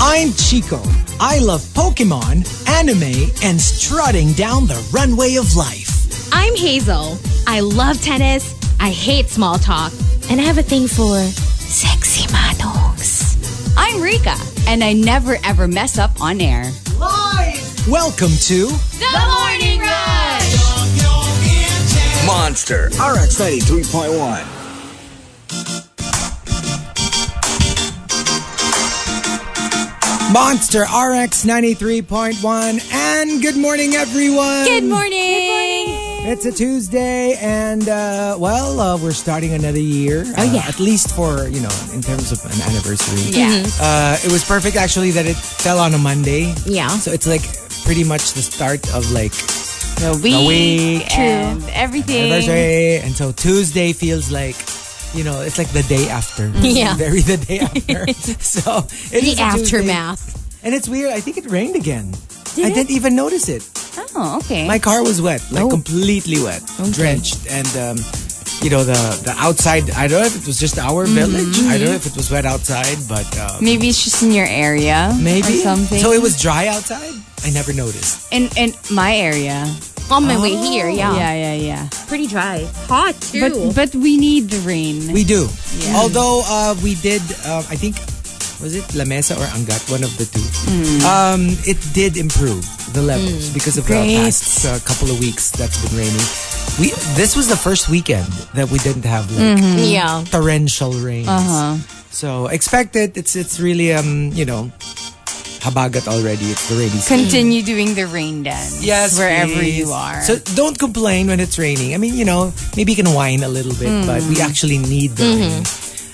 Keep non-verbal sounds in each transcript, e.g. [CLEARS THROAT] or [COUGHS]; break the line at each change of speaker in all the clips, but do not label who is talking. I'm Chico. I love Pokemon, anime, and strutting down the runway of life.
I'm Hazel. I love tennis. I hate small talk. And I have a thing for sexy manos.
I'm Rika, and I never ever mess up on air.
Mm-hmm. Welcome to
The Morning Rush!
Monster.
RX 93.1.
Monster RX 93.1. And good morning, everyone.
Good morning! Good morning!
It's a Tuesday, and uh, well, uh, we're starting another year. Oh,
yeah.
At least for, you know, in terms of an anniversary.
Yeah.
Uh, it was perfect, actually, that it fell on a Monday.
Yeah.
So it's like pretty much the start of like
The week,
week. True.
and everything.
anniversary. And so Tuesday feels like, you know, it's like the day after.
Yeah.
[LAUGHS] Very the day after. [LAUGHS] so
The
it is a Tuesday.
aftermath.
And it's weird. I think it rained again. I didn't even notice it.
Oh, okay.
My car was wet, like completely wet, drenched, and um, you know the the outside. I don't know if it was just our village. I don't know if it was wet outside, but um,
Maybe it's just in your area,
maybe
or something.
So it was dry outside. I never noticed.
in in my area.
On my way here, Oh,
Oh.
yeah.
yeah, yeah. yeah.
Pretty dry. Hot, too.
But but we need the rain.
We do, although uh, we did. Uh, I think was it La Mesa or Angat, one of the two. Um, it did improve the levels because of
Great.
the past uh, couple of weeks that's been raining. We this was the first weekend that we didn't have like
Hmm.
yeah.
torrential rains. So expect it. It's it's really um you know habagat already. It's the rainy season.
Continue doing the rain dance.
Yes,
wherever
please.
you are.
So don't complain when it's raining. I mean, you know, maybe you can whine a little bit, but we actually need the rain.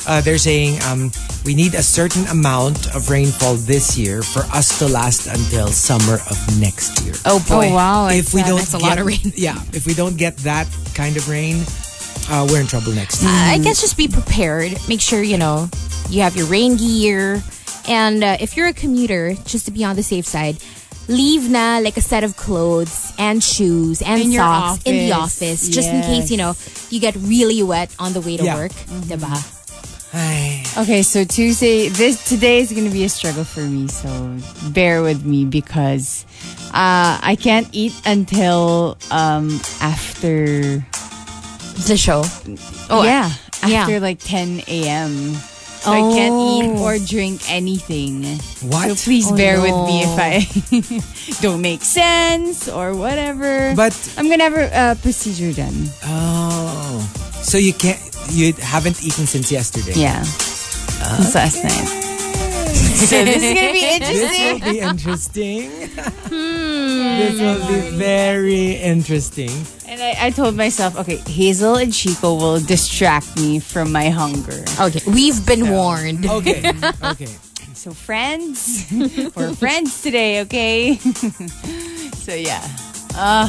Uh, they're saying um, we need a certain amount of rainfall this year for us to last until summer of next year.
oh boy.
Oh,
wow.
if we don't
that's a
get,
lot of rain.
[LAUGHS] yeah, if we don't get that kind of rain, uh, we're in trouble next year.
Uh, I guess just be prepared. Make sure, you know, you have your rain gear. And uh, if you're a commuter, just to be on the safe side, leave na like a set of clothes and shoes and
In your
socks in the
office.
office, just in case, you know, you get really wet on the way to
Yeah.
work. Diba?
Ay.
Okay, so Tuesday, this today is going to be a struggle for me. So bear with me because uh, I can't eat until um, after.
The show.
Oh yeah,
yeah.
after like 10 a.m. So I can't eat or drink anything.
What?
So please
Oh,
bear with
no.
me if I [LAUGHS] don't make sense or whatever.
But-
I'm gonna have a, a procedure done.
Oh, so you can't. You haven't eaten since yesterday.
Yeah, since last night. So this is gonna be
This
interesting.
will be interesting. this will be very interesting.
And I, I told myself, okay, Hazel and Chico will distract me from my hunger.
Okay. We've been warned.
Okay. Okay.
So friends, we're friends today, okay? [LAUGHS] so yeah,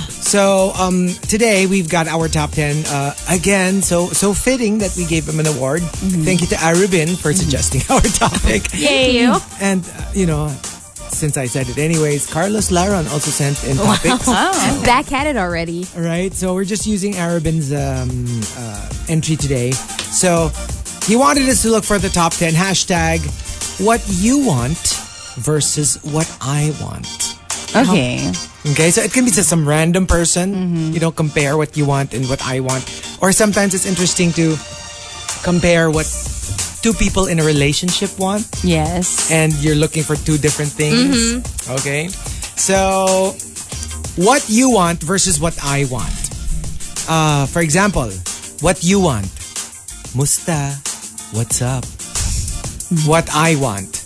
So um, today we've got our top ten uh, again. So so fitting that we gave him an award. Thank you to Arubin for suggesting [LAUGHS] our topic.
Thank you.
And uh, you know, since I said it anyways, Carlos Laron also sent in topics.
Oh.
Back at it already.
All right, so we're just using Arabin's um, uh, entry today. So he wanted us to look for the top 10 hashtag what you want versus what I want.
okay.
Okay, so it can be to some random person. You know, compare what you want and what I want. Or sometimes it's interesting to compare what two people in a relationship want
Yes.
and you're looking for two different things.
Mm-hmm.
Okay. So, what you want versus what I want. Uh, for example, what you want. Musta, what's up? What I want.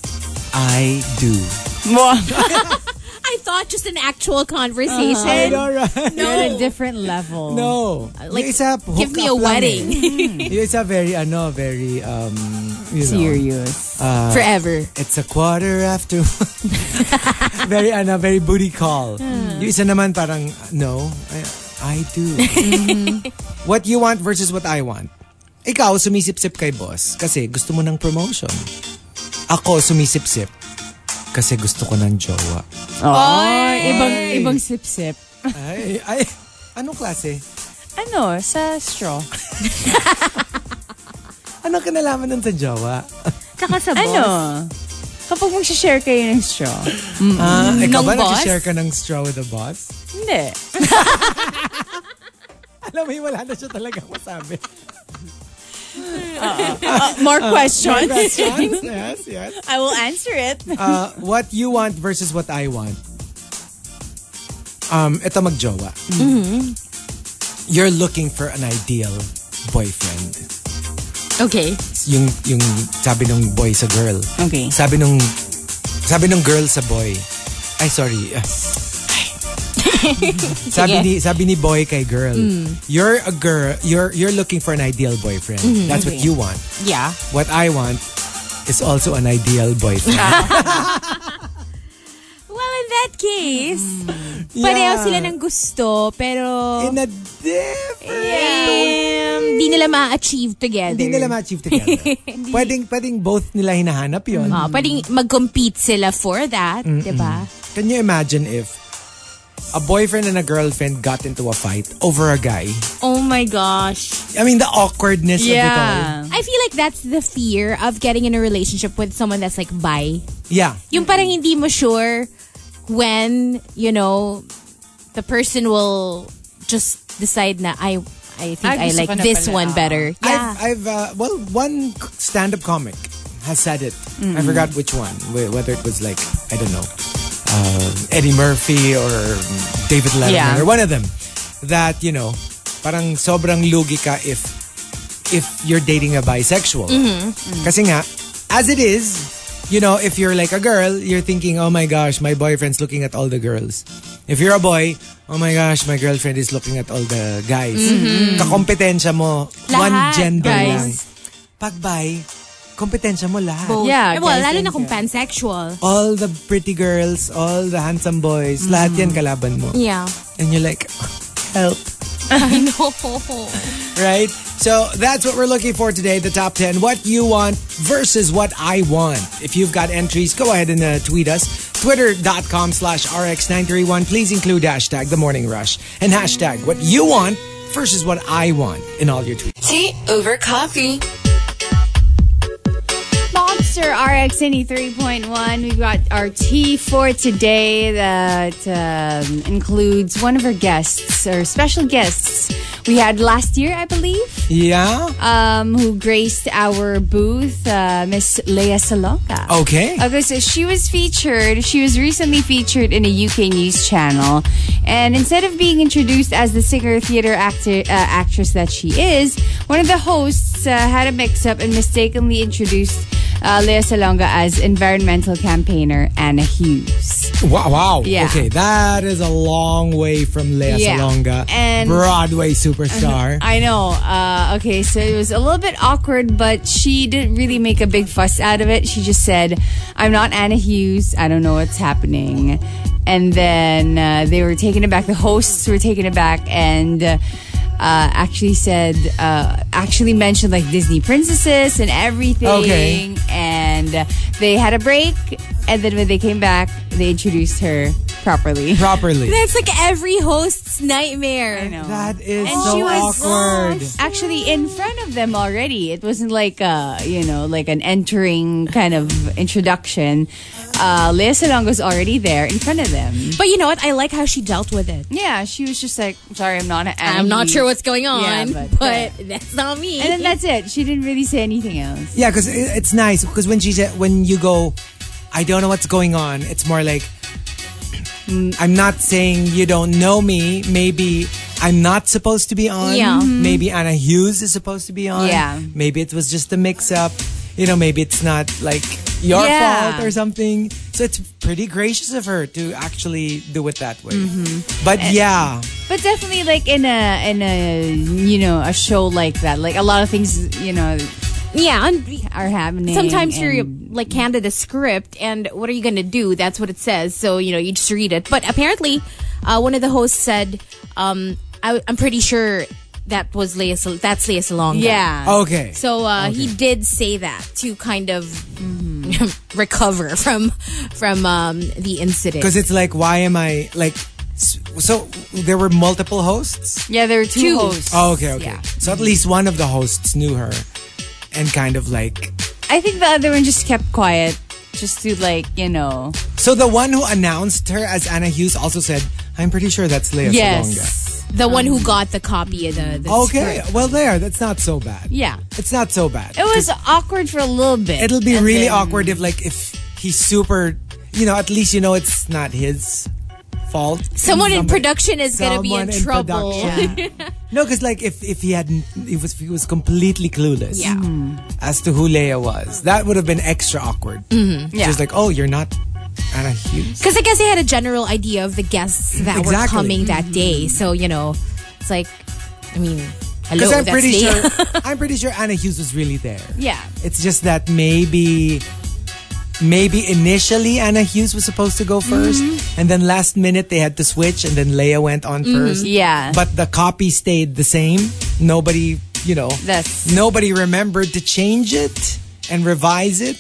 I do.
[LAUGHS] Well,
I thought just an actual conversation.
Alright.
you're at a different level.
No.
Like,
Yung isa,
Give
hook
me
up
a
lang
wedding
eh. Yung isa very, ano, very, um, you know.
Serious.
Uh-huh. forever.
It's a quarter after. [LAUGHS] very ano, very booty call. Yung isa naman parang no, I, I do. [LAUGHS] what you want versus what I want. Ikaw sumisip-sip kay boss kasi gusto mo ng promotion. Ako sumisip-sip kasi gusto ko ng jowa.
Oy! Ibang, ibang sip-sip.
Ay, ay, anong klase?
Ano, sa straw.
Ano kinalaman nun sa jowa?
Tsaka sa boss.
Ano? Kapag mag-share kayo ng straw.
Ah, ikaw
Ng
ba
boss?
nag-share ka ng straw with the boss?
Hindi.
Alam mo, yun, wala na siya talaga masabi.
more
[LAUGHS]
questions.
Questions? yes, yes.
I will answer it.
Uh, what you want versus what I want. Um, ito magjowa.
Mm-hmm.
You're looking for an ideal boyfriend.
Okay.
Yung yung sabi ng boy sa girl.
Okay.
Sabi nung sabi nung girl sa boy. Ay sorry.
[LAUGHS]
Ah. sabi ni sabi ni boy kay girl.
Mm.
You're a girl. You're you're looking for an ideal boyfriend.
Mm-hmm.
That's what you want.
Yeah.
What I want is also an ideal boyfriend.
Ah, Well, in that case,
Yeah. Eh,
pareho sila ng gusto, pero
In a different
um, di nila ma-achieve together.
Hindi nila ma-achieve together. pwedeng, pwedeng both nila hinahanap yun.
Ah, pwedeng mag-compete sila for that, di ba?
Can you imagine if a boyfriend and a girlfriend got into a fight over a guy?
Oh my gosh.
I mean, the awkwardness of it all.
I feel like that's the fear of getting in a relationship with someone that's like bi.
Yeah.
Yung parang hindi mo sure when, you know, the person will just decide na I I think I
Ay, Ah, gusto
like
ko na
this
pala. Ah.
one better. Yeah.
I've, I've uh, well, one stand-up comic has said it. I forgot which one. wh- Whether it was like, I don't know, uh, Eddie Murphy or David Letterman
Yeah.
or one of them. That, you know, parang sobrang lugi ka if, if you're dating a bisexual. Kasi nga, as it is, you know, if you're like a girl, you're thinking, oh my gosh, my boyfriend's looking at all the girls. If you're a boy, oh my gosh, my girlfriend is looking at all the guys. Kakompetensya mo, one
Mm-hmm. Lahat,
gender
guys.
lang. Pag bi, kompetensya mo lahat.
Both.
Yeah,
Eh, Well,
guys
lalo
and
na kung pansexual.
All the pretty girls, all the handsome boys, lahat yan kalaban mo.
Mm-hmm. Yeah.
And you're like, help.
[LAUGHS] I
[LAUGHS]
know.
right? So that's what we're looking for today the top 10 what you want versus what I want. If you've got entries, go ahead and uh, tweet us. Twitter.com slash RX931. Please include hashtag the morning rush and hashtag what you want versus what I want in all your tweets.
Tea over coffee.
Monster RX 3.1. We've got our tea for today that um, includes one of our guests, our special guests we had last year, I believe,
Yeah?
um, who graced our booth, uh, Miss Leia Salonga.
Okay.
Okay, so she was featured. She was recently featured in a UK news channel, and instead of being introduced as the singer, theater actor, uh, actress that she is, one of the hosts uh, had a mix-up and mistakenly introduced uh, Lea Salonga as environmental campaigner Anna Hughes.
Wow. wow.
Yeah.
Okay, that is a long way from Lea
Yeah.
Salonga,
And- Uh-huh.
Broadway superstar.
I know. Uh, okay, so it was a little bit awkward, but she didn't really make a big fuss out of it. She just said, I'm not Anna Hughes. I don't know what's happening. And then uh, they were taken aback. The hosts were taken aback and uh, actually said, uh, actually mentioned like Disney princesses and everything.
Okay.
And uh, they had a break. And then when they came back, they introduced her properly.
Properly.
That's like every host's nightmare.
know.
That is
And
so
she was-
awkward.
actually in front of them already. It wasn't like a, you know, like an entering kind of introduction. Uh, Lea Salong was already there in front of them.
But you know what? I like how she dealt with it.
Yeah, she was just like, sorry, I'm not an
I'm not sure what's going on,
Yeah, but-
[LAUGHS] but, that's not me.
And then that's it. She didn't really say anything else.
Yeah, because it's nice. Because when she said, when you go, I don't know what's going on. It's more like, "Mm, I'm not saying you don't know me. Maybe I'm not supposed to be on.
Yeah. Mhm.
Maybe Anna Hughes is supposed to be on.
Yeah.
Maybe it was just a mix-up. You know, maybe it's not like your
Yeah.
fault or something. So it's pretty gracious of her to actually do it that way. But yeah,
But definitely, like in a in a you know a show like that, like a lot of things you know
yeah, and
are happening.
sometimes you're
and-
like handed a script, and what are you going to do? That's what it says. So you know, you just read it. But apparently, uh, one of the hosts said, um, I, "I'm pretty sure that was Lea. Sal- that's Lea Salonga."
yeah.
okay.
So uh, he did say that to kind of [LAUGHS] recover from from um, the incident.
Because it's like, why am I like? s- So there were multiple hosts.
Yeah, there were two,
Two.
hosts.
Oh, okay, okay.
Yeah.
So at least one of the hosts knew her and kind of like,
I think the other one just kept quiet. just to like you know.
So the one who announced her as Anna Hughes also said, I'm pretty sure that's Lea Salonga.
Yes.
The one who got the copy of the, the
Okay,
script.
well there, that's not so bad.
Yeah.
It's not so bad.
It was awkward for a little bit.
It'll be
And
really
then-
awkward if like if he's super, you know, at least you know it's not his fault.
Someone in production is going to be in,
someone in
trouble. [LAUGHS]
production. No, because like if if he hadn't, if was if he was completely clueless
Yeah.
as to who Leia was, that would have been extra awkward. Mm-hmm.
Yeah.
Just like, oh, you're not Anna Hughes.
Because I guess they had a general idea of the guests that were
Exactly. Mm-hmm.
coming that day. So, you know, it's like, I mean, hello,
Because I'm
that's
pretty
Leia.
sure I'm pretty sure Anna Hughes was really there.
Yeah.
It's just that maybe maybe initially Anna Hughes was supposed to go
Mm-hmm.
1st and then last minute they had to switch and then Leia went on
Mm-hmm.
first.
Yeah.
But the copy stayed the same. Nobody, you know,
That's-
nobody remembered to change it and revise it.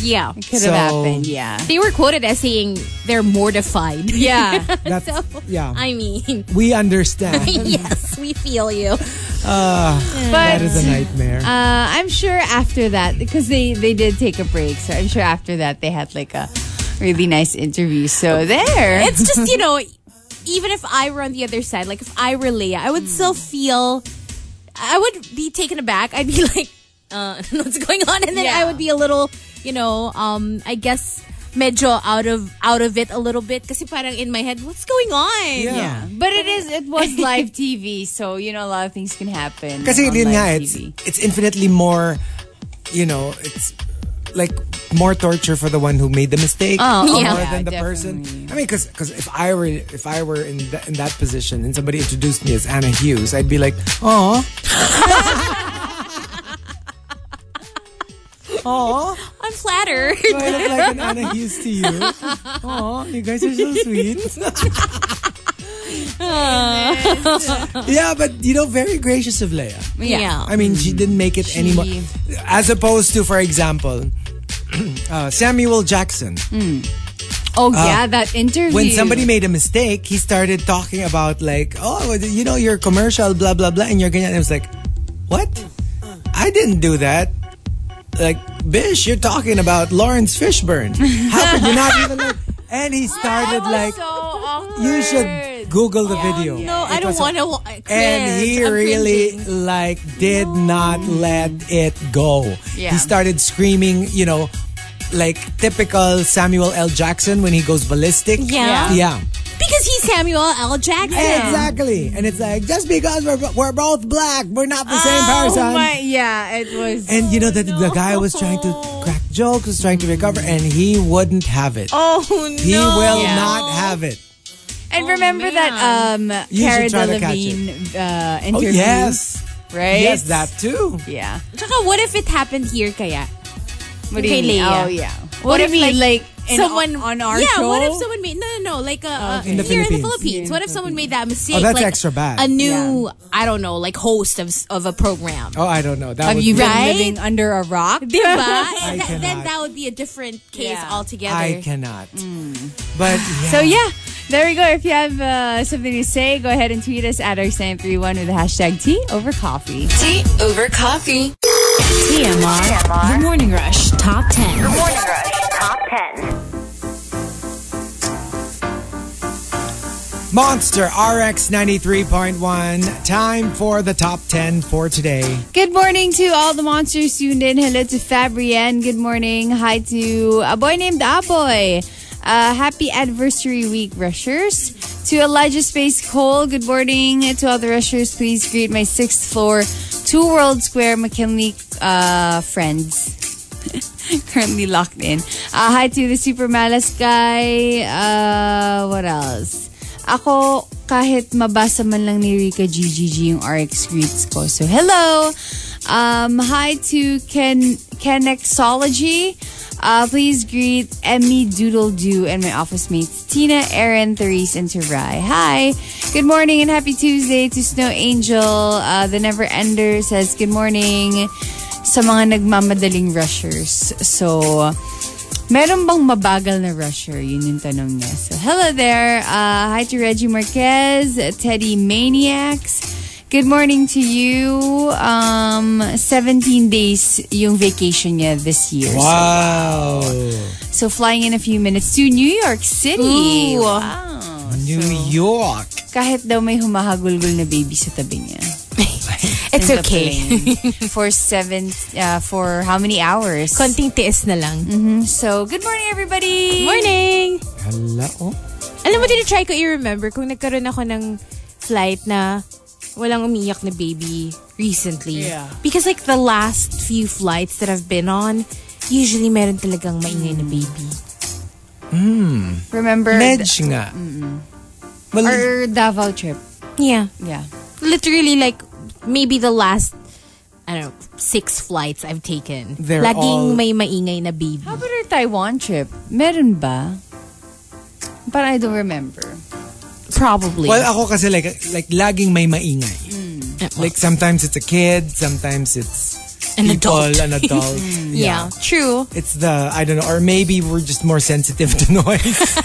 [LAUGHS] yeah.
could
So-
have
[LAUGHS]
happened. Yeah.
They were quoted as saying they're mortified.
Yeah.
That's yeah.
I mean, [LAUGHS]
we understand.
yes, we feel you.
that
but
is a nightmare.
Uh, I'm sure after that, because they, they did take a break, so I'm sure after that they had like a really nice interview. So there.
[LAUGHS] It's just, you know, even if I were on the other side, like if I were Leia, I would still feel, I would be taken aback. I'd be [LAUGHS] like, uh, what's going on? And then
Yeah.
I would be a little, you know, um, I guess medyo out of out of it a little bit kasi parang in my head what's going on
Yeah.
but it is it was live TV, so you know a lot of things can happen.
Kasi
on
yun
live
nga, it's,
TV.
it's infinitely more, you know, it's like more torture for the one who made the mistake
oh,
more
yeah,
than the person. I mean, because if I were if I were in tha- in that position and somebody introduced me as Anna Hughes, I'd be like, [LAUGHS] oh. Aw,
I'm flattered
do I look like an Anna Hughes to you? Aw, you guys are so sweet. yeah, but you know, very gracious of Leia.
Yeah.
[LAUGHS] yeah.
I mean, she didn't make it anymore. As opposed to, for example, [CLEARS THROAT] uh, Samuel Jackson.
Oh yeah, that interview.
uh, When somebody made a mistake, he started talking about like, oh, you know, your commercial, blah blah blah, and you're gonna. And it was like, what? I didn't do that. Like, Bish, you're talking about Lawrence Fishburne. How could you not even?
[LAUGHS]
Like, and he started like,
Oh, so awkward.
you should Google the video.
no I
It
don't
was a-
want to
and he really like did not let it go.
Yeah.
He started screaming, you know, like typical Samuel L. Jackson when he goes ballistic.
Yeah.
Yeah.
because he's Samuel L Jackson
Exactly. And it's like just because we're we're both black, we're not the same
Oh
person.
yeah, it was.
and you know that the guy was trying to crack jokes, was trying to recover, and he wouldn't have it.
oh
he will
Yeah.
not have it.
and remember that um,
You
Cara
should try to catch
Delevingne uh,
Oh
interview?
yes,
right.
yes, that too.
Yeah.
Tsaka what if it happened here kaya
What
do you mean?
Oh
Oh,
yeah.
What
What,
if,
if
like,
mean like, in-
someone
on our
yeah,
show?
what if someone made no no no like a, uh
In the
here in the
Oh, Philippines.
Philippines? What if someone made that
Oh,
mistake?
that's
like
extra bad.
A new I don't know like host of s- of a program.
Oh, I don't know. That
Have
would
you
be-
been
Right?
living under a
[LAUGHS]
rock?
Diba? And th- then
cannot.
that would be a different case
Yeah.
altogether.
I cannot.
Mm.
But yeah.
So yeah, there we go. If you have uh, something to say, go ahead and tweet us at our 931 with the hashtag tea over coffee.
Tea over coffee.
TMR,
TMR.
The Morning Rush Top 10.
Morning Rush Top 10.
Monster RX 93.1. Time for the top 10 for today.
Good morning to all the monsters tuned in. Hello to Fabrienne. Good morning. Hi to a boy named Aboy. Uh, happy anniversary week, rushers. To Elijah Space Cole, good morning. To all the rushers, please greet my sixth floor, Two World Square, McKinley uh, friends. [LAUGHS] currently locked in. Uh, hi to the Super Malas guy. Uh, what else? Ako, kahit mabasa man lang ni Rika GGG yung RX greets ko. So, hello! Um, hi to Ken, Kenexology. Uh, please greet Emmy Doodle Doo and my office mates Tina, Erin, Therese, and Terai. Hi! Good morning and happy Tuesday to Snow Angel. Uh, the Never Ender says, Good morning sa mga nagmamadaling rushers. So, meron bang mabagal na rusher? Yun yung tanong niya. So, hello there. Uh, hi to Reggie Marquez, Teddy Maniacs. Good morning to you. Um, 17 days yung vacation niya this year. So,
Wow.
So flying in a few minutes to New York City. Wow.
New York.
Kahit daw may humahagulgol na baby sa tabi niya.
It's
in the
okay.
plane. for seven, uh, for how many hours?
[LAUGHS] Konting tiis na lang.
Mm-hmm.
so, good morning everybody!
Morning!
Hala, oh.
Alam mo, tinitry ko i-remember kung nagkaroon ako ng flight na walang umiyak na baby recently.
Yeah.
Because like the last few flights that I've been on, usually meron talagang maingay
Mm.
na baby.
Remember
Medj nga.
the,
Well,
our Davao trip?
Yeah.
Yeah.
Literally like maybe the last, I don't know, six flights I've taken.
They're all-
Laging may maingay na baby.
How about our Taiwan trip? Meron ba? But I don't remember.
Probably.
well, ako kasi like, like laging may maingay. Like sometimes it's a kid, sometimes it's
An
people,
adult.
an adult.
Mm, yeah. True.
It's the I don't know, or maybe we're just more sensitive to noise.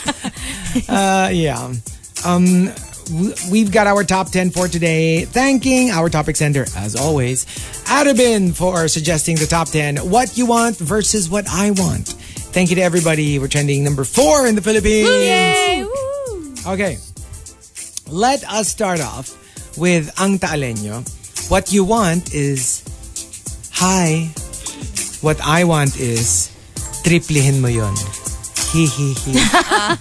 uh, yeah. Um, w- we've got our top ten for today. Thanking our topic sender as always, Adabin for suggesting the top ten. What you want versus what I want. Thank you to everybody. We're trending number four in the Philippines. Okay. Let us start off with ang taaleño. What you want is hi. What I want is triplihin mo yon. Hi hi hi.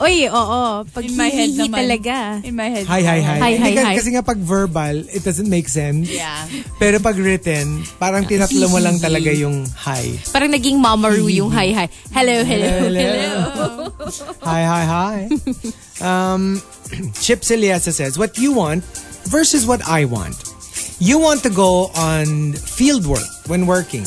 Uy, oo. Pag
In my head naman.
talaga.
In my head.
Hi hi hi.
Hi, hi,
Hindi ka-
hi.
Kasi nga pag verbal, it doesn't make sense.
Yeah.
Pero pag written, parang tinatlo mo lang talaga yung hi.
Parang naging Mama Ru yung hi-hi. Hello, hello, hello.
hi, hi, hi. Um, Chip Celiasa says, What you want versus what I want. You want to go on field work when working.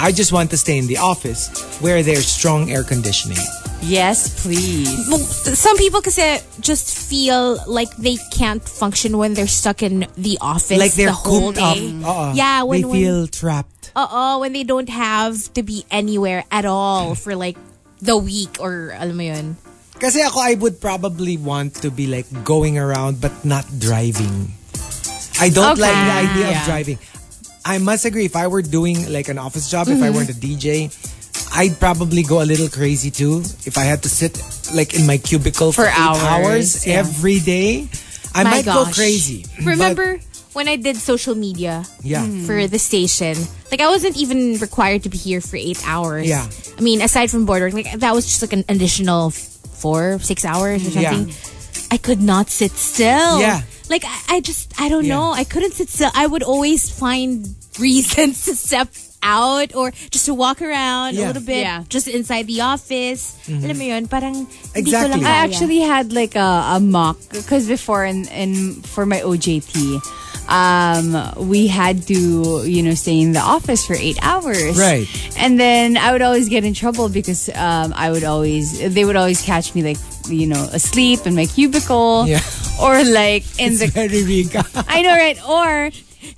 I just want to stay in the office where there's strong air conditioning.
Yes, please.
Well, some people kasi just feel like they can't function when they're stuck in the office
like they're
the whole
cooped up.
day.
Oo.
Yeah, when-
they feel trapped.
Oo, when they don't have to be anywhere at all for like the week or alam mo yun.
Kasi ako, I would probably want to be like going around but not driving. I don't
Okay.
like the idea of
Yeah.
driving. I must agree, if I were doing like an office job, if I
Mm-hmm.
weren't a DJ, I'd probably go a little crazy too. If I had to sit like in my cubicle for,
For
eight hours,
hours, yeah.
every day, I
My
might go
gosh.
crazy. But-
Remember when I did social media Mm.
Yeah.
for the station? Like I wasn't even required to be here for eight hours.
Yeah.
I mean, aside from board work, like that was just like an additional f- four, six hours or
Yeah.
something. I could not sit still.
Yeah.
Like I, I just I don't
Yeah.
know. I couldn't sit still. I would always find reasons [LAUGHS] to step out or just to walk around
Yeah. Mm-hmm.
a little bit
Yeah.
just inside the office. Alam mo yun, parang hindi ko lang
Exactly.
kaya.
I actually had like a, a mock because before in, in for my OJT, um, we had to you know stay in the office for eight hours,
Right.
And then I would always get in trouble because um, I would always they would always catch me like you know asleep in my cubicle,
Yeah.
or like in the
[LAUGHS] [LAUGHS] Very Rica.
I know right or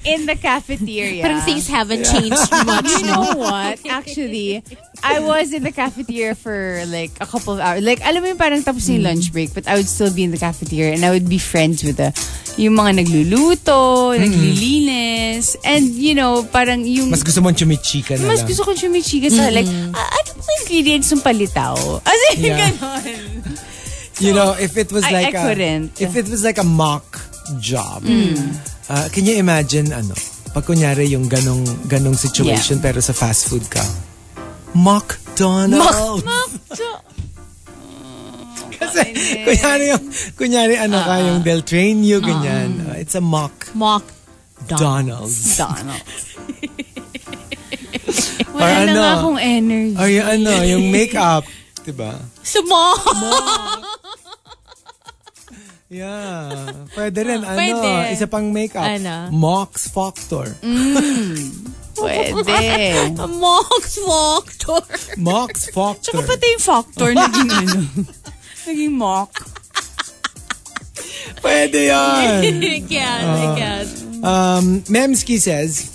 in the cafeteria.
Parang things haven't
[LAUGHS]
changed much.
[LAUGHS] You know what? Actually, I was in the cafeteria for like a couple of hours. Like, alam mo yung parang tapos
Mm.
na yung lunch break, but I would still be in the cafeteria and I would be friends with the, yung mga
Mm.
nagluluto, naglilinis, and you know, parang yung...
Mas gusto mo chumichika na
Mas
lang.
gusto ko chumichiga sa like, "Ah, ano po yung ingredients ng palitaw? As in,
Yeah.
ganon.
you know, if it was
I-
like
I
a-
couldn't.
If it was like a mock job, uh, can you imagine ano? Pag kunyari yung ganong, ganong situation pero sa fast food ka. [LAUGHS] McDonald's. Kasi kunyari yung, kunyari ano ka, yung they'll train you, ganyan. Uh, it's a mock
Mock
Donald's.
Donald. Wala
Or
na
ano?
nga akong energy.
Or yung ano, yung makeup. Diba?
Small.
Yeah. Pwede rin. Ano,
Pwede.
isa pang makeup.
Ano?
Mox Factor.
Pwede.
Mox Factor.
Mox Factor.
Tsaka pati yung factor naging ano. naging mock.
Pwede yan.
[LAUGHS] I can't, I can't.
Um, Memski says,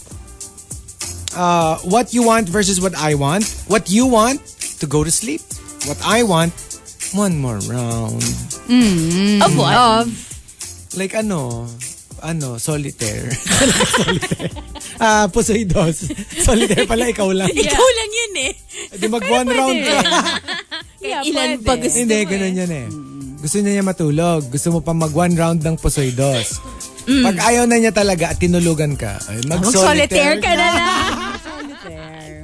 uh, what you want versus what I want. What you want, to go to sleep. What I want, one more round.
Of what?
Like ano, ano, solitaire. [LAUGHS] solitaire. Ah,
[LAUGHS]
Poseidon. Solitaire pala, ikaw lang.
Ikaw lang yun eh.
Di mag one round ka.
Yeah,
Ilan
pwede.
pa gusto
Hindi,
mo
ganun
eh.
yan eh. Gusto niya niya matulog. Gusto mo pa mag one round ng Pusoy Dos.
Mm.
Pag ayaw na niya talaga at tinulugan ka, ay, mag-solitaire
Solitaire ka na lang.
Solitaire.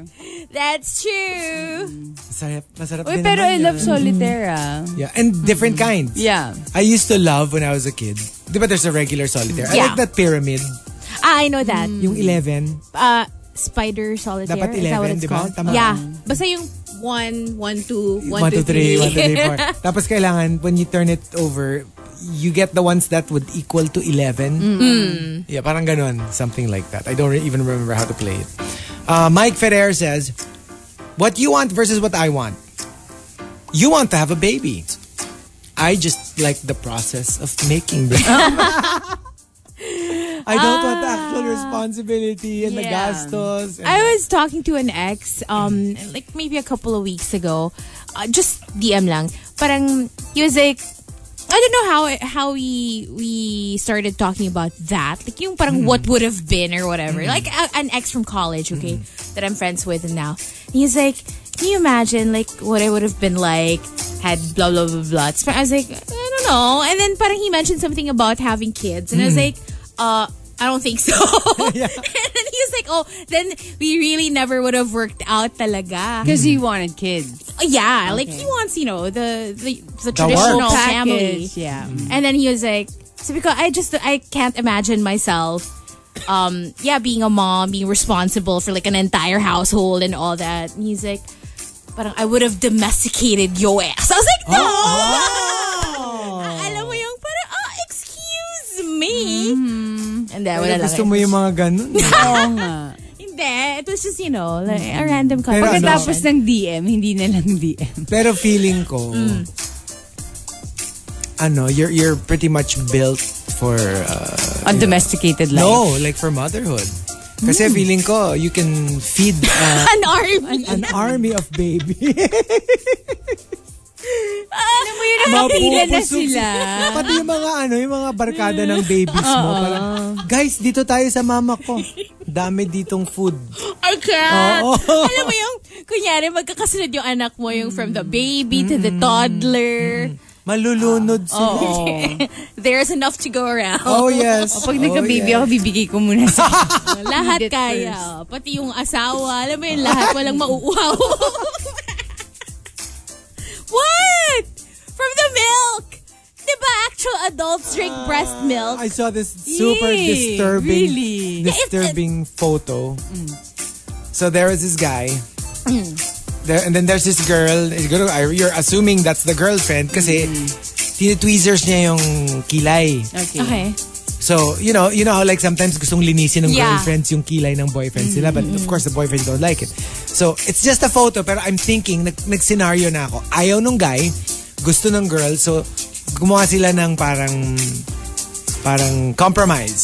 That's true.
Masarap, masarap
Uy,
din
pero
naman
I love
yun.
solitaire ah.
Yeah, and different kinds.
Yeah.
I used to love when I was a kid. Di ba there's a regular solitaire? I
Yeah.
like that pyramid.
Ah, I know that.
Mm-hmm.
Yung 11.
Uh, spider solitaire.
Dapat
Is that
11,
what it's
di ba?
called?
Tama.
Yeah.
Basta yung 1, 1, 2, 1,
1, 2, 3, 1,
2, 3.
2, 3,
[LAUGHS]
4. Tapos kailangan, when you turn it over, you get the ones that would equal to 11.
Mm.
Yeah, parang ganun. Something like that. I don't re- even remember how to play it. Uh, Mike Ferrer says, What you want versus what I want. You want to have a baby. I just like the process of making
[LAUGHS]
baby. I don't want the actual responsibility and the
Yeah.
gastos. and-
Ah.
[LAUGHS]
I was talking to an ex, um, like maybe a couple of weeks ago. Uh, just DM lang. Parang he was like, I don't know how how we we started talking about that. Like yung parang what would have been or whatever. Like a, an ex from college, okay, that I'm friends with now. And he's like, can you imagine like what I would have been like had blah blah blah blah. It's par- I was like, I don't know. And then parang he mentioned something about having kids, and I was like, uh. I don't think so.
Yeah.
[LAUGHS] And then he was like, oh, then we really never would have worked out talaga.
Because he wanted kids.
Oh, Yeah, like he wants, you know, the the, the
Full
traditional
works.
Oh, family.
Package, Yeah.
And then he was like, so because I just I can't imagine myself, um, yeah, being a mom, being responsible for like an entire household and all that. And he's like, but I would have domesticated your ass. I was like, no.
Oh.
[LAUGHS] Alam mo yung parang, ah, excuse me. And then wala
Pero
lang. eh.
gusto mo yung mga
[LAUGHS]
ganun.
Oo nga.
Hindi, it was just, you know, like a random
Pero ano?
conversation.
Pagkatapos ng DM, hindi na lang DM.
Pero feeling ko,
Mm.
ano, you're you're pretty much built for uh,
Undomesticated life.
no,
Mm.
like for motherhood. Kasi feeling ko, you can feed
[LAUGHS]
uh,
an army.
an army of baby.
Alam mo yun,
Mapila na
Mapupusog
sila.
Pati yung mga ano, yung mga barkada ng
Mm.
babies mo. Parang, guys, dito tayo sa mama ko. Dami ditong food.
I can't.
Oo.
Alam mo yung, kunyari, magkakasunod yung anak mo, yung from the baby to the
Mm.
toddler.
Malulunod sila.
Oo.
[LAUGHS] There's enough to go around.
Oh, yes. Oh,
Pag nagka-baby
yes.
ako, bibigay ko muna
[LAUGHS]
sa
lahat
Need it
kaya. Pati yung asawa. Alam mo yun, lahat walang mauuhaw. [LAUGHS] What? From the milk. Diba actual adults drink breast milk?
Ah, I saw this super
Yay,
disturbing
really?
disturbing photo. So there was this guy. There, and then there's this girl. Siguro, I- You're assuming that's the girlfriend kasi tinitweezers niya yung kilay.
Okay.
So, you know, you know how like sometimes gustong linisin ng
Yeah.
girlfriends yung kilay ng boyfriend sila but of course the boyfriend don't like it. So, it's just a photo pero I'm thinking, nag, nag-scenario na ako. Ayaw nung guy, gusto ng girl. So, gumawa sila ng parang parang compromise.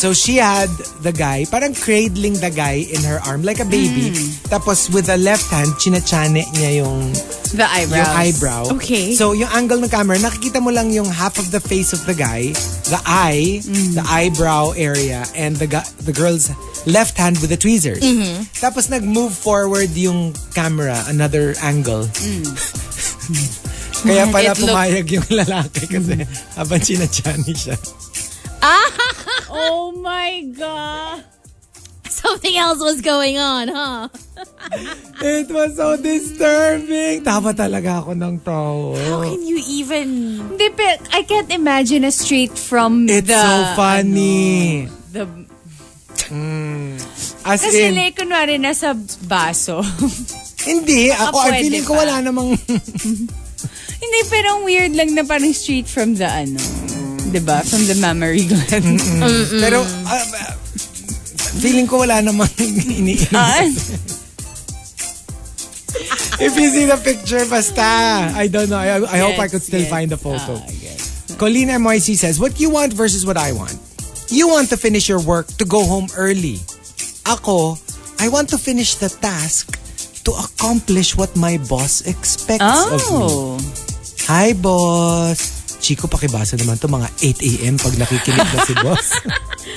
So, she had the guy, parang cradling the guy in her arm like a baby. Tapos, with the left hand, chinachane niya yung
[LAUGHS] the eyebrows.
yung eyebrow.
Okay.
So, yung angle ng camera, nakikita mo lang yung half of the face of the guy, the eye,
Mm.
the eyebrow area, and the gu- the girl's left hand with the tweezers.
Mm-hmm.
Tapos, nag-move forward yung camera, another angle. [LAUGHS] Kaya pala
Mm. It Mm. looked-
pumayag yung [LAUGHS] lalaki kasi habang chinachani siya.
Oh my God.
Something else was going on, huh?
It was so disturbing. Tawa talaga ako ng tao.
Can you even...
Hindi, pero I can't imagine a straight from
It's
the...
so funny.
The,
As
ano? kasi
in,
like, kunwari, nasa baso. [LAUGHS]
hindi. Ako,
Ah,
I
pwede
feeling ko
pa.
wala namang
Hindi, pero ang weird lang na parang straight from the ano. 'di ba From the mammary gland.
Pero ah, ah, feeling ko wala namang [LAUGHS]
[LAUGHS]
iniinom.
[LAUGHS] Ah,
If you see the picture, basta. I don't know. I, I hope I
Yes,
could still
yes.
find the photo.
Ah, yes.
Colleen MYC says, What you want versus what I want. You want to finish your work to go home early. Ako, I want to finish the task to accomplish what my boss expects of me.
Oh.
Hi, boss. Chico, pakibasa naman to mga 8 a.m. pag nakikinig na
[LAUGHS]
si boss.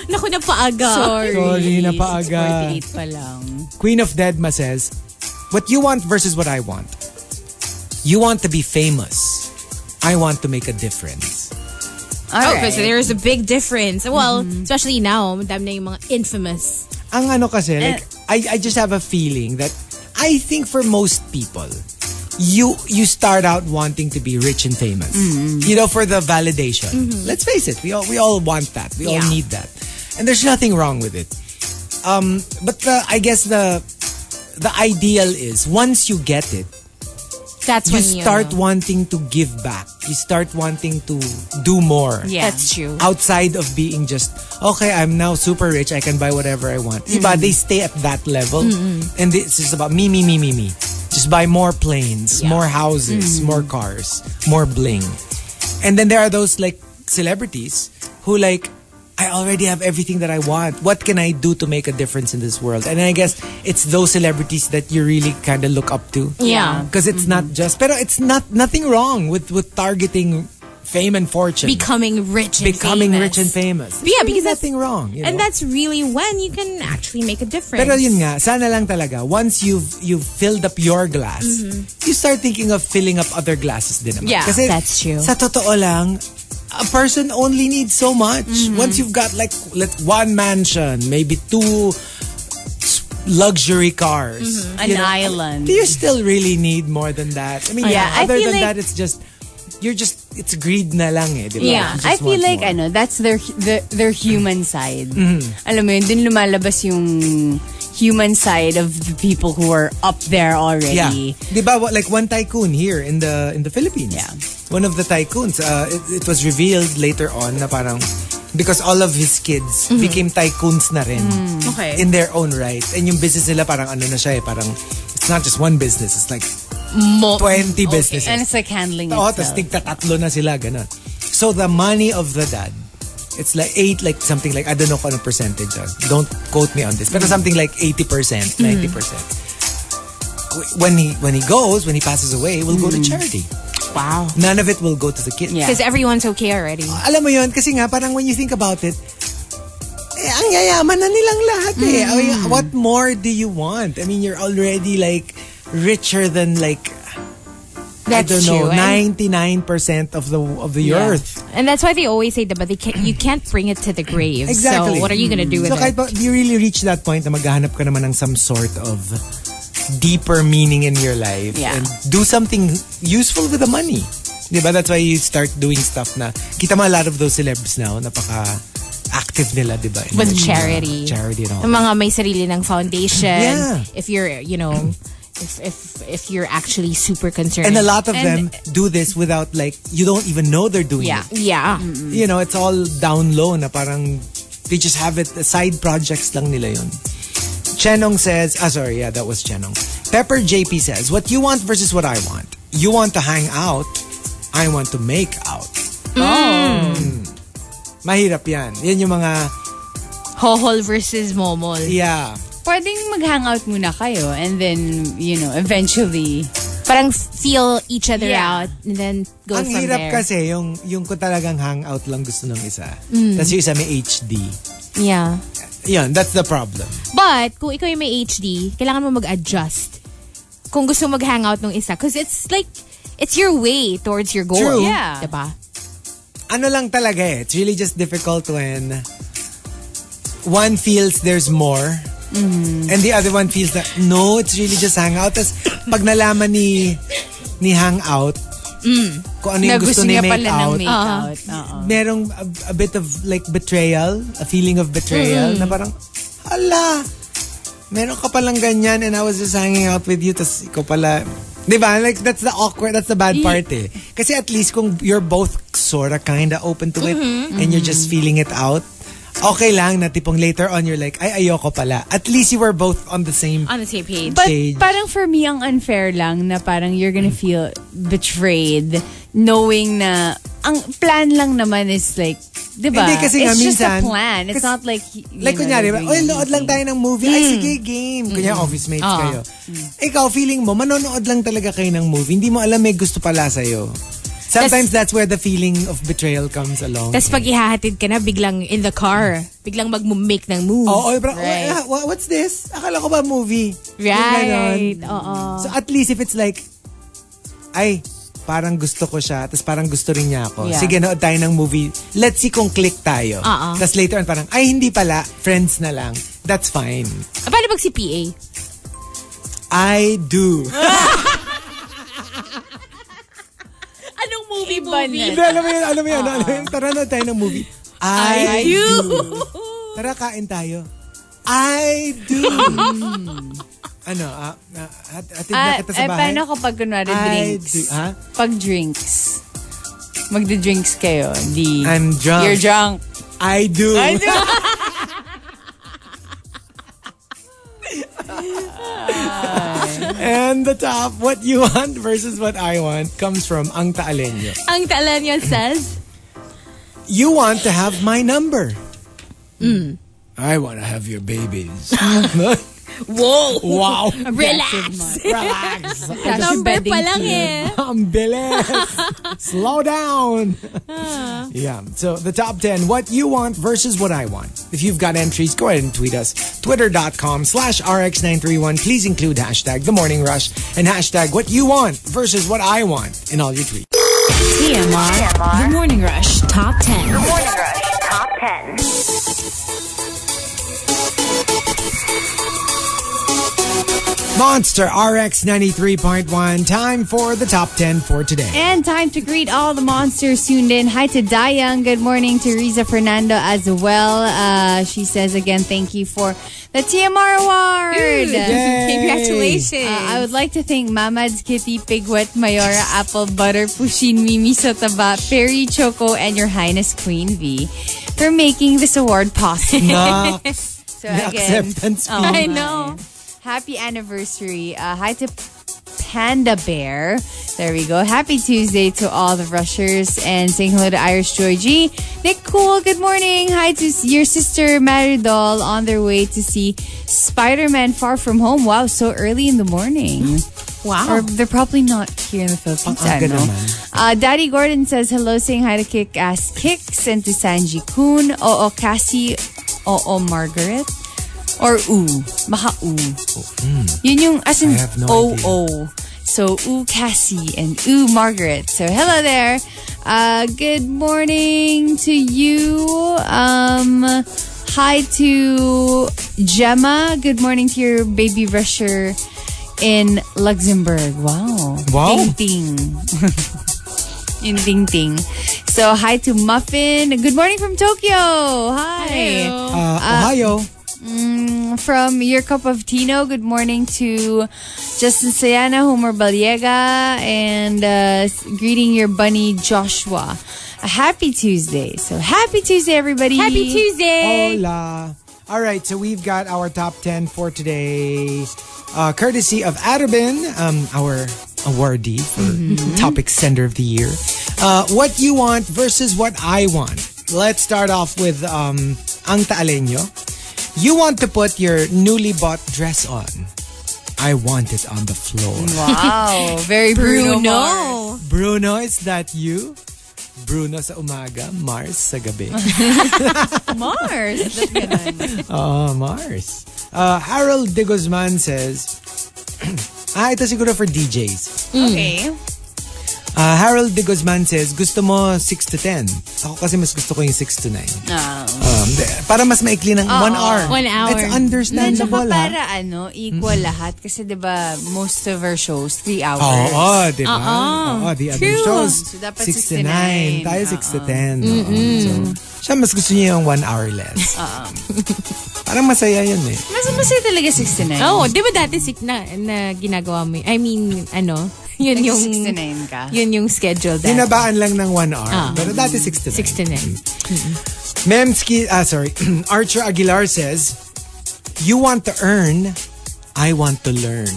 Naku, napaaga.
Sorry.
Sorry, napaaga.
6.48 pa lang.
Queen of Deadma says, What you want versus what I want. You want to be famous. I want to make a difference.
Oh,
All right.
because there's a big difference. Well,
Mm-hmm.
especially now, madami na yung mga infamous.
Ang ano kasi, like, I, I just have a feeling that I think for most people, you you start out wanting to be rich and famous. You know, for the validation. Let's face it, we all we all want that. We all
Yeah.
need that. And there's nothing wrong with it. Um, but the, I guess the the ideal is once you get it,
That's when
you start
You,
wanting to give back. You start wanting to do more.
Yeah.
That's true.
Outside of being just, okay, I'm now super rich. I can buy whatever I want. Iba, they stay at that level. And it's just about me, me, me, me, me. Just buy more planes, more houses, more cars, more bling. And then there are those like celebrities who like, I already have everything that I want. What can I do to make a difference in this world? And I guess it's those celebrities that you really kind of look up to.
Yeah.
Because it's not just, pero it's not nothing wrong with with targeting fame and fortune,
becoming rich and
becoming
famous.
rich and famous.
Yeah,
There's
because that's-
nothing wrong. You
And
know?
that's really when you can actually make a difference.
Pero yun nga, sana lang talaga, once you've you've filled up your glass, you start thinking of filling up other glasses din naman.
Mm-hmm. Yeah,
Kasi
that's true.
sa totoo lang, a person only needs so much.
Mm-hmm.
Once you've got like let one mansion, maybe two s- luxury cars.
Mm-hmm. An island.
Do you still really need more than that? I mean,
Yeah, I
other
feel
than
like-
that, it's just, you're just, it's greed na lang eh, di ba?
Yeah,
You just
I feel
want
like
more.
ano, that's their their, their human side.
Mm-hmm.
Alam mo yun, dun lumalabas yung human side of the people who are up there already.
Yeah. Di ba, wa- like one tycoon here in the in the Philippines.
Yeah.
One of the tycoons, uh, it, it was revealed later on na parang, because all of his kids became tycoons na rin.
Mm.
Okay.
In their own right. And yung business nila parang ano na siya eh, parang, it's not just one business, it's like
Mo-
20 businesses.
And it's like handling
Oo, tapos
itself.
tigtatatlo na sila, ganun. So the money of the dad, it's like 8, like something like, I don't know kung ano percentage. ah. Don't quote me on this.
Mm.
Pero something like 80%, 90%. When he when he goes, when he passes away, it will go to
Mm.
charity.
wow.
None of it will go to the kids.
Yeah.
Because everyone's okay already.
Alam mo yun, kasi nga, parang when you think about it, eh, ang yayaman na nilang lahat eh.
Mm.
I mean, what more do you want? I mean, you're already like richer than like,
That's
I don't know,
true. And,
99% of the of the
Yeah.
earth.
and that's why they always say that, but they can, you can't bring it to the grave.
Exactly. Mm.
So what are you going to do with
So
it?
kahit pa, do you really reach that point na maghahanap ka naman ng some sort of deeper meaning in your life
Yeah.
and do something useful with the money. Diba? That's why you start doing stuff na kita mo a lot of those celebs now napaka active nila, diba? In
with
their, uh,
charity.
Charity and all.
Yung mga may sarili ng foundation.
Yeah.
If you're, you know, if if if you're actually super concerned.
And a lot of them
And-
do this without like you don't even know they're doing
Yeah.
it.
Yeah.
Mm. you know, it's all down low na parang they just have it, side projects lang nila yun. Chenong says, ah sorry, yeah, that was Chenong. Pepper JP says, what you want versus what I want. You want to hang out, I want to make out. Mm. Mahirap yan. Yan yung mga,
[LAUGHS] Hohol versus momol.
yeah.
Pwedeng mag-hangout muna kayo and then, you know, eventually.
Parang feel each other
Yeah.
out and then go
Ang
from
hirap
there.
kasi yung, yung kung talagang hangout lang gusto ng isa. Tapos yung isa may HD.
Yeah.
Yun, that's the problem.
But kung ikaw yung may HD, kailangan mo mag-adjust. Kung gusto mo mag-hangout nung isa. Because it's like, it's your way towards your goal.
True.
Yeah.
Diba?
ano lang talaga eh. It's really just difficult when one feels there's more
Mm-hmm.
and the other one feels that no, it's really just hangout. Tapos pag nalaman ni ni hangout kung ano yung
Na
gusto,
gusto
ni Uh-huh.
Mm. niya
make
pala ng
out,
make-out. Oo.
merong a, a bit of like betrayal, a feeling of betrayal na parang, hala, meron ka palang ganyan and I was just hanging out with you tapos ikaw pala, di ba? Like, that's the awkward, that's the bad part eh. Kasi at least kung you're both sorta kinda open to it and you're just feeling it out, okay lang na tipong later on you're like, ay, ayoko pala. At least you were both on the same
On the same page.
But
stage.
parang for me, ang unfair lang na parang you're gonna feel betrayed knowing na ang plan lang naman is like, di ba?
Hindi, kasi nga
It's just
minsan-
a plan. It's
kasi-
not like, you
Like,
know,
kunyari,
you're
oh,
doing
nood lang tayo
anything.
ng movie.
Hmm.
Ay, sige, game. Kunyari, office mates
Ah.
kayo. Ikaw, feeling mo, manonood lang talaga kayo ng movie. Hindi mo alam may gusto pala sa'yo. Sometimes that's, where the feeling of betrayal comes along.
Tapos pag ihahatid ka na, biglang in the car, biglang mag-make ng move.
Oo, oh, parang,
Right.
"Oh, ah, wha- what's this? Akala ko ba movie? Yung ganon.
Right. Oo.
So at least if it's like, ay, parang gusto ko siya, tapos parang gusto rin niya ako.
Yeah.
Sige, nood tayo ng movie. Let's see kung click tayo.
Oo.
Tapos later on, parang, ay, hindi pala. Friends na lang. That's fine.
Ah, Paano pag si PA?
I do.
Anong movie
Iba
movie?
[LAUGHS] Hindi, alam mo yun, alam mo yun, alam mo yun. Tara na tayo ng movie. I,
I
do. Tara, kain tayo. I do. ano, ah, ah, hat- hatid na
Ah,
kita sa bahay?
eh,
ah.
paano kapag kunwari
I
drinks?
do- ha?
Pag drinks. Magdi-drinks kayo. Di,
I'm drunk.
You're drunk.
I do. I do. [LAUGHS] And the top, what you want versus what I want, comes from Ang Taalenyo.
Ang talan niya says,
You want to have my number. I want to have your babies. [LAUGHS]
Whoa!
wow.
Relax!
Relax.
Number pa lang eh.
Ang bilis. Slow down. yeah. So the top 10, what you want versus what I want. If you've got entries, go ahead and tweet us. Twitter.com slash RX931. Please include hashtag The Morning Rush and hashtag what you want versus what I want in all your tweets.
TMR, E The Morning Rush Top 10.
Morning Rush Top 10.
Monster RX 93.1. Time for the top 10 for
[LAUGHS]
today.
And time to greet all the monsters tuned in. Hi to Dayang. Good morning to Riza Fernando as well. Uh, she says again, thank you for the TMR award.
Congratulations.
Uh, I would like to thank Mamad's Kitty, Pigwet, Mayora, Apple Butter, Pushin, Mimi Sotaba, Perry Choco, and Your Highness Queen V for making this award possible.
Na
[LAUGHS] So again,
acceptance
Oh,
fee.
my. Happy anniversary. Uh, hi to Panda Bear. There we go. Happy Tuesday to all the rushers and saying hello to Irish Joy G. Nick Cool, good morning. Hi to s- your sister Maridol on their way to see Spider Man Far From Home. Wow, so early in the morning. Or
Wow.
they're probably not here in the Philippines.
Ang
I don't
aga
know.
naman.
Uh, Daddy Gordon says hello, saying hi to Kick Ass Kicks and to Sanji Kun. Oo, Cassie. Oo, Margaret. Or oo. Baka oo. Yun yung as
Oh,
in
hmm. I have no
oo.
idea.
So oo, Cassie and oo, Margaret. So hello there. Uh, good morning to you. Um, hi to Gemma. Good morning to your baby rusher in Luxembourg. Wow.
Wow.
Ting ting. [LAUGHS] in Ting Ting. So hi to Muffin. Good morning from Tokyo. Hi.
Uh, Ohio.
Mm, from Your Cup of Tino. Good morning to Justin Sayana, Homer Baliega, and uh, s- greeting your bunny Joshua. A happy Tuesday. So happy Tuesday, everybody.
Happy Tuesday!
Hola. All right, so we've got our top 10 for today, uh, courtesy of Adabin, um, our awardee for
Mm-hmm.
Topic Sender of the Year. Uh, what you want versus what I want. Let's start off with um, Ang Taaleño. You want to put your newly bought dress on. I want it on the floor.
[LAUGHS]
Mm. Wow. Very Bruno. Mars.
Bruno.
Bruno, is that you? Bruno sa umaga, Mars sa gabi.
[LAUGHS]
[LAUGHS] Mars. Ba't ganun? [LAUGHS]
Ah, Mars. Uh, Harold De Guzman says, [CLEARS THROAT] ah, ito siguro for DJs.
Hmm.
Okay.
Uh, Harold De Guzman says, gusto mo 6 to 10. Ako kasi mas gusto ko yung 6 to 9. Um, de- para mas maikli ng 1 hour.
One hour.
It's
At saka
understandable, ah."
para
ha?
ano, equal lahat. Kasi 'di ba most of our shows, three hours.
Oo, di ba? Oo, the other
True.
shows,
So,
6
dapat
to
6 to
9.
9.
Tayo 6 to 10. Oo. So, siya mas gusto niya yung 1 hour less. [LAUGHS] Parang masaya yun eh.
Mas masaya talaga 69.
Oh, di ba dati sick na, na ginagawa mo? y- I mean, ano? [LAUGHS] Yun
Like
yung...
69 ka.
Yun yung schedule dati.
Hinabaan lang ng 1 hour. Pero dati 6 to 9.
69.
Memski, ah, sorry, [CLEARS THROAT] Archer Aguilar says, "You want to earn, I want to learn."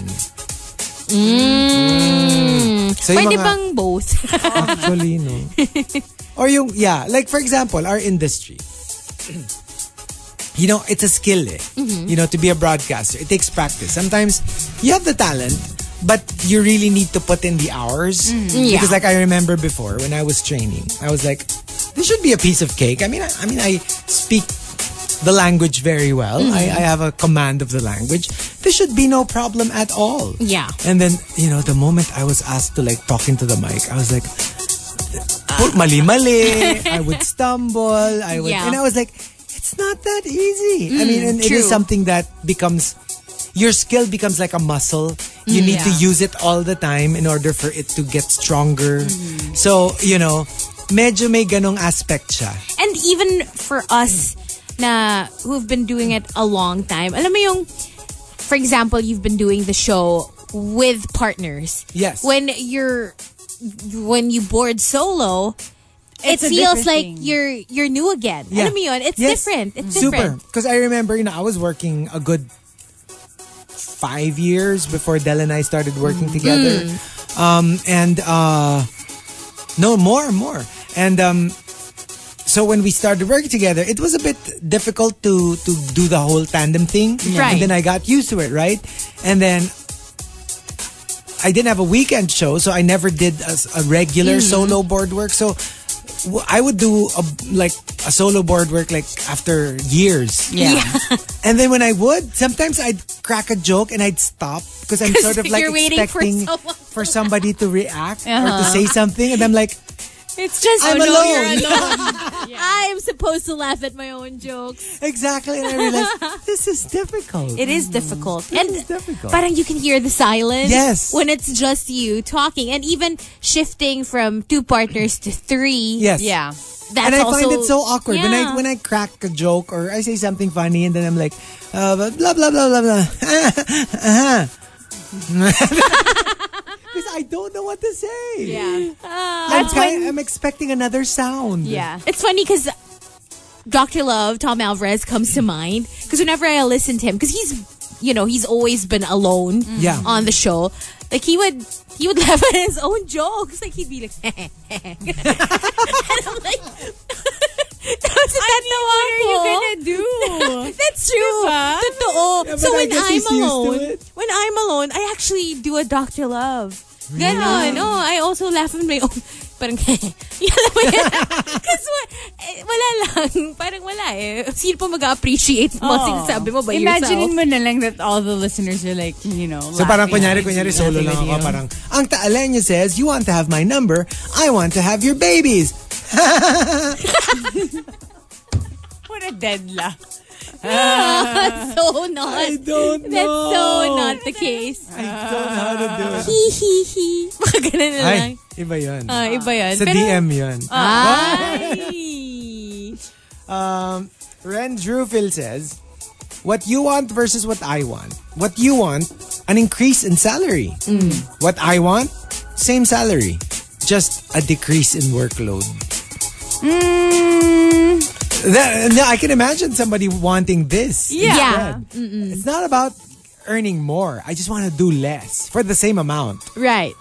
So yung
Mm. Pwede
mga-
bang both?
Actually, no. [LAUGHS] Or yung, yeah, like for example, our industry. You know, it's a skill eh. You know, to be a broadcaster, it takes practice. Sometimes you have the talent, but you really need to put in the hours.
Yeah.
Because like I remember before when I was training, I was like, this should be a piece of cake. I mean, I, I mean, I speak speaks the language very well. I, I have a command of the language. There should be no problem at all.
Yeah.
And then, you know, the moment I was asked to like talk into the mic, I was like, put mali mali. I would stumble. I would,
Yeah.
and
Mm,
I was like, it's not that easy. I mean, and it is
true.
something that becomes your skill becomes like a muscle. You need to use it all the time in order for it to get stronger.
Mm.
So, you know, medyo may ganong aspect siya.
And even for us na who've been doing it a long time, alam mo yung, for example, you've been doing the show with partners.
Yes.
When you're, when you board solo,
It's
it
a
feels
different
like
thing.
you're you're new again.
Yeah.
Alam mo yun? It's
Yes.
different. It's
Super.
different.
Because I remember, you know, I was working a good five years before Del and I started working
Mm.
together. Um, and uh, no, more, more. And um, so when we started working together, it was a bit difficult to to do the whole tandem thing.
Right.
And then I got used to it, right? And then I didn't have a weekend show, so I never did a, a regular
Mm.
solo board work. So w- I would do a, like a solo board work like after years.
Yeah.
[LAUGHS] And then when I would, sometimes I'd crack a joke and I'd stop because
[LAUGHS]
I'm sort of like
you're waiting for
expecting for,
someone.
somebody to react or to say something, and I'm like,
It's just
I'm
oh, no,
alone.
you're alone. I'm supposed to laugh at my own jokes.
exactly, and I
[LAUGHS]
realized this is difficult.
It is difficult. And
is difficult.
parang you can hear the silence
Yes.
when it's just you talking and even shifting from two partners to three.
yes.
Yeah.
That's
and I
also,
find it so awkward when I
Yeah.
when I crack a joke or I say something funny and then I'm like, uh, blah blah blah blah blah. [LAUGHS] Uh-huh. Because I don't know what to say.
Yeah.
I'm, ki- I'm expecting another sound.
Yeah.
[LAUGHS] It's funny because Dr. Love, Tom Alvarez, comes to mind because whenever I listen to him, because he's, you know, he's always been alone
Mm. Yeah.
on the show. Like he would, he would [LAUGHS] laugh at his own jokes. Like he'd be like, [LAUGHS] and I'm like, [LAUGHS] tapos natatawa ko.
do?
[LAUGHS] That's true. Totoo.
Yeah,
so
but I
when
guess
I'm
he's used to
alone,
it.
when I'm alone, I actually do a Dr. Love. Ganon. No, I also laugh at my own. Parang, [LAUGHS] yun alam mo yun. [LAUGHS] Kasi wa- eh, wala lang. Parang wala eh. Sino po mag-appreciate mo? Sinasabi mo ba
Oh. Imagine
[LAUGHS] yourself?
mo na lang that all the listeners are like, you know,
So
Ah,
parang kunyari, kunyari solo lang ako. Parang, ang Taalenya says, you want to have my number, I want to have your babies.
What a dead laugh.
That's so not.
I don't know.
That's so
Oh.
not the case.
I don't know how to do it.
Hee hee hee. [LAUGHS] Mga ganun na
Ay,
lang.
iba yun.
Ah, iba yan.
Sa
Pero- Ah.
DM yun.
Ay.
Um, Ren Drewfield says, What you want versus what I want. What you want, an increase in salary. What I want, same salary. Just a decrease in workload. That- no, I can imagine somebody wanting this.
Yeah.
instead. It's not about earning more. I just want to do less for the same amount.
Right.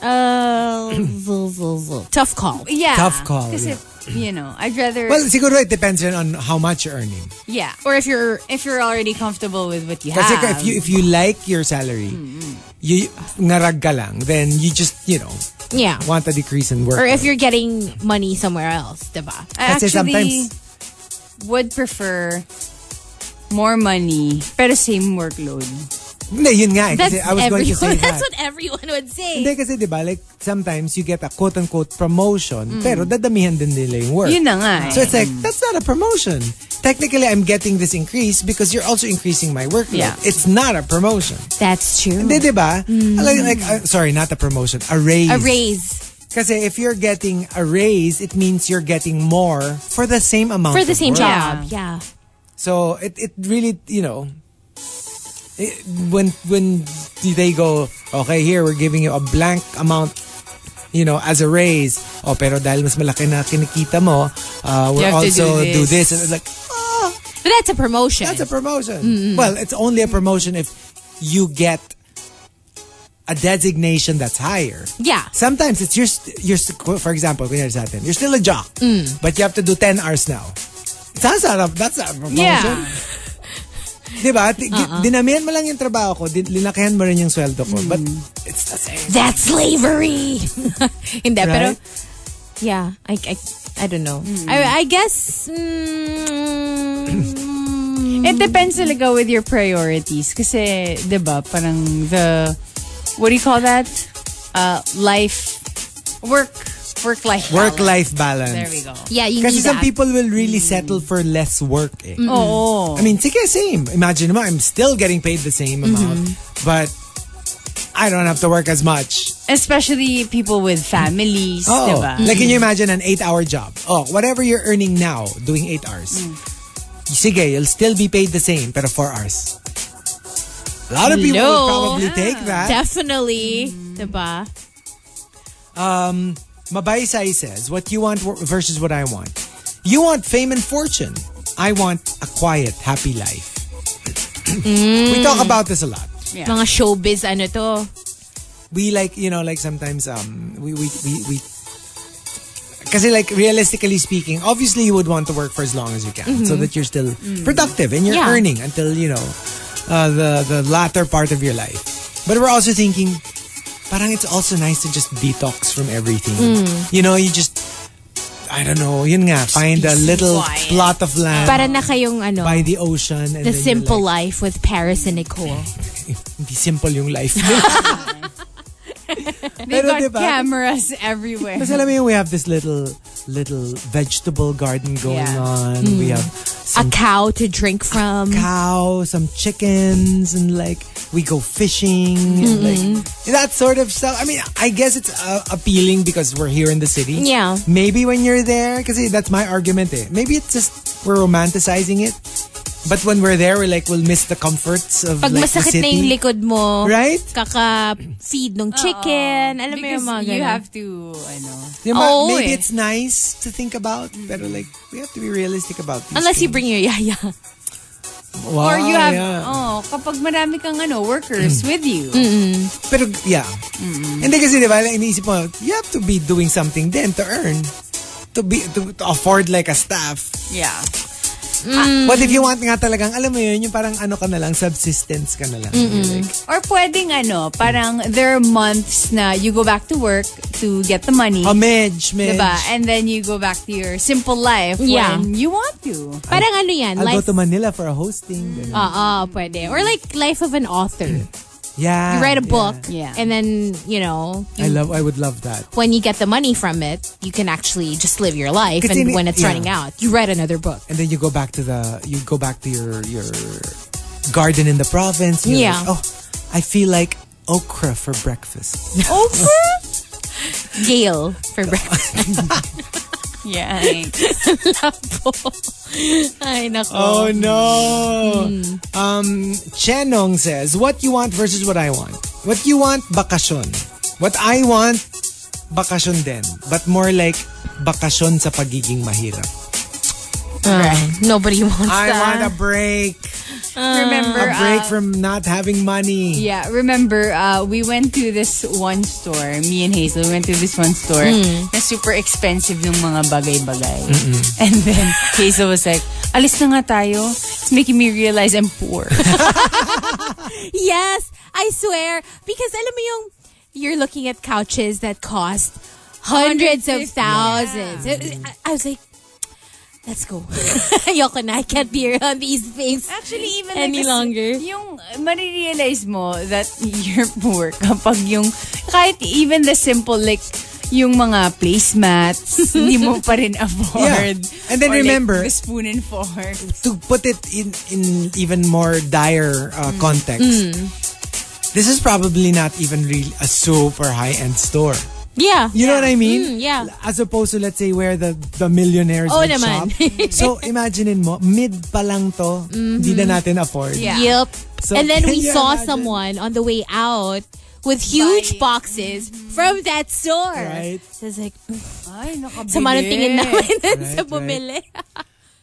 Um,
Uh, zo, zo, zo. [COUGHS] tough call.
Yeah.
Tough call,
Kasi, you know, I'd rather,
Well, siguro it depends rin on how much you're earning.
yeah. Or
Or if you're
if you're already comfortable with what you
Kasi
have.
if you if you like your salary,
Mm-hmm.
you narag ka lang, then you just, you know,
yeah,
want a decrease in work.
or if you're getting money somewhere else, diba?
I
Kasi
actually
sometimes-
would prefer more money, pero same workload.
Hindi, yun nga. eh, Kasi I was going to say
everyone- [LAUGHS]
that.
That's what everyone would say.
Hindi kasi diba, like sometimes you get a quote-unquote
Mm.
promotion, pero dadamihan din nila yung work.
Yun na nga eh.
So it's like, that's not a promotion. Technically, I'm getting this increase because you're also increasing my workload.
Yeah.
It's not a promotion.
That's true.
Hindi, diba? Like, like, uh, sorry, not a promotion. A raise.
Mm. A raise
Kasi if you're getting a raise, it means you're getting more for the same amount
for the
of
same
work.
job. Yeah.
So it it really you know it, when when they go okay here we're giving you a blank amount you know as a raise oh pero dahil mas malaki na kinikita mo uh, we're
You have to
also do
do this.
this and it's like ah
But that's a promotion.
that's a promotion well it's only a promotion if you get a designation that's higher
yeah.
sometimes it's you're st- you're st- for example kunyari sa atin, you're still a jock
Mm.
but you have to do 10 hours now that's not a, that's not a promotion
Yeah. Uh-uh.
Diba? T- gi- Dinamihan mo lang yung trabaho ko, din- linakihan mo rin yung sweldo ko. But
Mm.
it's the same.
That's slavery. [LAUGHS] Hindi, pero
Right?
Hmm. yeah, I I, I don't know. I I guess mm,
It depends talaga with your priorities. Kasi, di ba, parang the, what do you call that? Uh, life, work, work-life
Work-life balance.
There we go. Mm.
Yeah, you
Kasi
need
some
that.
people will really settle for less work eh.
Oo.
I mean, sige, same. Imagine mo, I'm still getting paid the same amount,
Mm-hmm.
but I don't have to work as much.
Especially people with families,
Oh,
di ba? Mm.
like can you imagine an eight-hour job? Oh, whatever you're earning now, doing eight hours.
Mm.
Sige, you'll still be paid the same, pero four hours. A lot of people will
Hello.
Ah.
probably take that.
Definitely. Diba?
Mabaysay says, what you want versus what I want. You want fame and fortune. I want a quiet, happy life. [CLEARS THROAT] We talk
Mm.
about this a lot.
Mga showbiz ano to.
We like, you know, like sometimes um we we we, we kasi like realistically speaking, obviously you would want to work for as long as you can so that you're still productive and you're
Mm-hmm. Yeah.
earning until, you know, uh, the the latter part of your life. But we're also thinking parang it's also nice to just detox from everything.
Mm.
You know, you just I don't know, yun nga, find a little plot of land
Para na kayong ano,
by Uh, the ocean and
The
then you're
Simple
like,
Life with Paris and Nicole.
hindi simple yung life.
[LAUGHS]
They
Pero
got
diba?
cameras everywhere.
Kasi alam mo yung we have this little little vegetable garden going
Hmm.
Yeah.
on. We have
A
some
cow to drink from.
cow, some chickens, and like we go fishing and like
Mm-hmm.
that sort of stuff. I mean, I guess it's uh, appealing because we're here in the city.
Yeah.
Maybe when you're there, because that's my argument. Eh. Maybe it's just we're romanticizing it. But when we're there, we like we'll miss the comforts of
Pag
like, the
masakit
city.
na yung likod mo,
Right?
kaka-feed ng chicken, alam mo
Because
yung mga
you
ganun.
have to, I know.
Yung ma-
Oo,
maybe
eh.
it's nice to think about, but like we have to be realistic about these
Unless you
things.
bring your yaya. [LAUGHS]
Wow,
Or you have,
Ah, yeah. Mm.
oh, kapag marami kang ano, workers with you.
Pero, yeah. Hindi kasi, di ba, like, iniisip mo, you have to be doing something then to earn. To be to, to afford like a staff.
Ah,
Yeah.
What if you want
Mm-hmm.
nga talagang, alam mo yun, yung parang ano ka na lang, subsistence ka na lang. Like,
Or pwedeng ano, parang there are months na you go back to work to get the money.
a medge, medge.
Diba? And then you go back to your simple life
Yeah.
when you want to.
Parang ano yan,
I'll
life...
go to Manila for a hosting. ganun.
Oo, pwede. Or like life of an author.
Ah, yeah.
You write a book,
Yeah.
and then, you know,
yeah. I love, I would love that.
when you get the money from it, you can actually just live your life.
Kasi
And
ini-
when it's
yeah.
running out, you write another book.
And then you go back to the, you go back to your, your garden in the province. and you're
Yeah.
like, oh, I feel like okra for breakfast.
Over?
Gale for breakfast.
[LAUGHS] yeah. [LAUGHS]
Ay, nako.
Oh no. Um, Chenong says, what you want versus what I want. What you want, bakasyon. What I want, bakasyon din. But more like, bakasyon sa pagiging mahirap.
Nobody wants
I
that.
want a break.
remember,
A break
uh,
from not having money.
yeah, remember, uh, we went to this one store, me and Hazel, we went to this one store na super expensive yung mga bagay-bagay. And then Hazel was like, alis na nga tayo. It's making me realize I'm poor.
Yes, I swear. Because alam mo yung, you're looking at couches that cost hundreds of thousands. I, I was like, let's go. [LAUGHS] Ayoko na. I can't be around these things.
[LAUGHS] Actually, even
Any
like,
longer.
Yung marirealize mo that [LAUGHS] you're poor kapag yung, kahit even the simple, like, yung mga [LAUGHS] placemats, hindi mo pa rin afford.
Yeah. And then
Or, like,
remember-
the spoon and fork.
To put it in, in even more dire uh, context, this is probably not even really a super high-end store.
Yeah.
You know what I mean?
Mm, yeah.
As opposed to let's say where the the millionaires
Oo
would
naman. [LAUGHS]
shop. so imaginein mo, mid pa lang to,
Mm-hmm.
hindi na natin afford.
Yeah.
Yep.
So,
and then
can
we
you
saw
imagine?
someone on the way out with huge
Buying.
boxes from that store.
Right.
So it's like, [LAUGHS]
Ay, nakabili.
sama ng tingin namin dun [LAUGHS] sa
Right,
bumili.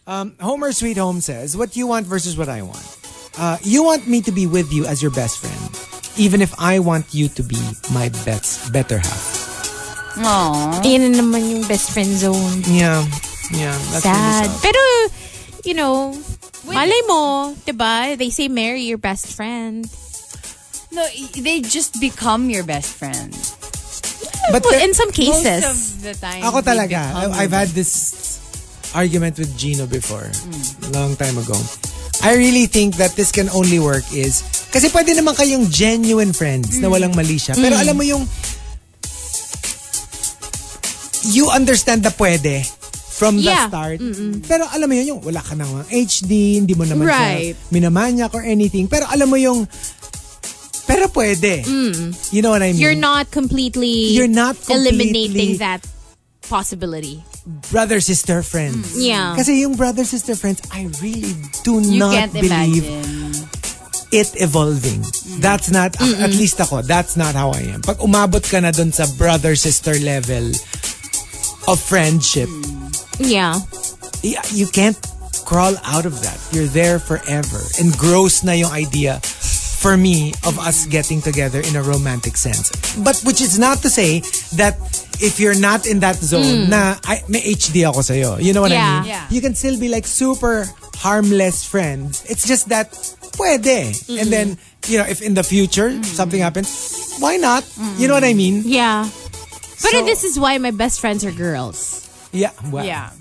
Um, Homer Sweet Home says, "What you want versus what I want. Uh, you want me to be with you as your best friend, even if I want you to be my best better half."
Aww.
Yan na naman yung best friend zone.
Yeah, yeah, that's really
Sad.
sad.
Pero, you know, malay mo, 'di ba? They say marry your best friend.
No, y- they just become your best friend.
But
Well,
there-
in some cases.
Most of the time.
Ako
they
talaga.
become
I- I've
your
had this argument with Gino before. Long time ago. I really think that this can only work is, kasi pwede naman kayong genuine friends
Mm.
na walang mali siya. Pero alam mo yung, you understand na pwede from the
Yeah.
start. Pero alam mo yun, yung wala ka namang HD, hindi mo naman
Right.
siya minamanyak or anything. Pero alam mo yung, pero pwede. You know what I mean?
Mm. You're not completely
You're not completely-
eliminating that possibility.
brother sister friends.
Yeah.
Kasi yung brother sister friends, I really do
Mm. You
not
can't
believe
imagine. Mm.
it evolving. That's not at least ako, that's not how I am. Pag umabot ka na dun sa brother sister level of
Mm.
friendship,
Yeah.
y- you can't crawl out of that. You're there forever. And gross na yung idea for me of us getting together in a romantic sense. But which is not to say that if you're not in that zone na I, may HD ako sa'yo. You know what I
Hmm. Yeah.
mean?
Yeah.
You can still be like super harmless friends. It's just that pwede.
Mm-hmm.
And then, you know, if in the future something happens, why not? You know what I mean?
Yeah. But
So-
this is why my best friends are girls.
Yeah. Well,
Yeah.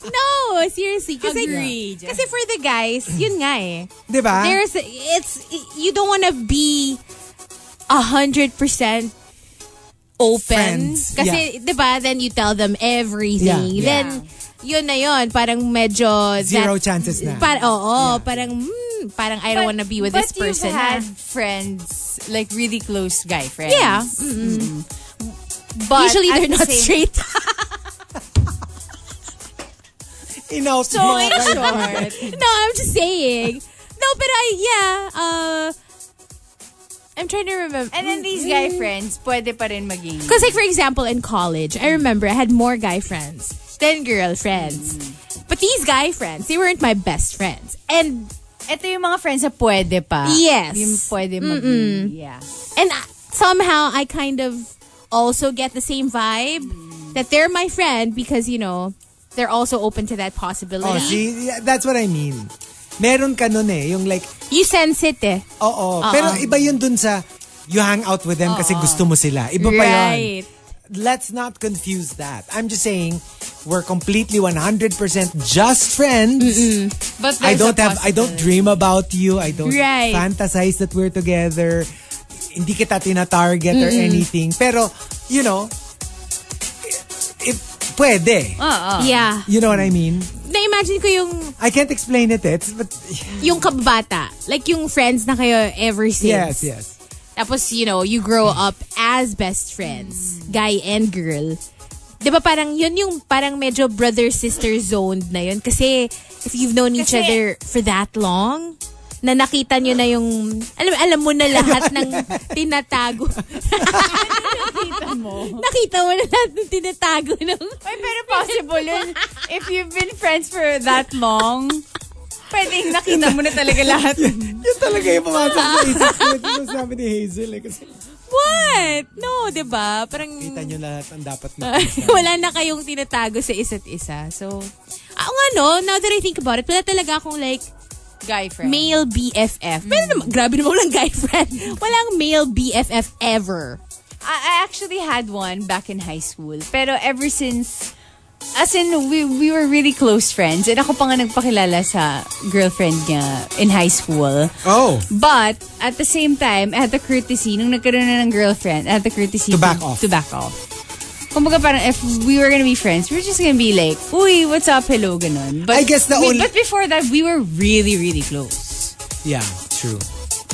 No, seriously. Kasi,
Agreed.
Kasi for the guys, yun nga eh.
Diba?
There's, it's, you don't want to be a hundred percent open.
Friends.
Kasi, di ba, then you tell them everything.
Yeah.
Then, yun na yun. Parang medyo...
Zero chances na.
Par, oo, parang, mm, parang I don't want to be with
But
this person. ah.
You've had friends, like really close guy friends.
Yeah. Mm-hmm.
But
Usually
at
they're
the
not
same-
straight.
Inout
So
mga
in
kayo.
short,
[LAUGHS] no, I'm just saying. No, but I, yeah, uh, I'm trying to remember. Mm-hmm.
and then these guy friends, pwede pa rin maging.
Because, like, for example, in college, I remember I had more guy friends than girl friends. But these guy friends, they weren't my best friends. And
Ito yung mga friends na pwede pa.
Yes.
Yung pwede maging. Yeah.
and I- somehow I kind of also get the same vibe that they're my friend because, you know, they're also open to that possibility.
Oh, see, Yeah, that's what I mean. Meron ka nun eh, yung like,
You sense it eh.
oo. Pero iba yun dun sa, you hang out with them kasi gusto mo sila. Iba pa yun.
Uh-uh. Right.
Let's not confuse that. I'm just saying, we're completely 100% just friends.
But
I don't have, I don't dream about you. I don't
Right.
fantasize that we're together. Hindi kita tina-target or anything. Pero, you know, if, pwede.
Uh-huh. Yeah.
You know what I mean?
Na-imagine ko yung,
I can't explain it. eh. It's, but,
yung kabata. Like yung friends na kayo ever since.
yes, yes.
Tapos, you know, you grow up as best friends, guy and girl. 'Di ba parang yun yung parang medyo brother-sister zoned na yun? Kasi if you've known each
Kasi-
other for that long, na nakita nyo na yung, alam, alam mo na lahat [LAUGHS] ng tinatago. Ano nakita mo na lahat ng tinatago ng...
Ay, pero possible yun. If you've been friends for that long, pwedeng nakita mo na talaga
[LAUGHS]
lahat.
Yun talaga yung [LAUGHS] pumasok sa isip ko. Ito yung sabi ni Hazel eh. Kasi
What? No, 'di ba Parang...
kita nyo lahat ang dapat na.
[LAUGHS] wala na kayong tinatago sa isa't isa. So, ako nga no, now that I think about it, wala talaga akong like
Guy friend.
male BFF. Pero naman, grabe naman walang guy friend. Walang male BFF ever.
I, I actually had one back in high school. Pero ever since, as in, we, we were really close friends. And ako pa nga nagpakilala sa girlfriend niya in high school.
[LAUGHS] Oh,
But, at the same time, I had the courtesy, nung nagkaroon na ng girlfriend, I had the
To
courtesy
back off.
To back off. Kumbaga parang if we were gonna be friends, we were just gonna be like, uy, what's up, hello, ganun. But,
I guess the
we-
only-
But before that, we were really, really close.
yeah, true.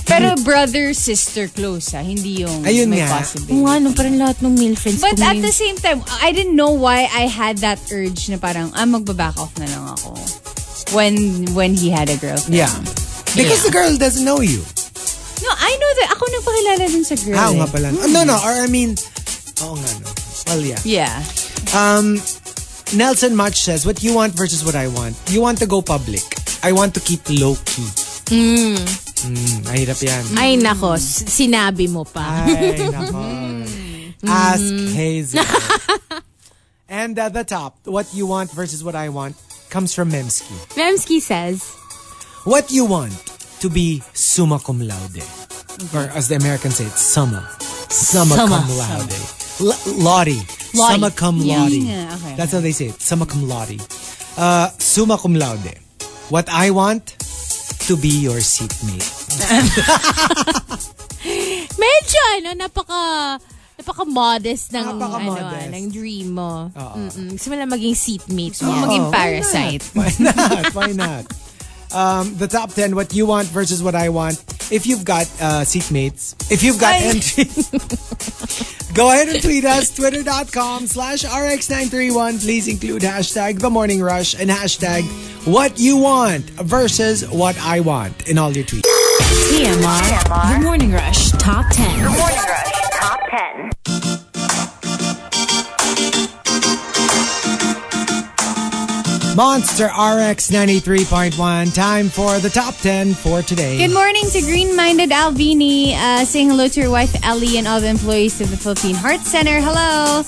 Pero brother-sister close, ha? Hindi yung
Hmm. Ayun
may
nga.
possibility.
ano, parang lahat ng male friends
But at the same time, I didn't know why I had that urge na parang, ah, magbaback off na lang ako. When when he had a girlfriend.
Yeah. Because the girl doesn't know you.
No, I know that. Ako nagpakilala dun sa girl.
Ah, oo
eh.
nga pala. No, no, or I mean, oo nga no. Well, yeah.
Yeah.
Um, Nelson Much says, what you want versus what I want. You want to go public. I want to keep low-key. Mm. Mahirap yan.
Ay nako, s- sinabi mo pa.
Ay, nako. Ask
Mm. [LAUGHS]
Hazel. and at the top, what you want versus what I want comes from Memski.
Memski says,
What you want to be summa cum laude.
Mm-hmm.
Or as the Americans say, it's summa. Summa,
Summa.
cum laude. L- laude.
Laude.
Summa cum laude.
Yeah, okay.
That's how they say it. Summa cum laude. Uh, summa cum laude. What I want to be your seatmate.
Medyo, ano, napaka, napaka-modest ng,
Napaka-modest.
ano, ah, ng dream mo. Mm-mm. Gusto mo lang maging seatmate mo. maging
Oh,
parasite.
Why not? Why not? Um, the top 10, what you want versus what I want. If you've got uh, seatmates, if you've [LAUGHS] got entries, go ahead and tweet us, twitter.com slash rx931. Please include hashtag the morning rush and hashtag what you want versus what I want in all your tweets.
E TMR. The Morning Rush Top 10.
Morning Rush Top 10.
Monster RX 93.1, time for the top 10 for today.
Good morning to Green Minded Alvini. Uh, saying hello to your wife Ellie and all the employees of the Philippine Heart Center. Hello.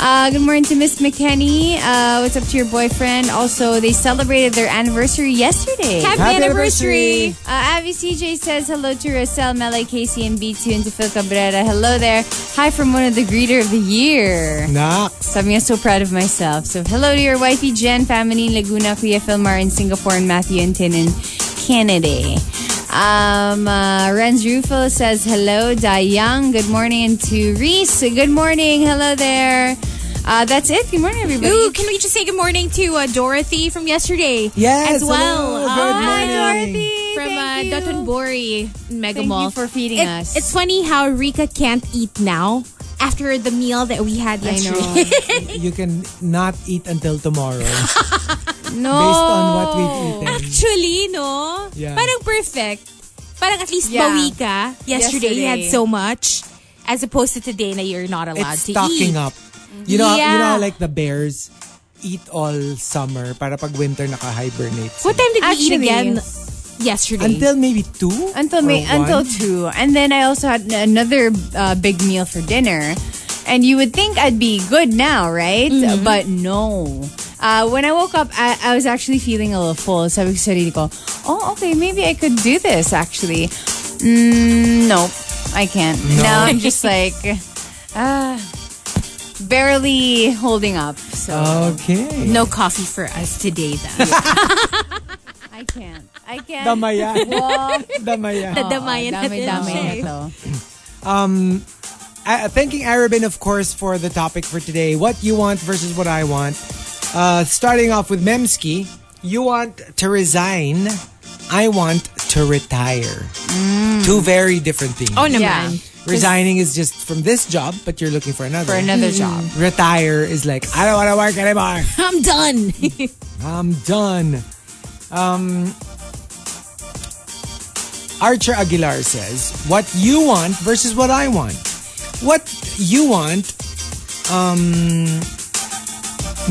Uh, good morning to Miss McKenny. Uh, what's up to your boyfriend? Also, they celebrated their anniversary yesterday.
Happy anniversary.
Uh, Abby CJ says hello to Rosel, Mele, Casey, and B2 and to Phil Cabrera. Hello there. Hi from one of the Greeter of the Year.
Nah.
So I'm so proud of myself. So hello to your wifey Jen, family in Laguna, Kuya Filmar in Singapore, and Matthew and Tin in Canada. Um, uh, Renz Rufo says hello, Dayang. Good morning, and to Reese. Good morning. Hello there. Uh, that's it. Good morning, everybody.
Ooh, can we just say good morning to uh, Dorothy from yesterday?
Yes,
As well.
hello, good
Hi,
morning.
Dorothy. From uh,
thank you.
Doton Bori in Mega
Thank
Mall.
you for feeding
It-
us.
It's funny how Rika can't eat now after the meal that we had
I
yesterday.
know.
You can not eat until tomorrow based
[LAUGHS]
no.
on what
Oh.
we've eaten.
Actually, no?
Yeah.
Parang perfect. Parang at least
Yeah.
bawi ka. Yesterday, you had
Yesterday.
so much. As opposed to today na you're not allowed
it's
to
stocking
eat.
up. You know, you know
Yeah.
how, like the bears eat all summer para pag winter naka-hibernate.
What time did we
Actually,
eat again yesterday?
Until maybe 2?
until
Or
may,
one?
until two, and then I also had n- another uh, big meal for dinner. And you would think I'd be good now, right? But no. Uh, when I woke up, I, I was actually feeling a little full. So I was ko, oh, okay, maybe I could do this actually. Mm, nope, I can't. Now I'm just like, [LAUGHS] uh, barely holding up. So
Oh. Okay.
no coffee for us today, though. [LAUGHS]
I can't. I can't.
Damayan.
walk.
Damayan.
Nadamayan
Oo,
natin
damay-damay
siya
na
eh.
to.
Uh, thanking Arabin, of course, for the topic for today. What you want versus what I want. Uh, starting off with Memski. You want to resign. I want to retire.
Mm.
Two very different things.
Oh, naman.
Yeah.
Resigning is just from this job, but you're looking for another.
For another job.
Mm. Retire is like, I don't want to work anymore.
I'm [LAUGHS] done.
I'm done. Um, Archer Aguilar says, "What you want versus what I want. What you want, um,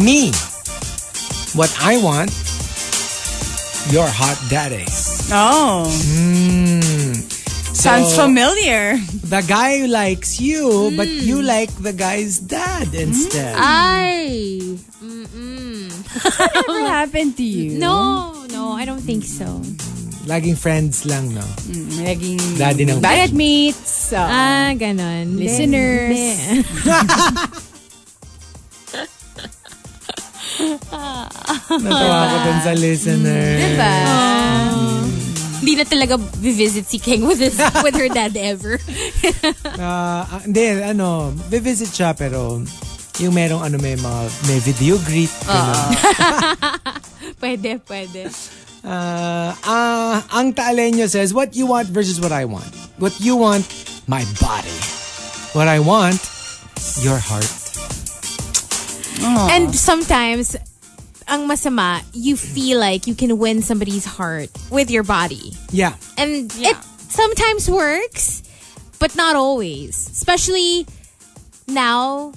me. What I want, your hot daddy."
Oh, sounds
So,
[LAUGHS] familiar. Hmm.
The guy who likes you, but you like the guy's dad instead.
Ah.
Ay.
What happened to you?
No, no, I don't think so.
Laging friends lang, no?
Hmm. Naging
Daddy ng-
bad meats. So.
Ah, ganon.
Listeners.
Hindi.
Natawa ko dun
Ah.
sa listener.
Hindi na talaga visit si King with [LAUGHS] his with her dad ever.
Ah, ah, hindi, ano, visit siya pero yung merong ano may mga may video greet. ganun.
pwede, pwede.
Ah, ah, ang Taaleño says, what you want versus what I want. What you want, my body. What I want, your heart.
And sometimes ang masama, you feel like you can win somebody's heart with your body.
Yeah.
And it sometimes works, but not always. Especially now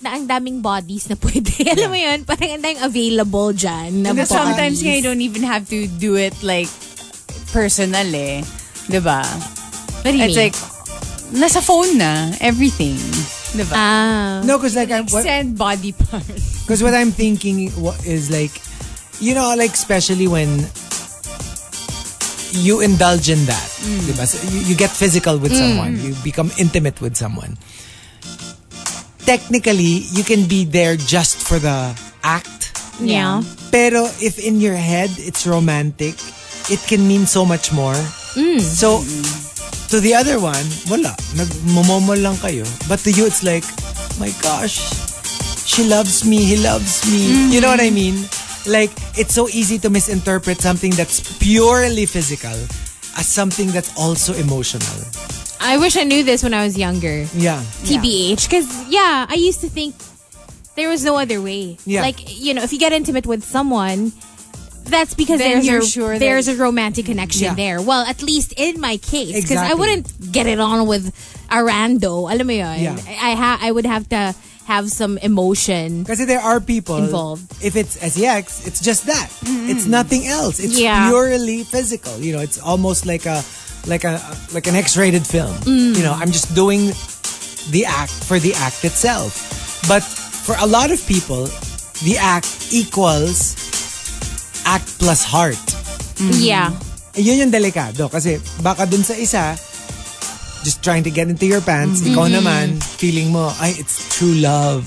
na ang daming bodies na pwede. [LAUGHS] Alam mo yun, parang ang daming available dyan na
Because
bodies.
sometimes nga you don't even have to do it like personal eh. Diba?
What do you
It's
mean?
like, nasa phone na. Everything. Diba?
ah,
No, because like, I'm, what,
Send body parts.
Because what I'm thinking wa- is like, you know, like especially when you indulge in that, diba? So you, you get physical with someone, you become intimate with someone. Technically, you can be there just for the act,
yeah.
Pero if in your head it's romantic, it can mean so much more. So, to the other one, wala. Nagmomomol lang kayo. But to you, it's like, my gosh, she loves me, he loves me. You know what I mean? Like, it's so easy to misinterpret something that's purely physical as something that's also emotional.
I wish I knew this when I was younger.
Yeah.
TBH. Because, yeah, I used to think there was no other way.
Yeah.
Like, you know, if you get intimate with someone, that's because
Then
there's,
you're
a,
sure that-
there's a romantic connection
Yeah.
there. Well, at least in my case. Because I
Exactly.
wouldn't get it on with a rando. Alam mo yun?
Yeah.
I, I, ha- I would have to have some emotion.
Kasi there are people
Involved. Mm-hmm.
If it's SEX, it's just that. It's nothing else. It's
Yeah.
purely physical. You know, it's almost like a like a like an X-rated film. You
Mm.
know, I'm just doing the act for the act itself. But for a lot of people, the act equals act plus heart. Mm. Eh,
Yeah.
Yun yung delikado kasi baka dun sa isa just trying to get into your pants, ikaw
Mm-hmm.
naman feeling mo ay it's true love.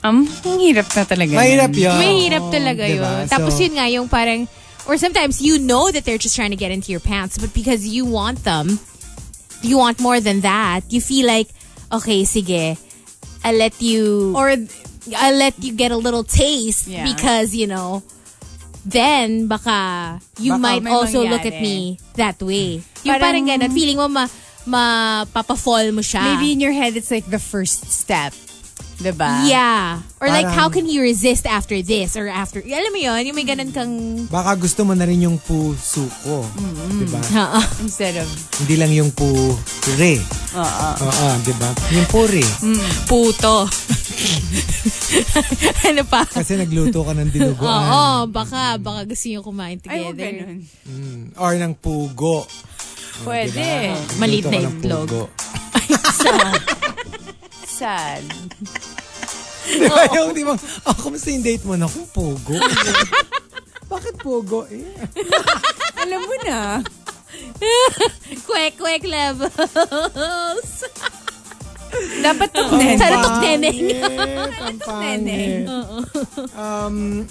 Um, ang hirap na talaga.
Mahirap yun.
Mahirap talaga
Diba?
yun.
So-
Tapos yun nga yung parang, or sometimes you know that they're just trying to get into your pants, but because you want them, you want more than that, you feel like, okay, sige, I'll let you, or I'll let you get a little taste
Yeah.
because, you know, then baka you
Baka
might
may
also look at
mangyari.
me that way. Yung parang,
Parang-
ganun, feeling mo ma, mapapa-fall mo siya.
Maybe in your head, it's like the first step. Diba?
Yeah. Or like,
Parang-
how can you resist after this or after, alam mo yun, yung may ganun kang
Baka gusto mo na rin yung puso ko. Diba?
Ah,
Instead of
Hindi lang yung pure. Oo. Oo, diba? Yung pure.
Mm. puto.
[LAUGHS]
ano pa?
Kasi nagluto ka ng
Oo, oh,
dinuguan.
baka, baka gusto nyo kumain together.
Oh, Or ng pugo.
Pwede.
Maliit
Nagluto ka
na
ng
itlog.
pugo.
Sad.
Diba [LAUGHS] yung, di ba, oh, kumusta yung date mo? Naku,
[LAUGHS]
pugo. Bakit pugo? Eh,
Alam mo na.
Quick, quick levels.
Dapat to
Sana tukneneng.
eh, pampangit. Um,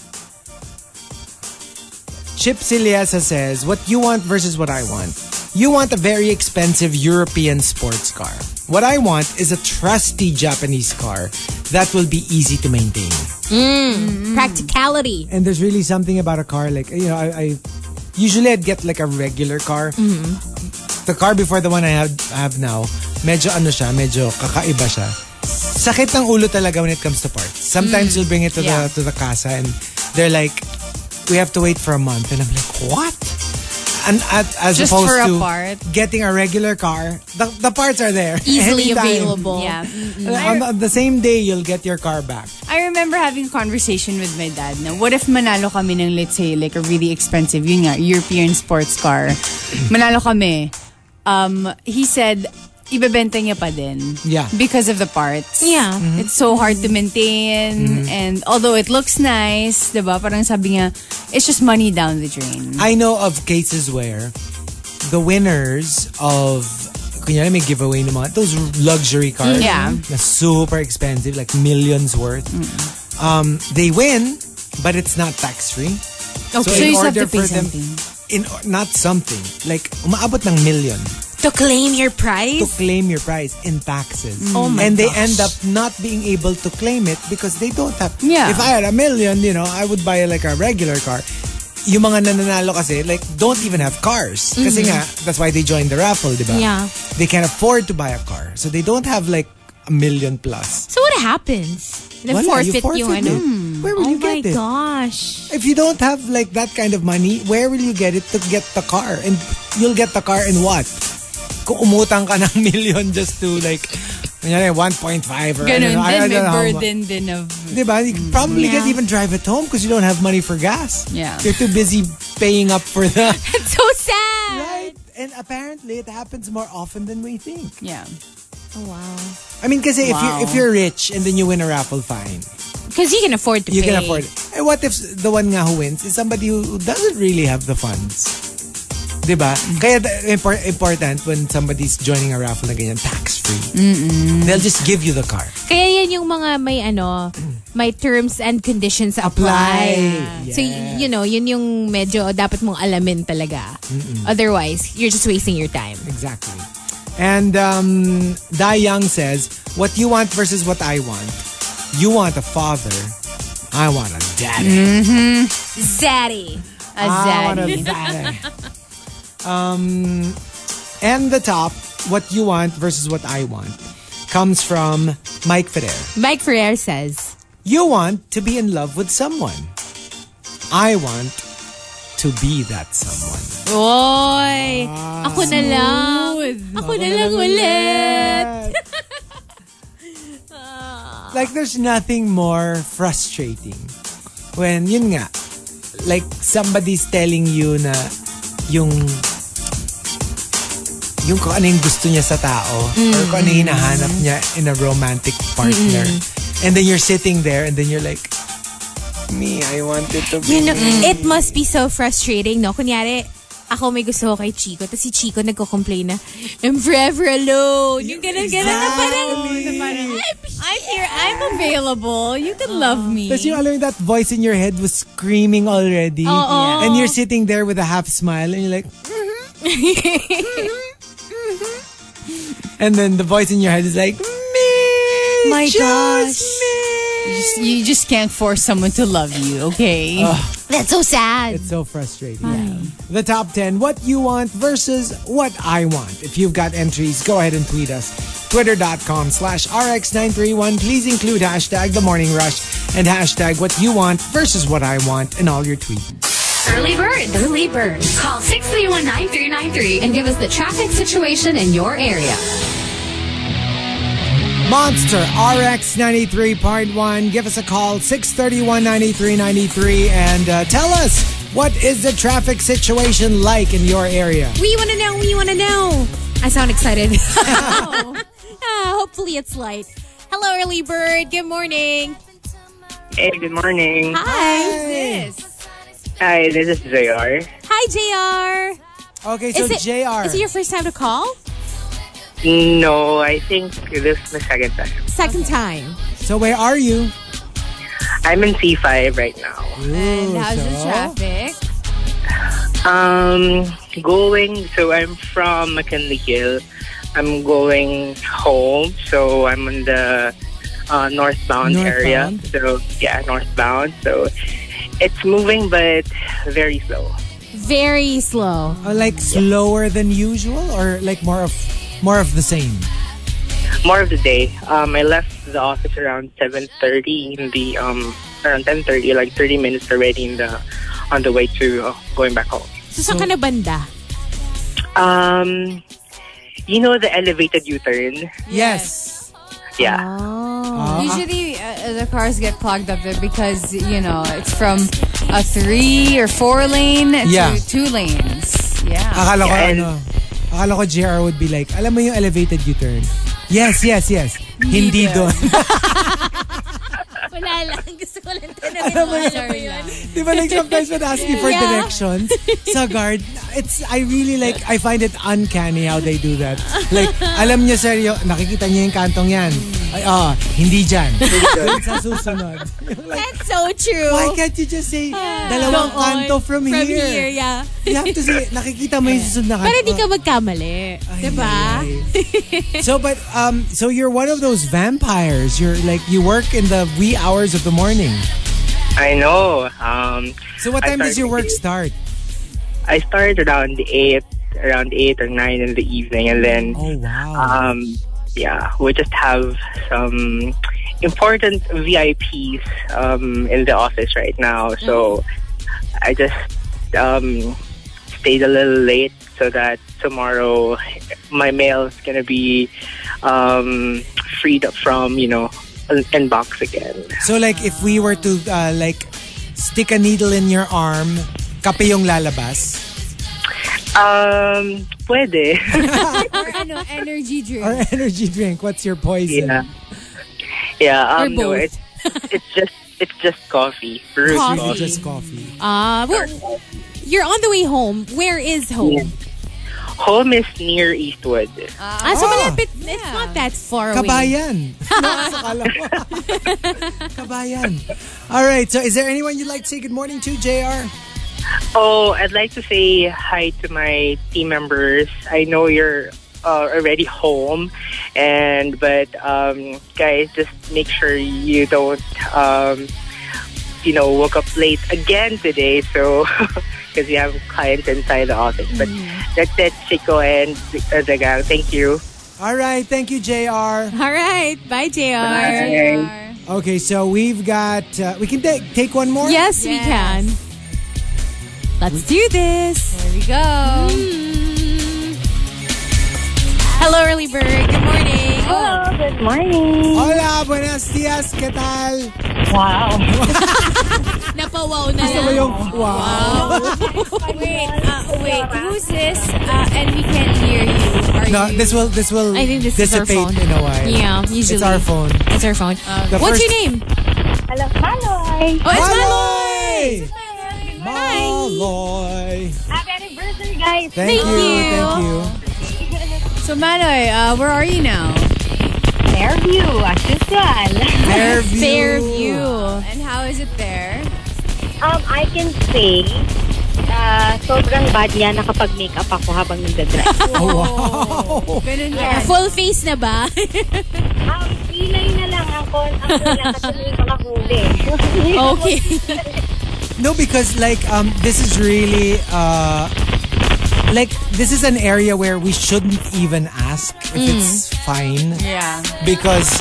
Chip Siliasa says, What you want versus what I want. You want a very expensive European sports car. What I want is a trusty Japanese car that will be easy to maintain. Mm.
Practicality.
And there's really something about a car, like, you know, I, I usually I'd get like a regular car.
Mm-hmm.
The car before the one I have, I have now, medyo ano siya, medyo kakaiba siya. Sakit ng ulo talaga when it comes to parts.
Mm.
Sometimes you'll bring it to
yeah.
the to the casa and they're like, we have to wait for a month. And I'm like, what? and at, as
Just
opposed
for a
to
part.
getting a regular car, the, the parts are there
Easily
Anytime.
available.
Yeah.
On, on the same day, you'll get your car back.
I remember having a conversation with my dad na what if manalo kami ng let's say like a really expensive yun nga European sports
[CLEARS THROAT]
car. manalo kami. Um, he said ibebenta niya pa din.
Yeah.
Because of the parts.
Yeah.
It's so hard to maintain
Mm-hmm.
and although it looks nice, 'di ba? Parang sabi niya it's just money down the drain.
I know of cases where the winners of kunyari may giveaway ng mga those luxury cars
Mm-hmm. Yeah.
na super expensive like millions worth
Mm-hmm.
um, they win but it's not tax free okay.
So you have to pay something.
in or- not something like umaabot ng million
To claim your
to
prize?
claim your prize in
Mm.
taxes.
Oh
and they end up not being able to claim it because they don't have.
Yeah.
If I had a million, you know, I would buy like a regular car. Yung mga nananalo kasi, like, don't even have cars. Kasi nga, that's why they joined the raffle, di ba?
Mm-hmm. Yeah.
They can't afford to buy a car. So they don't have like a million plus.
So what happens? The
Wala, you
forfeit,
forfeit
yung ano?
it. Where will
Oh
you
my
get it?
gosh.
If you don't have like that kind of money, where will you get it to get the car? And you'll get the car in what? Kung umutang ka ng [LAUGHS] million just to like, kunyari, 1.5 or I don't
Ganun
know, I, I don't
din, may
know how mu-
burden din of
Diba? You could probably
Yeah.
can't even drive it home because you don't have money for gas.
Yeah.
You're too busy paying up for
[LAUGHS]
the...
It's so sad.
right? And apparently, it happens more often than we think.
yeah.
Oh, wow.
I mean, kasi if, you're,
Wow.
if you're rich and then you win a raffle, fine.
Because you can afford to
You
pay.
can afford it. And what if the one nga who wins is somebody who who doesn't really have the Mm-hmm. funds? Diba? Kaya the- impor- important when somebody's joining a raffle na ganyan, tax They'll just give you the car.
Kaya yan yung mga may ano, may terms and conditions apply.
Apply.
So, y- you know, yun yung medyo dapat mong alamin talaga. Otherwise, you're just wasting your time.
Exactly. And um, Dai Young says, "What you want versus what I want. You want a father. I want a daddy.
Zaddy.
A
I want
zaddy.
Mm, Ah, a [LAUGHS] daddy." um, and the top, what you want versus what I want, comes from Mike Ferrer.
Mike Ferrer says,
You want to be in love with someone. I want to be that someone.
Oy, ako na "Ano lang. Ako na lang ulit.
like there's nothing more frustrating when yun nga like somebody's telling you na yung yung kung ano yung gusto niya sa tao or kung ano yung
Mm-hmm.
hinahanap niya in a romantic partner and then you're sitting there and then you're like me I wanted to be
You know, it must be so frustrating, no? Kunyari, ako may gusto ko kay Chico, tapos si Chico nagko-complain na, I'm forever alone. Yung ganun-ganun na parang,
Exactly.
I'm here, I'm available. You can love me.
Ah. Tapos yung alam mo, that voice in your head was screaming already.
Oo.
And you're sitting there with a half smile and you're
[LAUGHS]
like, and then the voice in your head is like, me,
My
just
gosh.
me.
Just- You just can't force someone to love you, okay?
That's so sad.
It's so frustrating. The top 10, what you want versus what I want. If you've got entries, go ahead and tweet us. Twitter.com slash RX931. Please include hashtag The Morning Rush and hashtag what you want versus what I want in all your tweets.
Early bird. Early bird. Call 6319393 and give us the traffic situation in your area.
Monster RX 93.1. Give us a call, 631 9393, and uh, tell us what is the traffic situation like in your area.
We wanna know, we wanna know. I sound excited.
Uh-huh.
Oh.
[LAUGHS] Ah, hopefully it's light. Hello, early bird. Good morning.
Hey, good morning.
Hi.
Hi, this is JR.
Hi, JR.
Okay, so
it,
JR.
Is it your first time to call?
No, I think this is my second time.
Second time.
so, where are you?
I'm in C5 right now.
And
Ooh,
how's the
so?
traffic?
Um, going, so I'm from McKinley Hill. I'm going home, so I'm in the uh, northbound, area.
Northbound?
So, yeah, northbound. So, it's moving, but very slow.
Very slow.
Uh, like slower than usual, or like more of more of the same?
More of the day. Um, I left the office around 7.30 in the, um, around 10.30, like 30 minutes already in the, on the way to uh, going back home.
So, saan ka na banda?
Um, you know the elevated U-turn?
Yes.
Yeah.
Uh,
Usually, uh, the cars get clogged up there because, you know, it's from a three or four lane
Yeah. Uh-huh.
to two lanes. Yeah.
Akala ko
Yeah, and-
ano, akala ko JR would be like, alam mo yung elevated U-turn? Yes, yes, yes. Hindi doon. [LAUGHS]
Wala lang. Gusto ko [LAUGHS] lang tanongin
Alam mo
kung
yun?
alam mo yun.
Di ba like sometimes when asking for
Yeah.
directions sa guard, it's, I really like, I find it uncanny how they do that. Like, alam niya seryo, nakikita niya yung kantong yan. Ay, ah, hindi dyan. Doon sa susunod. [LAUGHS] like,
That's so true.
why can't you just say Ah. dalawang
Go on.
kanto from, here?
From here, yeah.
You have to say, nakikita mo yung susunod na kanto.
Para di ka magkamali. diba?
[LAUGHS] so, but, um, so you're one of those vampires. You're like, you work in the wee hours of the morning.
I know. Um,
So what
I
time does
started
your work
at eight.
start?
I started around 8, around 8 or 9 in the evening and then,
Oh, wow.
um, yeah, we just have some important VIPs um, in the office right now. So I just um, stayed a little late so that tomorrow my mail is going to be um, freed up from, you know, an inbox again.
So like if we were to uh, like stick a needle in your arm, kape yung lalabas
Um, pwede. [LAUGHS]
Or, ano, energy drink.
or [LAUGHS] energy drink. What's your poison?
yeah. Yeah, um, no,
both. [LAUGHS]
it's, it's just, it's just coffee. Brewed
Coffee.
Really just coffee.
Ah, well, you're on the way home. Where is home?
Home is near Eastwood.
Ah, so
Ah.
malapit. It's not that far away. [LAUGHS]
Kabayan. No, sa kala mo. [LAUGHS] Kabayan. All right. So, is there anyone you'd like to say good morning to, JR?
Oh, I'd like to say hi to my team members. I know you're uh, already home, and but um, guys, just make sure you don't, um, you know, woke up late again today. So [LAUGHS] because we have clients inside the office. But that's it, Chico and uh, the gang. Thank you.
All right. Thank you, JR.
All right. Bye, JR.
Okay. So, we've got, uh, we can take take one more?
Yes, we can. Let's do this. There we go. Hello, early bird. Good morning.
Good morning.
Hola, buenos dias. ¿Qué tal?
Wow.
Napawaw na
Gusto mo
lang.
yung, wow.
Wait, uh, wait. Who's this? Uh, and we can't hear you. Are
No,
you?
this will, this will
I think this is our
dissipate
phone.
in a while.
Yeah, usually.
It's our phone. Uh,
It's our phone.
The
What's
first-
your name?
Hello. Maloy.
Oh, it's Maloy.
Maloy! Maloy!
Happy anniversary, guys.
Thank,
Thank
you,
you.
thank you.
[LAUGHS]
So, Manoy, uh, where are you now?
Fairview, as usual.
Fairview.
Fairview.
And how is it there?
Um, I can say, uh, sobrang bad yan nakapag-makeup ako habang
[LAUGHS]
nagdadrive.
Wow!
Ganun
Ah,
yan.
Full face na [LAUGHS] ba?
um, kilay na lang ang kon. Ang lang kasi hindi ko nakahuli.
Oh,
okay.
No, because like um, this is really uh, like this is an area where we shouldn't even ask if
Mm.
it's fine
Yeah.
because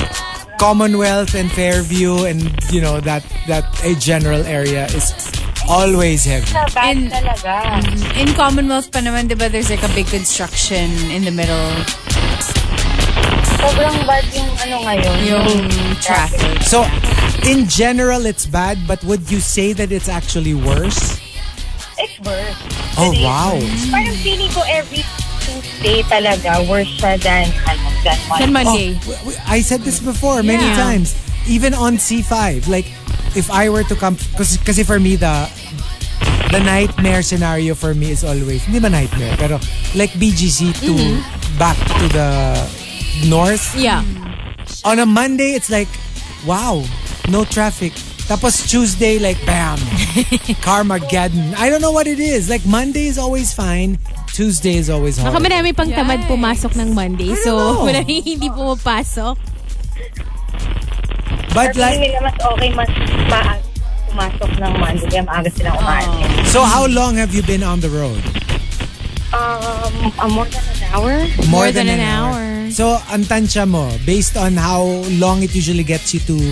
Commonwealth and Fairview and you know that that a general area is always heavy.
[LAUGHS] Bad
In-
talaga.
In Commonwealth pa naman, di ba, there's like a big construction in the middle.
Sobrang bad yung ano ngayon.
Yung traffic.
So in general, it's bad. But would you say that it's actually worse?
It's worse.
Oh wow!
Parang feeling ko every Tuesday talaga worse siya than, ano, than
Then
Monday.
Oh,
Monday.
w- w- I said this before many
Yeah.
times. Even on C5, like if I were to come, because for me the the nightmare scenario for me is always hindi ba nightmare pero like BGC to back to the north
Yeah.
on a Monday it's like wow no traffic tapos Tuesday like
[LAUGHS]
bam Carmageddon I don't know what it is like Monday is always fine Tuesday is always
Baka
hard
marami pang tamad pumasok ng Monday.
I
So,
don't know.
marami [LAUGHS] hindi pumapasok.
but
Sabi
like
nila mas okay mas maaga pumasok ng Monday. Kaya maaga silang umalis.
so how long have you been on the road
Um, uh, more than an hour.
More,
than an hour.
So, ang tansya mo, based on how long it usually gets you to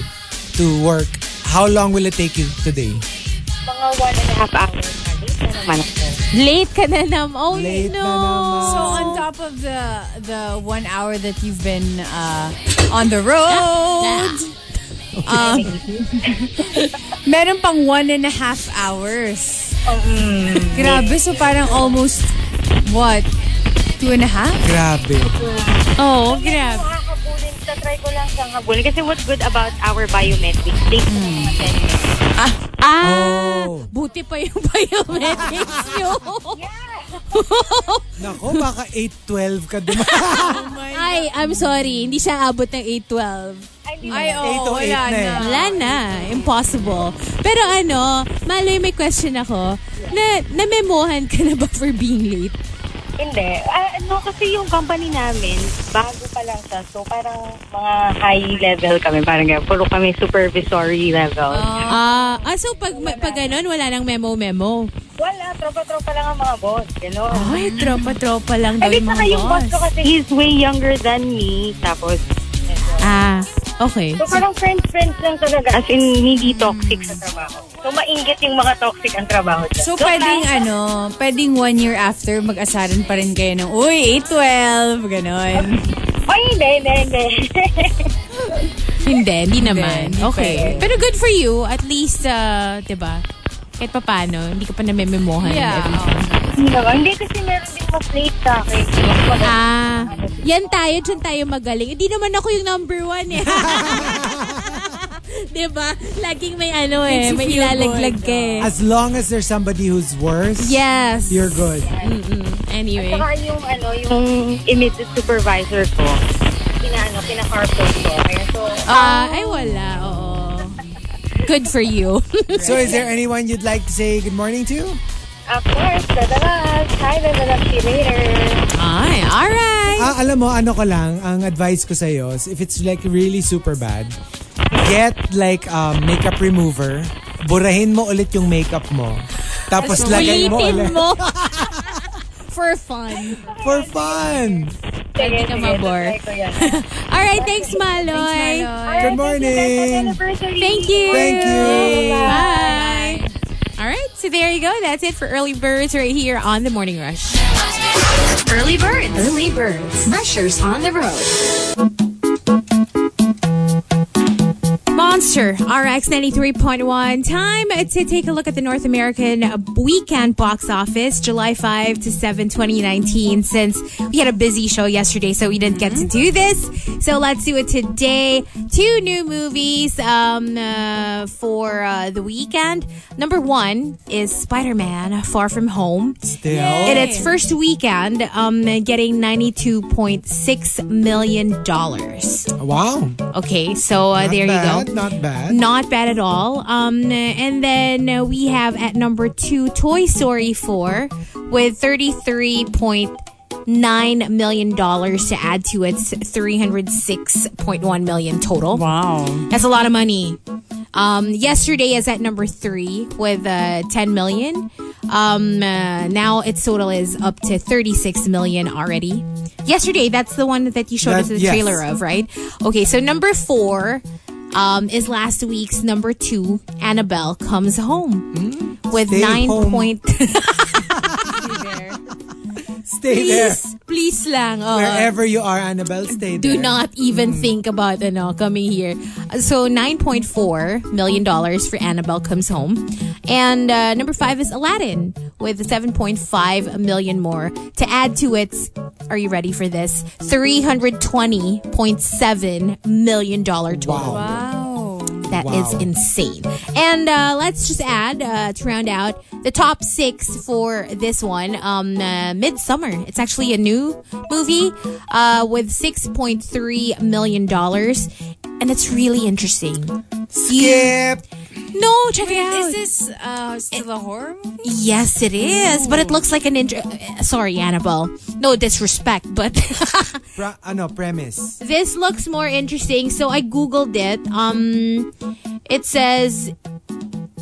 to work, how long will it take you today?
Mga one and a half hours. Late na naman ako.
Late ka na naman. Oh, Ah.
Late
no.
na naman.
So on top of the the one hour that you've been uh, on the road, um, meron pang one and a half hours. Mm. Grabe, so parang almost, what, two and a half?
Grabe.
Oh, grab.
Nakakabulin sa try ko lang siyang habulin. Kasi what's good about our biometrics? Late na naman ten minutes.
Ah,
Oh.
buti pa yung [LAUGHS] biometrics nyo.
Nako, baka 8.12 ka [LAUGHS]
[LAUGHS]
duma.
Ay, I'm sorry. Hindi siya abot ng 812.
Ay, oo,
808
wala
na eh.
na.
[LAUGHS]
Wala na. Impossible. Pero ano, Maloy, may question ako. Na, namemohan ka na ba for being late?
Hindi. Ah, no, kasi yung company namin, bago pa lang siya. So, parang mga high level kami. Parang ganyan. Puro kami supervisory level.
Ah, ah, so pag, pag ganun, wala nang memo-memo.
Wala. Tropa-tropa lang ang mga boss. Gano'n.
Ay, tropa-tropa lang daw
Kasi
yung
saka
mga
yung boss ko
boss.
kasi he's way younger than me. Tapos,
Ah, okay.
so parang friends-friends lang talaga. As in, hindi toxic sa trabaho. So, mainggit yung mga toxic ang trabaho dyan.
So pwedeng ano, pwedeng one year after, mag-asaran pa rin kayo ng, uy, 8-12, ganon.
Ay, hindi, hindi, hindi. [LAUGHS]
Hindi, hindi naman.
hindi
okay.
pwede.
Pero good for you. At least, uh, di ba? Kahit pa paano, hindi ka pa namememohan.
Yeah.
Hindi naman. hindi kasi meron din mas late sa akin. Mas maganda.
Ah, yan tayo, dyan tayo magaling. Hindi naman ako yung number one eh. [LAUGHS] di ba? Laging may ano eh, may ilalaglag ka eh.
As long as there's somebody who's worse,
Yes.
you're good.
I Anyway.
Saka yung ano, yung immediate supervisor ko, pinaano, pinakarpot ko. Kaya so,
Ah, ay wala. Oo. Good for you. [LAUGHS]
So is there anyone you'd like to say good morning to?
of course, dadalas. Hi, dadalas. See you later.
ay, all right.
Ah, alam mo, ano ko lang, ang advice ko sa'yo, is if it's like really super bad, get like um, makeup remover, burahin mo ulit yung makeup mo, tapos lagay mo ulit.
Ulitin mo. [LAUGHS] for fun.
For fun!
Pwede ka mabor. All right, thanks, Maloy.
Good morning!
Thank you.
Thank you.
Bye. All right, so there you go. That's it for early birds right here on the Morning Rush.
Early birds. Early birds. Rushers on the road.
Monster RX 93.1. Time to take a look at the North American weekend box office, July 5 to 7, 2019. Since we had a busy show yesterday, so we didn't get
Mm-hmm.
to do this. So let's do it today. Two new movies um, uh, for uh, the weekend. Number one is Spider Man Far From Home.
Still,
In its first weekend, um, getting $92.6 million.
wow.
Okay, so uh,
Not
there you go.
bad, Not bad.
Not bad at all. Um, and then uh, we have at number two Toy Story 4 with $33.9 million to add to its $306.1 million total.
Wow.
That's a lot of money. Um, yesterday is at number three with uh, 10 million. Um, uh, now its total is up to 36 million already. Yesterday, that's the one that you showed
That-
us the
yes.
trailer of, right? Okay, so number four um, is last week's number two, Annabelle Comes Home, with
Mm. Stay
nine
home. [LAUGHS]
point.
Stay there.
please, please lang. oo.
Wherever Mm. you are, Annabelle, stay there.
do not even think about ano, coming here. So $9.4 million for Annabelle Comes Home. And uh, number five is Aladdin with 7.5 million more to add to its, are you ready for this? $320.7 million total.
Wow.
That is
Wow.
insane. And uh, let's just add uh, to round out the top six for this one. Um, uh, Midsummer. It's actually a new movie uh, with six point three million dollars, and it's really interesting.
Skip.
No, check it out.
Is this uh, still a horror movie?
yes, it is. But it looks like an intro. Sorry, Annabelle. No disrespect, but. [LAUGHS]
Pra- ano, premise.
this looks more interesting. So I googled it. Um, it says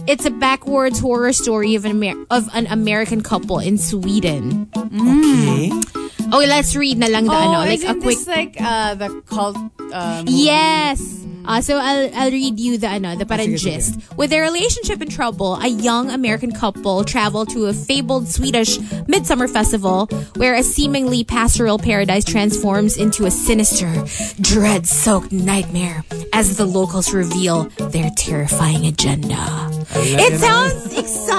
it's a backwards horror story of an Amer- of an American couple in Sweden. Hmm.
Okay.
Okay, let's read na lang the ano, like a quick.
Oh, this like uh, the cult uh,
Yes. Uh, so I'll, I'll read you the ano, the parang
Ah, sige, sige.
gist. With their relationship in trouble, a young American couple travel to a fabled Swedish midsummer festival where a seemingly pastoral paradise transforms into a sinister, dread-soaked nightmare as the locals reveal their terrifying agenda. It sounds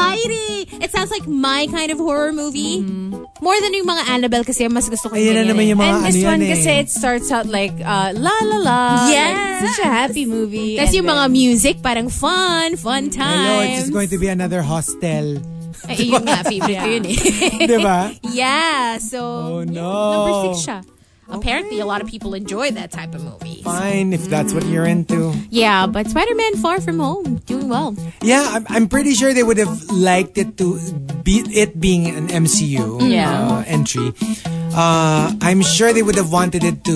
exciting. It sounds like my kind of horror movie. More than yung mga Annabelle kasi mas gusto ko yung
Mm-hmm. Ayan na
ganyan
naman
eh.
yung mga
And
ano
this
yan
one,
eh.
kasi it starts out like uh, la la la.
Yes.
Like, such a happy movie.
Tapos
And
yung mga music, parang fun, fun
Hello, it's
times.
just going to be another hostel. Diba?
Ay, yun
[LAUGHS]
nga, favorite ko yun eh.
Di ba?
[LAUGHS] yeah, so...
Oh, no.
Number six siya. Apparently, a lot of people enjoy that type of movie.
Fine, if that's what you're into.
Yeah, but Spider-Man Far From Home, doing well.
Yeah, I'm, I'm pretty sure they would have liked it to be it being an MCU uh, entry. Uh, I'm sure they would have wanted it to,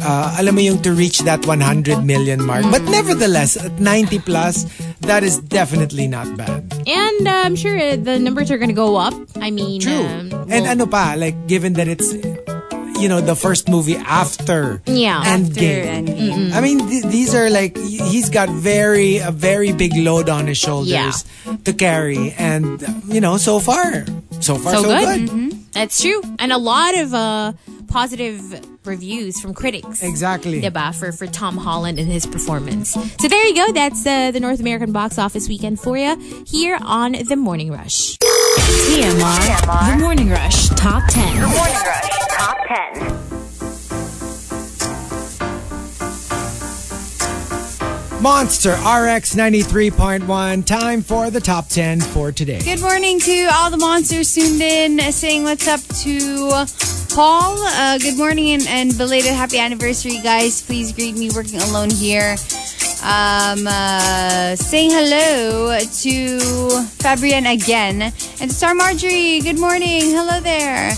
uh, alam mo yung to reach that 100 million mark. But nevertheless, at 90 plus, that is definitely not bad.
And uh, I'm sure uh, the numbers are gonna go up. I mean...
True.
um,
and
well,
ano pa, like given that it's you know the first movie after
Yeah.
Endgame.
After Endgame.
I mean th- these are like y- he's got very a very big load on his shoulders to carry and you know so far so far so,
So good. Mm-hmm. That's true. And a lot of uh, positive reviews from critics.
Exactly.
Diba? For, for Tom Holland and his performance. So there you go. That's uh, the North American box office weekend for you here on The Morning Rush.
TMR. The Morning Rush Top 10.
Monster RX 93.1. Time for the top 10 for today.
Good morning to all the monsters tuned in, uh, saying what's up to Paul. Uh, good morning and, and belated happy anniversary, guys. Please greet me working alone here. Um, uh, saying hello to Fabian again. And to Star Marjorie, good morning. Hello there.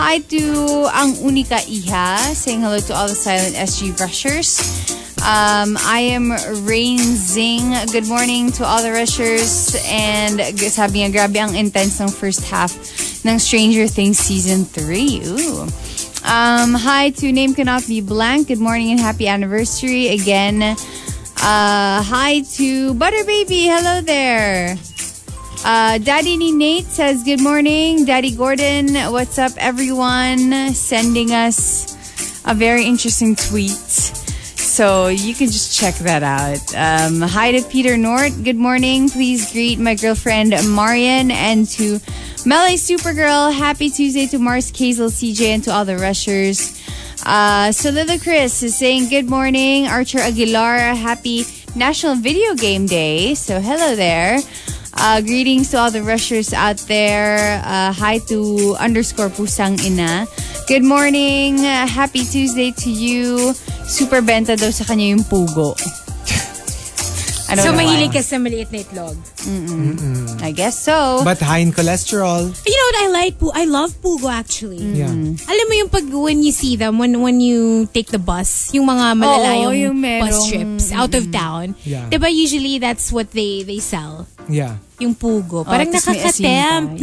Hi to Ang Unika Iha, saying hello to all the silent SG rushers. Um, I am Rain Zing. Good morning to all the rushers. And g- sabi niya, grabe ang intense ng first half ng Stranger Things Season 3. Ooh. Um, hi to Name Cannot Be Blank. Good morning and happy anniversary again. Uh, hi to Butter Baby. Hello there. Uh, Daddy ni Nate says, Good morning. Daddy Gordon, what's up, everyone? Sending us a very interesting tweet. So you can just check that out. Um, hi to Peter Nort. Good morning. Please greet my girlfriend Marian and to Melly Supergirl. Happy Tuesday to Mars, Kazel, CJ, and to all the rushers. Uh, so Lila Chris is saying good morning, Archer Aguilar. Happy National Video Game Day. So hello there. Uh, greetings to all the rushers out there. Uh, hi to underscore pusang ina. Good morning. Uh, happy Tuesday to you. Super benta daw sa kanya yung pugo. I don't
So,
know
mahilig ka
why.
sa maliit na itlog.
I guess so.
But high in cholesterol.
You know what I like? Pu- I love pugo actually.
Yeah.
Alam mo yung pag when you see them, when when you take the bus, yung mga malalayong
Oo, yung merong-
bus trips out of town.
Yeah.
Diba usually that's what they they sell?
Yeah.
Yung pugo. Parang
tas may asin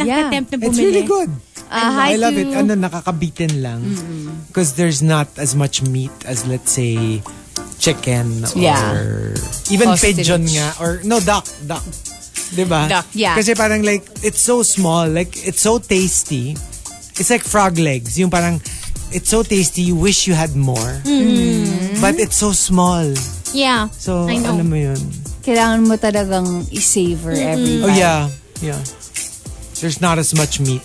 nakaka-tempt.
pa. Yeah.
Nakaka-tempt na
It's
bumili.
really good.
Uh,
I
hi
love
to-
it. Ano, nakakabitin lang. Because there's not as much meat as, let's say, chicken or
Yeah.
even
Ostrich.
pigeon nga. Or, no, duck. Duck. Diba?
Duck, yeah.
Kasi parang like, it's so small. Like, it's so tasty. It's like frog legs. Yung parang, it's so tasty, you wish you had more.
Mm-hmm.
But it's so small.
Yeah.
So,
I know.
alam mo yun.
Kailangan mo talagang i-savor every
Oh, yeah. Yeah. There's not as much meat.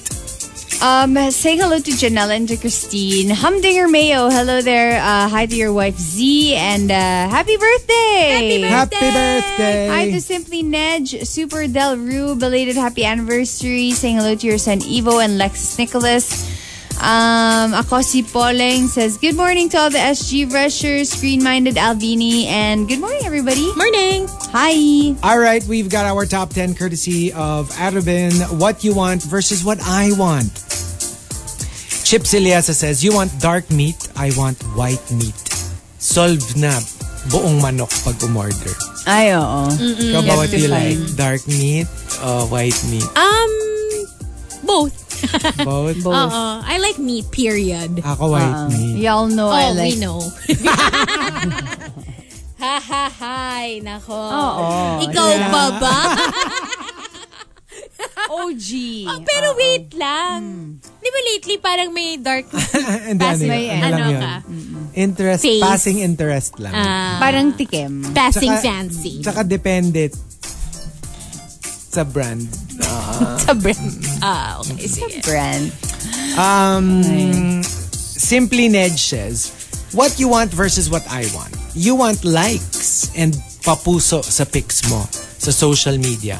Um, saying hello to Janelle and to Christine. Humdinger Mayo, hello there. Uh, hi to your wife Z, and uh, happy birthday!
Happy birthday!
Hi to Simply Nedge, Super Del Rue, belated happy anniversary. Saying hello to your son Evo and Lexus Nicholas. Um, ako si Poleng says, Good morning to all the SG rushers, green-minded Alvini, and good morning everybody.
Morning.
Hi!
All right, we've got our top 10 courtesy of Arabin. What you want versus what I want. Chip Siliasa says, You want dark meat, I want white meat. Solved na buong manok pag umorder.
Ay, oo.
Mm,
Ikaw ba what
to
you like?
find.
Dark meat, uh, white meat?
[LAUGHS] Um, both.
Both?
Uh-uh. I like meat, period.
Ako white
Ah.
meat.
Um, Y'all know
oh,
I like
we know. [LAUGHS] ha ha hi, nako.
Oo.
Ikaw ba ba?
OG.
Pero wait lang. Di ba lately parang may dark
[LAUGHS] And then,
Pass
ano,
may-
yun? ano
ano
lang yun?
ka?
Interest,
Face.
passing interest lang.
Parang tikim.
passing
Tsaka-
fancy?
Tsaka depende sa brand.
Sa brand. Ah, okay. Sige.
Brand.
Um, Simply Ned says, What you want versus what I want. You want likes and papuso sa pics mo sa social media.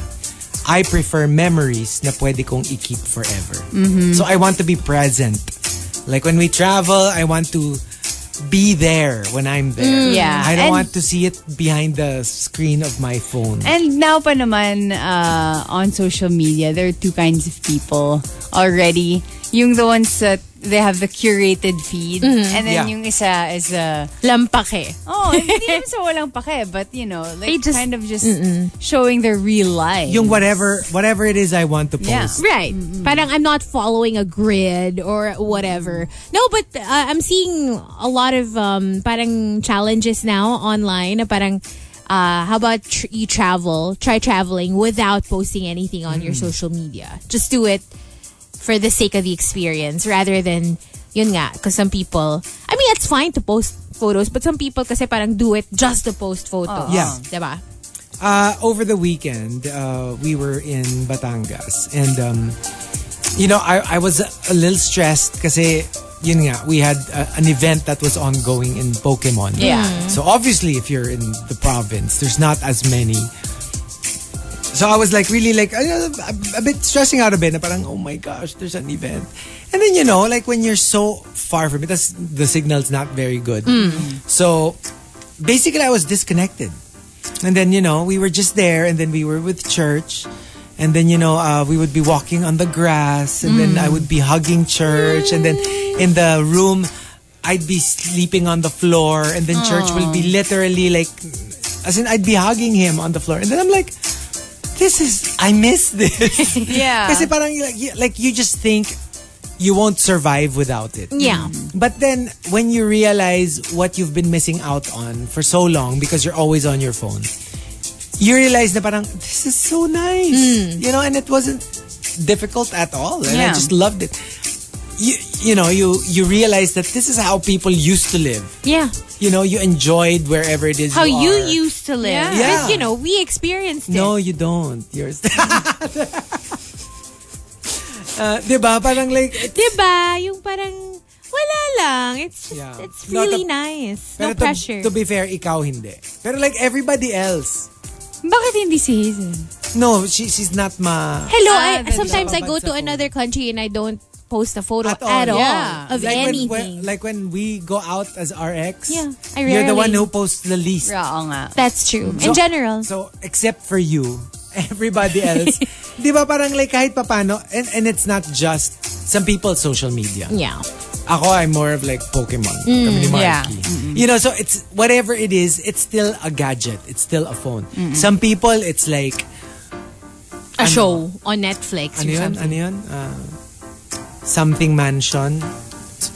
I prefer memories na pwede kong i-keep forever.
Mm-hmm.
So I want to be present. Like when we travel, I want to be there when I'm there.
Mm, yeah.
I don't
And-
want to see it behind the screen of my phone.
And now pa naman, uh, on social media, there are two kinds of people already. Yung the ones that they have the curated feed.
Mm-hmm.
And then
Yeah.
yung isa is, uh,
Lampake. [LAUGHS]
oh, hindi naman sa walang pake, but you know,
They
like
just-
kind of just showing their real life.
Yung whatever whatever it is I want to post.
Yeah.
Right. Parang I'm not following a grid or whatever. No, but uh, I'm seeing a lot of um, parang challenges now online. na Parang uh, how about tr- you travel, try traveling without posting anything on your social media. Just do it for the sake of the experience rather than yun nga because some people I mean it's fine to post photos but some people kasi parang do it just to post
Oh.
photos.
Yeah.
Diba?
Uh, over the weekend, uh, we were in Batangas, and um, you know, I, I was a little stressed because yun nga, we had uh, an event that was ongoing in Pokemon.
Yeah.
So obviously, if you're in the province, there's not as many. So I was like really like uh, a, a bit stressing out a bit. Na parang oh my gosh, there's an event. And then you know like when you're so far from it, that's, the signal's not very good. So basically, I was disconnected. And then you know we were just there, and then we were with church. And then you know uh, we would be walking on the grass, and then I would be hugging church, and then in the room I'd be sleeping on the floor, and then church will be literally like, as in I'd be hugging him on the floor, and then I'm like, this is I miss this.
Yeah.
Kasi parang like you, like you just think you won't survive without it.
Yeah.
But then when you realize what you've been missing out on for so long because you're always on your phone, you realize na parang this is so nice. You know, and it wasn't difficult at all. And I
Yeah.
just loved it. You, you know, you you realize that this is how people used to live.
Yeah.
You know, you enjoyed wherever it is.
How you
are.
used to live.
Yeah.
But, you know, we experienced it.
No, you don't. You're st- [LAUGHS] uh, diba? Parang like,
Diba? Yung parang, wala lang. It's just,
Yeah.
it's
No,
really
to-
nice.
pero
No
to-
pressure.
To, be fair, ikaw hindi. Pero like everybody else,
Bakit hindi si Hazel?
no, she, she's not ma...
Hello, I,
Ah, that's
sometimes I go
Bansa
to
ko.
another country and I don't post a photo at all,
Yeah.
of
like
anything.
When, when, like when we go out as RX,
Yeah, I
you're the one
rarely-
who posts the least.
Oo nga.
That's true. In general.
So, except for you, [LAUGHS] everybody
[LAUGHS]
else, di ba parang like kahit papano, and, and it's not just some people's social media.
yeah.
Ako, I'm more of like Pokemon. kami ni Marky.
Mm, yeah.
You know, so it's whatever it is, it's still a gadget. It's still a phone. Some people, it's like,
A show on Netflix
ano
or
yun?
something.
Ano yun? Uh, something mansion.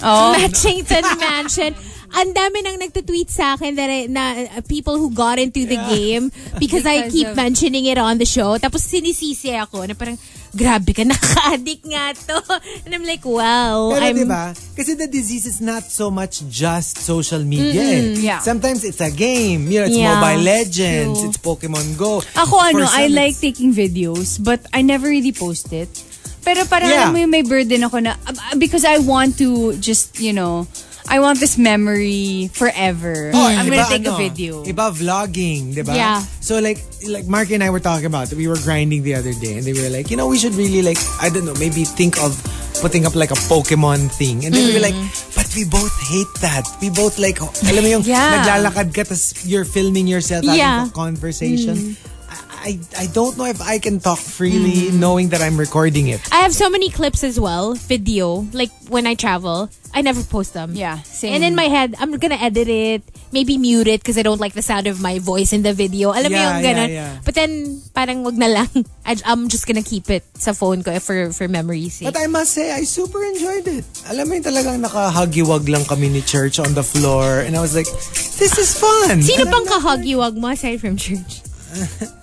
Oh.
Matchington [LAUGHS] Mansion. Ang dami nang nagtutweet sa akin that I- na uh, people who got into the
[LAUGHS]
game because, I
Because
keep
of-
mentioning it on the show. Tapos sinisisi ako na parang, grabe ka, [LAUGHS] nakaka-addict nga to. And I'm like, wow.
Pero diba,
I'm,
di ba? Kasi the disease is not so much just social media. eh.
Yeah.
Sometimes it's a game. You know, it's
Yeah.
Mobile Legends.
True.
It's Pokemon Go.
Ako ano,
For some,
I like
it's-
taking videos, but I never really post it. Pero parang
Yeah.
alam mo yung may burden ako na, ab- because I want to just, you know, I want this memory forever.
Oh,
I'm
iba
gonna take
ano,
a video.
Iba vlogging, di ba?
Yeah.
So like, like Mark and I were talking about, it. we were grinding the other day and they were like, you know, we should really like, I don't know, maybe think of putting up like a Pokemon thing. And then we were like,
Mm.
but we both hate that. We both like, ho- alam mo yung
Yeah.
naglalakad ka tas you're filming yourself having a
Yeah.
conversation.
Mm.
I, I I don't know if I can talk freely knowing that I'm recording it.
I have so many clips as well, video. Like when I travel, I never post them.
Yeah, same.
And in my head, I'm gonna edit it, maybe mute it because I don't like the sound of my voice in the video. Alam mo
Yeah,
yung ganun.
yeah, yeah.
But then, parang wag na lang. [LAUGHS] I, I'm just gonna keep it sa phone ko for, eh. for memory's sake.
But I must say, I super enjoyed it. Alam mo yun talagang nakahagiwag lang kami ni church on the floor. And I was like, this is fun.
Sino
Alam
pang
mo,
kahagiwag mo aside from church? [LAUGHS]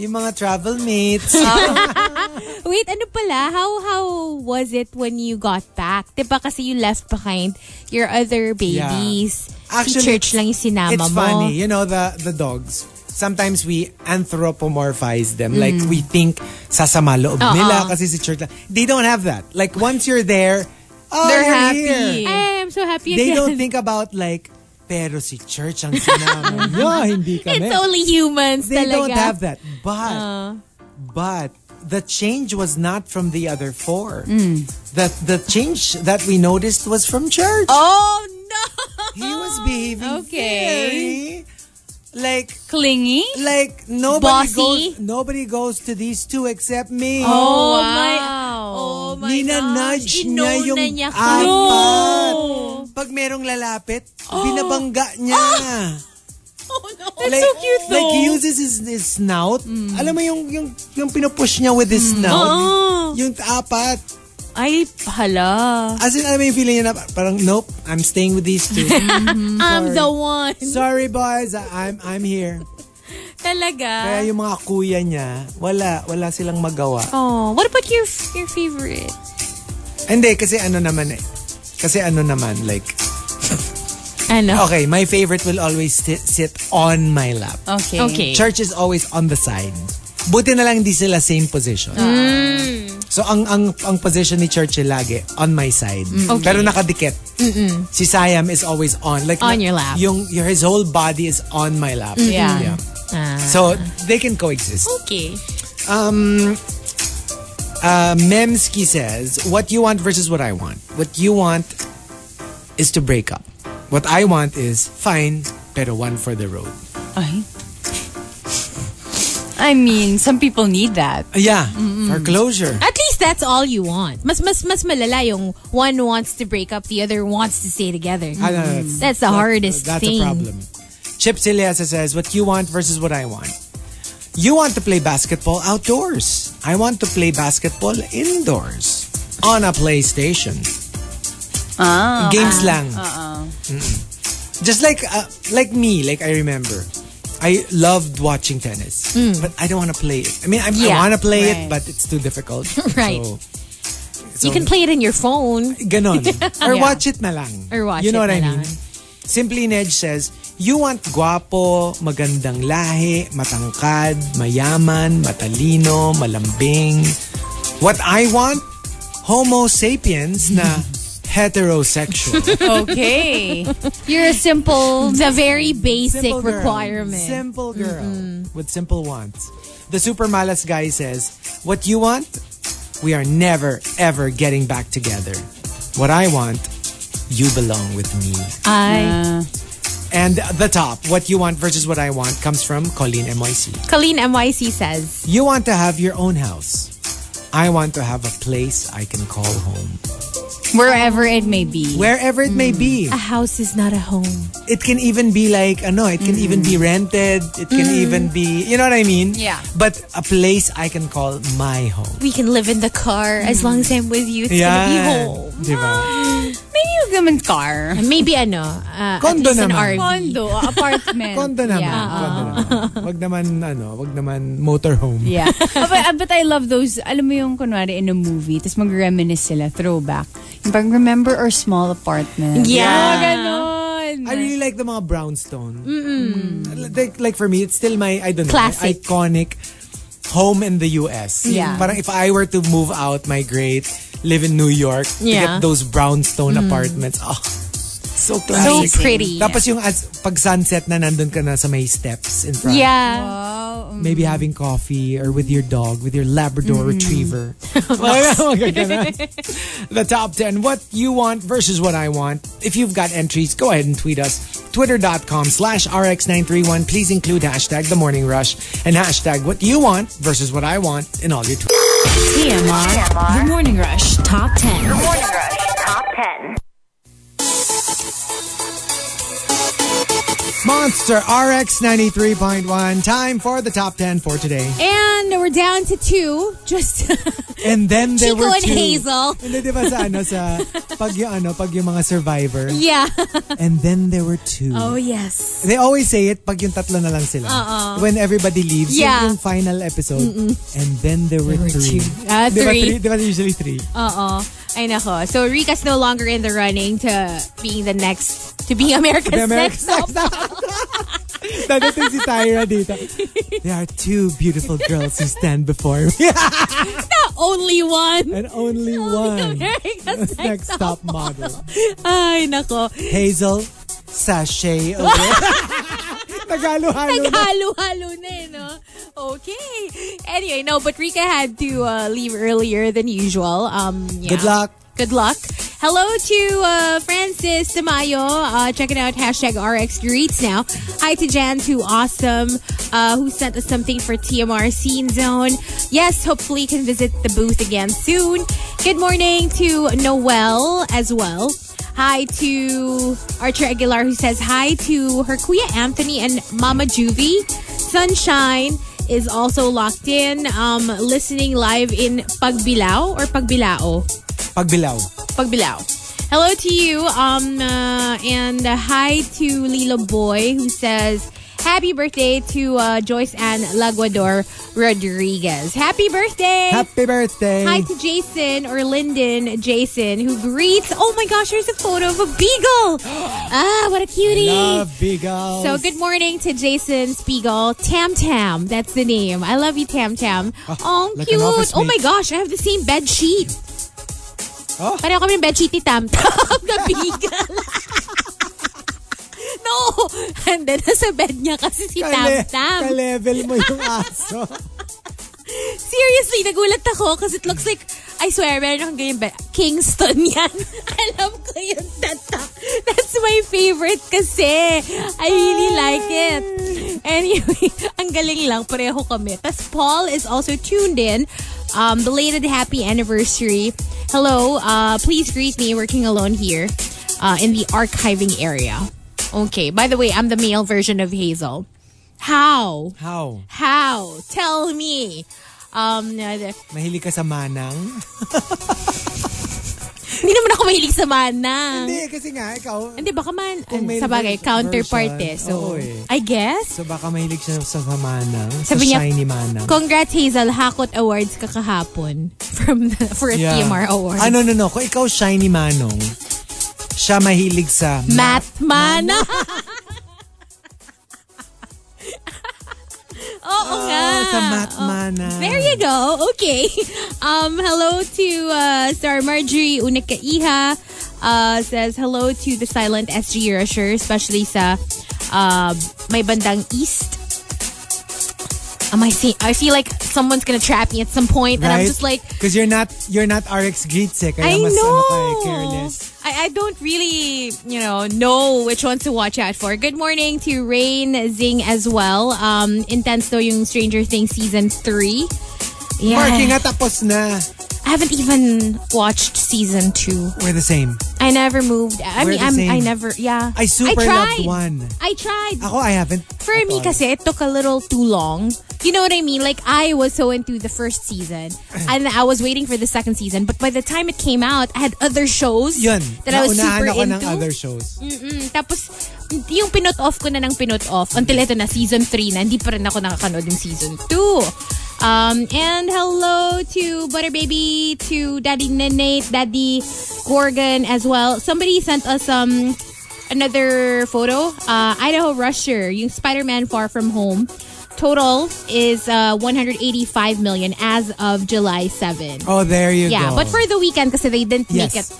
Yung mga travel mates.
Ah, Wait, ano pala? How how was it when you got back? Diba kasi you left behind your other babies. Si
Actually,
church lang yung sinama
it's
mo.
funny. You know, the, the dogs. Sometimes we anthropomorphize them. Like,
Mm.
we think sasama loob
Uh-uh.
nila kasi si church lang. They don't have that. Like, once you're there, oh,
They're
you're
happy.
here.
Ay, I'm so happy
They
again.
don't think about like, pero si church ang sinama
[LAUGHS]
nyo, hindi kami.
It's only humans
They
talaga. Uh.
don't have that. But, but the change was not from the other four.
Hmm.
The, the change that we noticed was from church.
Oh no!
He was behaving
Okay.
very, like,
Clingy?
like nobody
Bossy?
goes, nobody goes to these two except me.
Oh my!
Oh my Ninanudge niya
gosh. Inuna
yung
niya ka.
apat. Pag merong lalapit,
Oh.
binabangga niya.
Ah!
[LAUGHS] That's so cute Like he uses his, his snout.
Hmm.
Alam mo yung, yung, yung pinupush niya with his snout?
Oh.
Yung apat.
Ay,
Ah,
hala.
As in, alam mo yung feeling niya na parang, nope, I'm staying with these two.
I'm the one. [LAUGHS]
Sorry boys, I- I'm, I'm here.
Talaga.
Kaya yung mga kuya niya, wala, wala silang magawa.
Oh, what about your your favorite?
Hindi, kasi ano naman eh. Kasi ano naman, like,
Ano?
okay, my favorite will always sit, sit on my lap.
Okay.
Okay. Ah.
Church is always on the side. Buti na lang hindi sila same position. So ang ang ang position ni Churchill lagi on my side.
Mm.
Pero nakadikit. Si Siam is always on like
On your lap.
Yung your, his whole body is on my lap.
Yeah.
Ah.
So they can coexist.
Okay.
Uh, Memski says, "What you want versus what I want. What you want is to break up. What I want is fine, pero one for the road."
Ay. I mean, some people need that.
Uh, Yeah, for closure.
At least that's all you want. Mas mas mas malala yung one wants to break up, the other wants to stay together.
Ah, no, that's-
That's the hardest
That's
thing.
a problem. Chip Siliasa says, what you want versus what I want. You want to play basketball outdoors. I want to play basketball indoors. On a PlayStation.
Ah.
Games lang.
uh-uh.
Mm-mm. Just like uh, like me, like I remember. I loved watching tennis.
Mm.
But I don't want to play it. I mean, I,
Yeah,
want to play it,
right.
but it's too difficult.
[LAUGHS] Right.
So,
You can play it in your phone. [LAUGHS]
Ganon. Or
Yeah.
watch it na lang.
Or watch
You know
it
what
na
I mean?
lang.
Simply Nedge says, You want guwapo, magandang lahi, matangkad, mayaman, matalino, malambing. What I want? Homo sapiens
[LAUGHS]
na heterosexual. [LAUGHS]
Okay. You're a simple.
The very [LAUGHS] basic
Simple girl.
requirement.
Simple girl. With simple wants. The super malas guy says, What you want? We are never, ever getting back together. What I want? You belong with me.
I
And the top, what you want versus what I want, comes from Colleen MYC.
Colleen MYC says,
You want to have your own house. I want to have a place I can call home.
Wherever it may be.
Wherever it may be.
"A house is not a home."
It can even be like, ano, it can even
Mm.
be rented. It can even be, you know what I mean?
Yeah.
But a place I can call my home.
We can live in the car as long as I'm with you. It's
Yeah.
gonna be home.
Diba?
Maybe you come in car.
Maybe ano, uh,
Condo
at least an
naman.
RV.
Condo, apartment.
Condo naman.
Yeah.
Condo naman.
[LAUGHS]
Wag naman, ano, wag naman motorhome.
Yeah. Ah, but, ah, but I love those, alam mo yung kunwari in a movie, tapos mag-reminisce sila, throwback. Yung pag remember our small apartment.
Yeah.
Oh, ganon.
I really like the mga brownstone. Mm. Like, like for me, it's still my, I don't know, my
Classic.
iconic home in the US.
Yeah.
Parang if I were to move out, migrate, live in New York, to
Yeah. Mm.
get those brownstone apartments. Oh, so classic.
pretty.
Tapos yung as, pag sunset na nandun ka na sa may steps in front.
Yeah.
Maybe having coffee or with your dog, with your
Mm-hmm.
Labrador
[LAUGHS]
retriever. [LAUGHS] Oh, the top 10. What you want versus what I want. If you've got entries, go ahead and tweet us. Twitter.com slash RX931. Please include hashtag the morning rush and hashtag what you want versus what I want in all your tweets.
E
TMR. The Morning Rush Top 10.
Morning Rush Top 10.
Monster RX 93.1. Time for the top 10 for today.
And we're down to two. Just [LAUGHS]
And then there
Chico
were
and
two.
Hazel.
Hindi, di ba sa ano, sa pag yung, ano, pag yung mga survivor.
yeah.
And then there were two.
Oh yes.
They always say it pag yung tatlo na lang sila. When everybody leaves, yun
Yeah.
yung final episode. And then there were, three.
Ah,
Di ba
three.
Di ba usually three?
Uh oh. I know. So Rika's no longer in the running to being the next to being America's,
The American [LAUGHS]
next. Top.
Next Top. Dadating si Tyra dito. There are two beautiful girls who stand before me. [LAUGHS]
Only one.
And
[LAUGHS]
only
Only
one. [LAUGHS]
America's
Next top model.
Ay nako.
Hazel,
[LAUGHS]
sachet away. [LAUGHS] Nagalo-halo na.
Halo-halo na eh, no? Okay. Anyway, no, but Rika had to uh, leave earlier than usual. Um, yeah.
Good luck.
Good luck. Hello to uh, Francis Tamayo. Uh, checking out hashtag RX Greets now. Hi to Jan, to Awesome, uh, who sent us something for TMR Scene Zone. Yes, hopefully you can visit the booth again soon. Good morning to Noel as well. Hi to Archer Aguilar, who says hi to her Kuya Anthony and Mama Juvie. Sunshine is also locked in, um, listening live in Pagbilao or Pagbilao.
Pagbilaw.
Pagbilao. Hello to you. Um, uh, and uh, hi to Lilo Boy who says, Happy birthday to uh, Joyce Ann Laguador Rodriguez. Happy birthday!
Happy birthday.
Hi to Jason or Lyndon Jason who greets. Oh my gosh, there's a photo of a
[GASPS]
beagle. ah, what a cutie.
Love Beagles.
So good morning to Jason Spiegel. Tam Tam, that's the name. I love you, Tam Tam. Oh,
Ah, like an
cute.
office
oh my
mate.
gosh, I have the same bed sheet.
Oh.
Pareho kami ng bed sheet ni Tam Tam [LAUGHS] na beagle. [LAUGHS] no! And then, nasa bed niya kasi si Tam
Kale-
Tam.
Ka-level mo yung aso.
Seriously, nagulat ako kasi it looks like, I swear, meron akong ganyan ba? Kingston [LAUGHS] yan. Alam ko yung tatak. That's my favorite kasi. I really like it. Anyway, [LAUGHS] ang galing lang. Pareho kami. Tapos Paul is also tuned in. Um, belated happy anniversary. Hello, uh, please greet me working alone here uh, in the archiving area. Okay, by the way, I'm the male version of Hazel. How?
[LAUGHS] How?
How? Tell me. Um, uh,
Mahilig ka sa manang?
hindi naman ako mahilig sa manang.
Hindi, kasi nga, ikaw,
Hindi, baka man,
Kung
ano,
male
sa bagay,
version,
counterpart eh.
oo
So,
eh.
I guess,
so baka mahilig siya sa manang.
Sabi
sa
niya,
shiny manang.
congrats Hazel, Hakot Awards ka kahapon [LAUGHS] from the, for a
Yeah.
TMR Award.
Ah, no, no, no. Kung ikaw shiny manong, siya mahilig sa
Matt Mana. Oo nga.
Oh, sa math
Oh.
manang.
There you go. Okay. [LAUGHS] Um, hello to uh, Star Marjorie Unikaiha. Uh, says hello to the silent SG Rusher, especially sa uh, may bandang east. Am I seeing? I feel like someone's gonna trap me at some point, and I'm just like,
Because you're not, you're not RX Greets eh. Kaya
I
mas
know.
ano ka eh, careless.
I, I don't really, you know, know which ones to watch out for. Good morning to Rain Zing as well. Um, intense though yung Stranger Things season three. Yeah.
Parking nga tapos na.
I haven't even watched season two.
We're the same.
I never moved. I
We're
mean,
the
I'm,
same.
I never. Yeah.
I super
tried.
loved one. Oh,
I tried.
Ako, I haven't.
For me, kasi it took a little too long. You know what I mean? Like, I was so into the first season.
[CLEARS THROAT]
And I was waiting for the second season. But by the time it came out, I had other shows
Yun.
that I was
naunahan
super
ako
into.
ng other shows.
Mm, tapos, yung pinot off ko na ng pinot off until ito na season 3 na hindi pa rin ako nakakanood ng season 2. Um, and hello to Butter Baby, to Daddy Nanate, Daddy Gorgon as well. Somebody sent us um, another photo. Uh, Idaho Rusher, yung Spider-Man Far From Home. Total is uh, 185 million as of July 7.
Oh, there you
yeah,
go.
but for the weekend kasi they didn't
Yes.
make it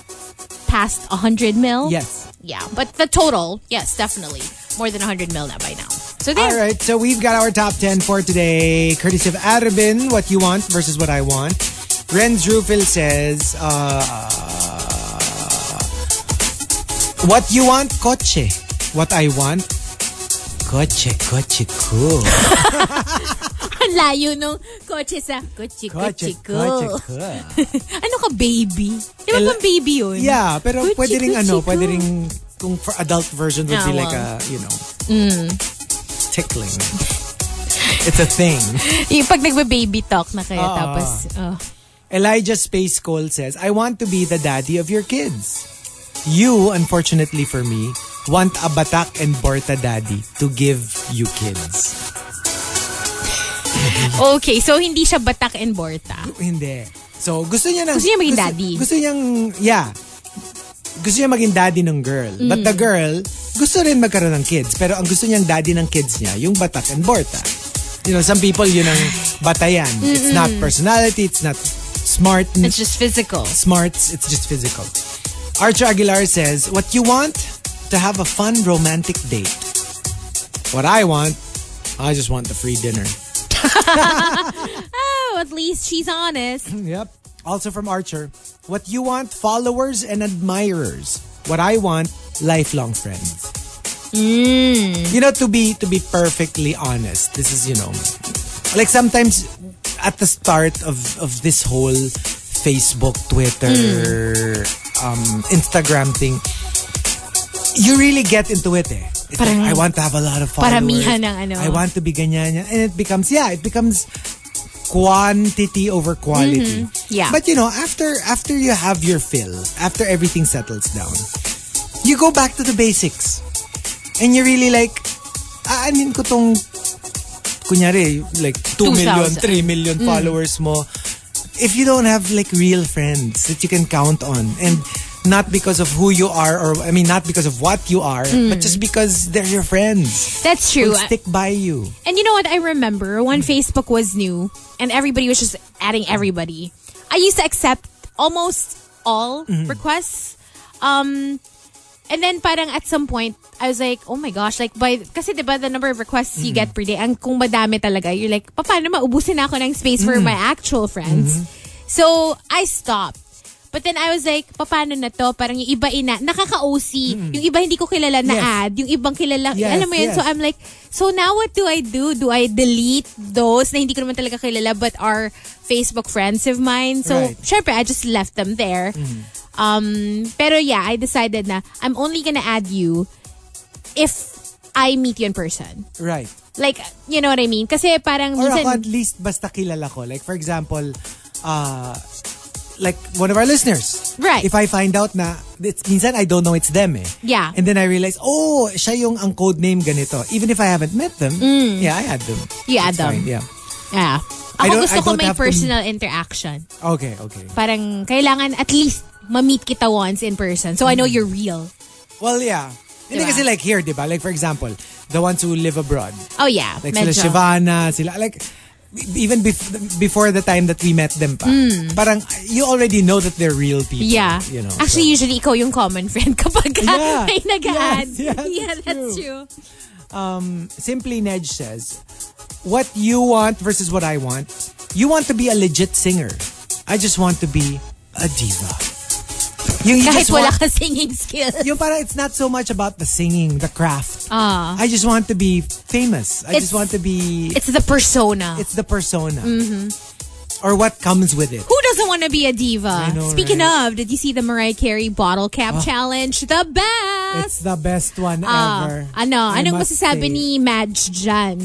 past 100 mil.
Yes.
Yeah, but the total, yes, definitely more than 100 mil na by now. So there.
All right, so we've got our top 10 for today. Courtesy of Arabin, What You Want versus What I Want. Renz Rufil says, uh, What You Want, Koche. What I Want, Koche, Koche,
[LAUGHS]
cool.
Ang layo nung kotse sa kotse
Koche,
kotse ko.
Koche, cool.
[LAUGHS] Ano ka baby? Di ba
El-
pang baby yun?
Yeah, pero
Kuchi,
pwede ring
kuchi
ano,
ko.
pwede ring kung for adult version would
Ah, Mm.
be like a, you know, tickling. It's a thing.
[LAUGHS] Yung pag nagbe-baby talk na kayo
Oo.
tapos oh,
Elijah Space Cole says, I want to be the daddy of your kids. You, unfortunately for me, want a Batak and Borta daddy to give you kids.
Okay, so hindi siya batak and borta.
Hindi. So, gusto niya ng...
Gusto niya maging daddy.
Gusto niyang, yeah. Gusto niya maging daddy ng girl. But
Mm.
the girl, gusto rin magkaroon ng kids. Pero ang gusto niyang daddy ng kids niya, yung batak and borta. You know, some people, yun ang batayan. It's not personality, it's not smart.
It's just physical.
smarts, it's just physical. Archer Aguilar says, What you want? To have a fun romantic date. What I want, I just want the free dinner.
Oh, at least she's honest.
[LAUGHS] Yep. Also from Archer, what you want, followers and admirers. What I want, lifelong friends. You know, to be to be perfectly honest, this is you know, like sometimes at the start of of this whole Facebook, Twitter, um, Instagram thing, you really get into it. Eh. It's like,
Parang-
I want to have a lot of followers.
Paramihan [LAUGHS] ng ano.
I want to be ganyan, ganyan. and it becomes yeah, it becomes quantity over quality.
Mm-hmm. Yeah.
But you know, after after you have your fill, after everything settles down, you go back to the basics. And you really like I aanin ko tong, kunyari, like 2 million,
2,000.
3 million
Mm.
followers mo. If you don't have like real friends that you can count on and not because of who you are or I mean not because of what you are but
Mm.
just because they're your friends
That's
who
true.
stick by you
And you know what? I remember
Mm-hmm.
when Facebook was new and everybody was just adding everybody. I used to accept almost all
Mm-hmm.
requests. Um, and then parang at some point, I was like, oh my gosh, like by, kasi diba the number of requests
Mm-hmm.
you get per day, ang kung madami talaga, you're like, "Pa, paano maubusin na ako ng space
Mm-hmm.
for my actual friends? So, I stopped. But then I was like, "Pa, paano na to? Parang yung iba ina, nakaka-OC. Yung iba hindi ko kilala na
Mm-hmm. Yes.
ad. Yung ibang kilala,
Yes,
alam mo yun?
yes.
So I'm like, so now what do I do? Do I delete those na hindi ko naman talaga kilala but are Facebook friends of mine? So,
Right. Mm-hmm.
syempre, I just left them there. Um, pero yeah, I decided na I'm only gonna add you if I meet you in person.
right
Like, you know what I mean? Kasi parang
Or
minsan,
ako at least basta kilala ko. Like for example, uh, like one of our listeners.
Right.
If I find out na, it's, minsan I don't know it's them eh.
Yeah.
And then I realize, oh, siya yung ang code name ganito. Even if I haven't met them, yeah, I had them.
Mm. You add
It's
them.
fine, Yeah.
yeah.
I
Ako
don't-
gusto
I
ko
don't
may
have to-
personal interaction.
Okay, okay.
Parang kailangan at least ma-meet kita once in person. So I
Mm-hmm.
know you're real.
Well, yeah. Hindi
Diba?
kasi like here, di ba? Like for example, the ones who live abroad.
Oh yeah,
Like sila
medyo.
Shivana, sila like even bef- before the time that we met them pa. Parang you already know that they're real people.
Hmm. Yeah.
You know.
Actually,
so-
usually ikaw yung common friend [LAUGHS] kapag
Yeah.
may nag-add.
Yes, yes,
yeah,
that's
that's true.
true. Simply Ned says, What you want versus what I want. You want to be a legit singer. I just want to be a diva. Yung, you just
Kahit wala
want-
ka singing skill.
yung parang it's not so much about the singing, the craft.
Ah.
I just want to be famous. I
It's-
just want to be.
It's Mm-hmm. the persona.
It's the persona. Or what comes with it.
Who doesn't want to be a
I
diva?
know,
Speaking
right? Oh.
of, did you see the Mariah Carey bottle cap challenge? The
It's
best!
the best one
Ah,
ever.
ano,
I
anong
must say.
masasabi ni Madge dyan?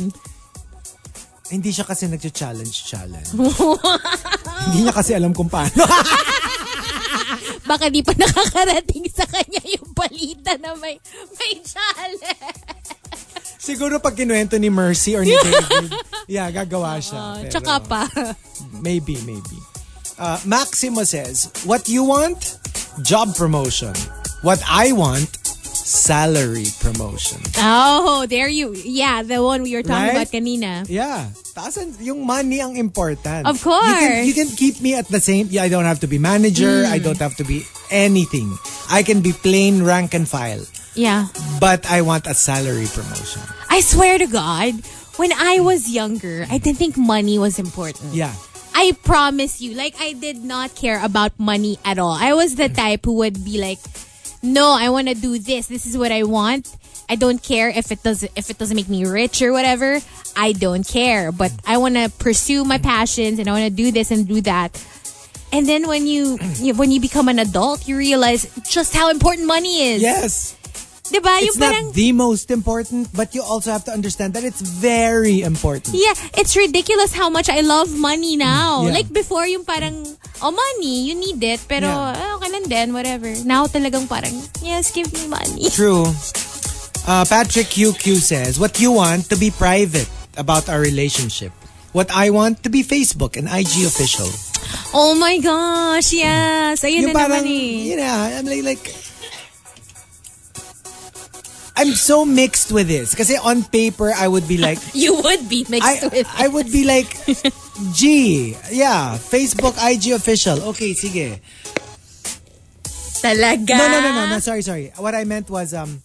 Hindi siya kasi nag-challenge-challenge. Hindi niya kasi alam kung paano. [LAUGHS]
Baka di pa [LAUGHS] nakakarating sa kanya yung balita na may, may challenge.
Siguro pag kinuwento ni Mercy or ni David, yeah, gagawa siya. Pero,
Tsaka pa.
Maybe, maybe. Uh, Maximo says, what you want? Job promotion. What I want? Salary promotion.
Oh, there you. Yeah, the one we were talking
Right?
about kanina.
Yeah. Taasan, yung money ang important.
Of course. Mm.
You can, you can keep me at the same, yeah, I don't have to be manager, I don't have to be anything. I can be plain rank and file.
Yeah.
But I want a salary promotion.
I swear to God, when I was younger, I didn't think money was important.
Yeah.
I promise you, like I did not care about money at all. I was the type who would be like, "No, I want to do this. This is what I want. I don't care if it doesn't if it doesn't make me rich or whatever. I don't care, but I want to pursue my passions and I want to do this and do that." And then when you [CLEARS THROAT] you- when you become an adult, you realize just how important money is.
Yes.
Diba?
it's
Yung parang-
not the most important, but you also have to understand that it's very important.
Yeah, it's ridiculous how much I love money now.
Yeah.
Like before, yung parang, oh money, you need it, pero
Yeah.
eh, okay lang din, whatever. Now talagang parang, yes, give me money.
True. Uh, Patrick QQ says, What you want to be private about our relationship. What I want to be Facebook and IG official.
[LAUGHS] Oh my gosh, yes. Ayun
Yung
na
parang,
naman eh.
yeah, I'm like, like, I'm so mixed with this. Kasi on paper, I would be like,
You would be mixed
I,
with.
I would be like, gee, yeah, Facebook IG official. Okay, sige.
talaga.
No, no, no, no, no. Sorry, sorry. What I meant was um.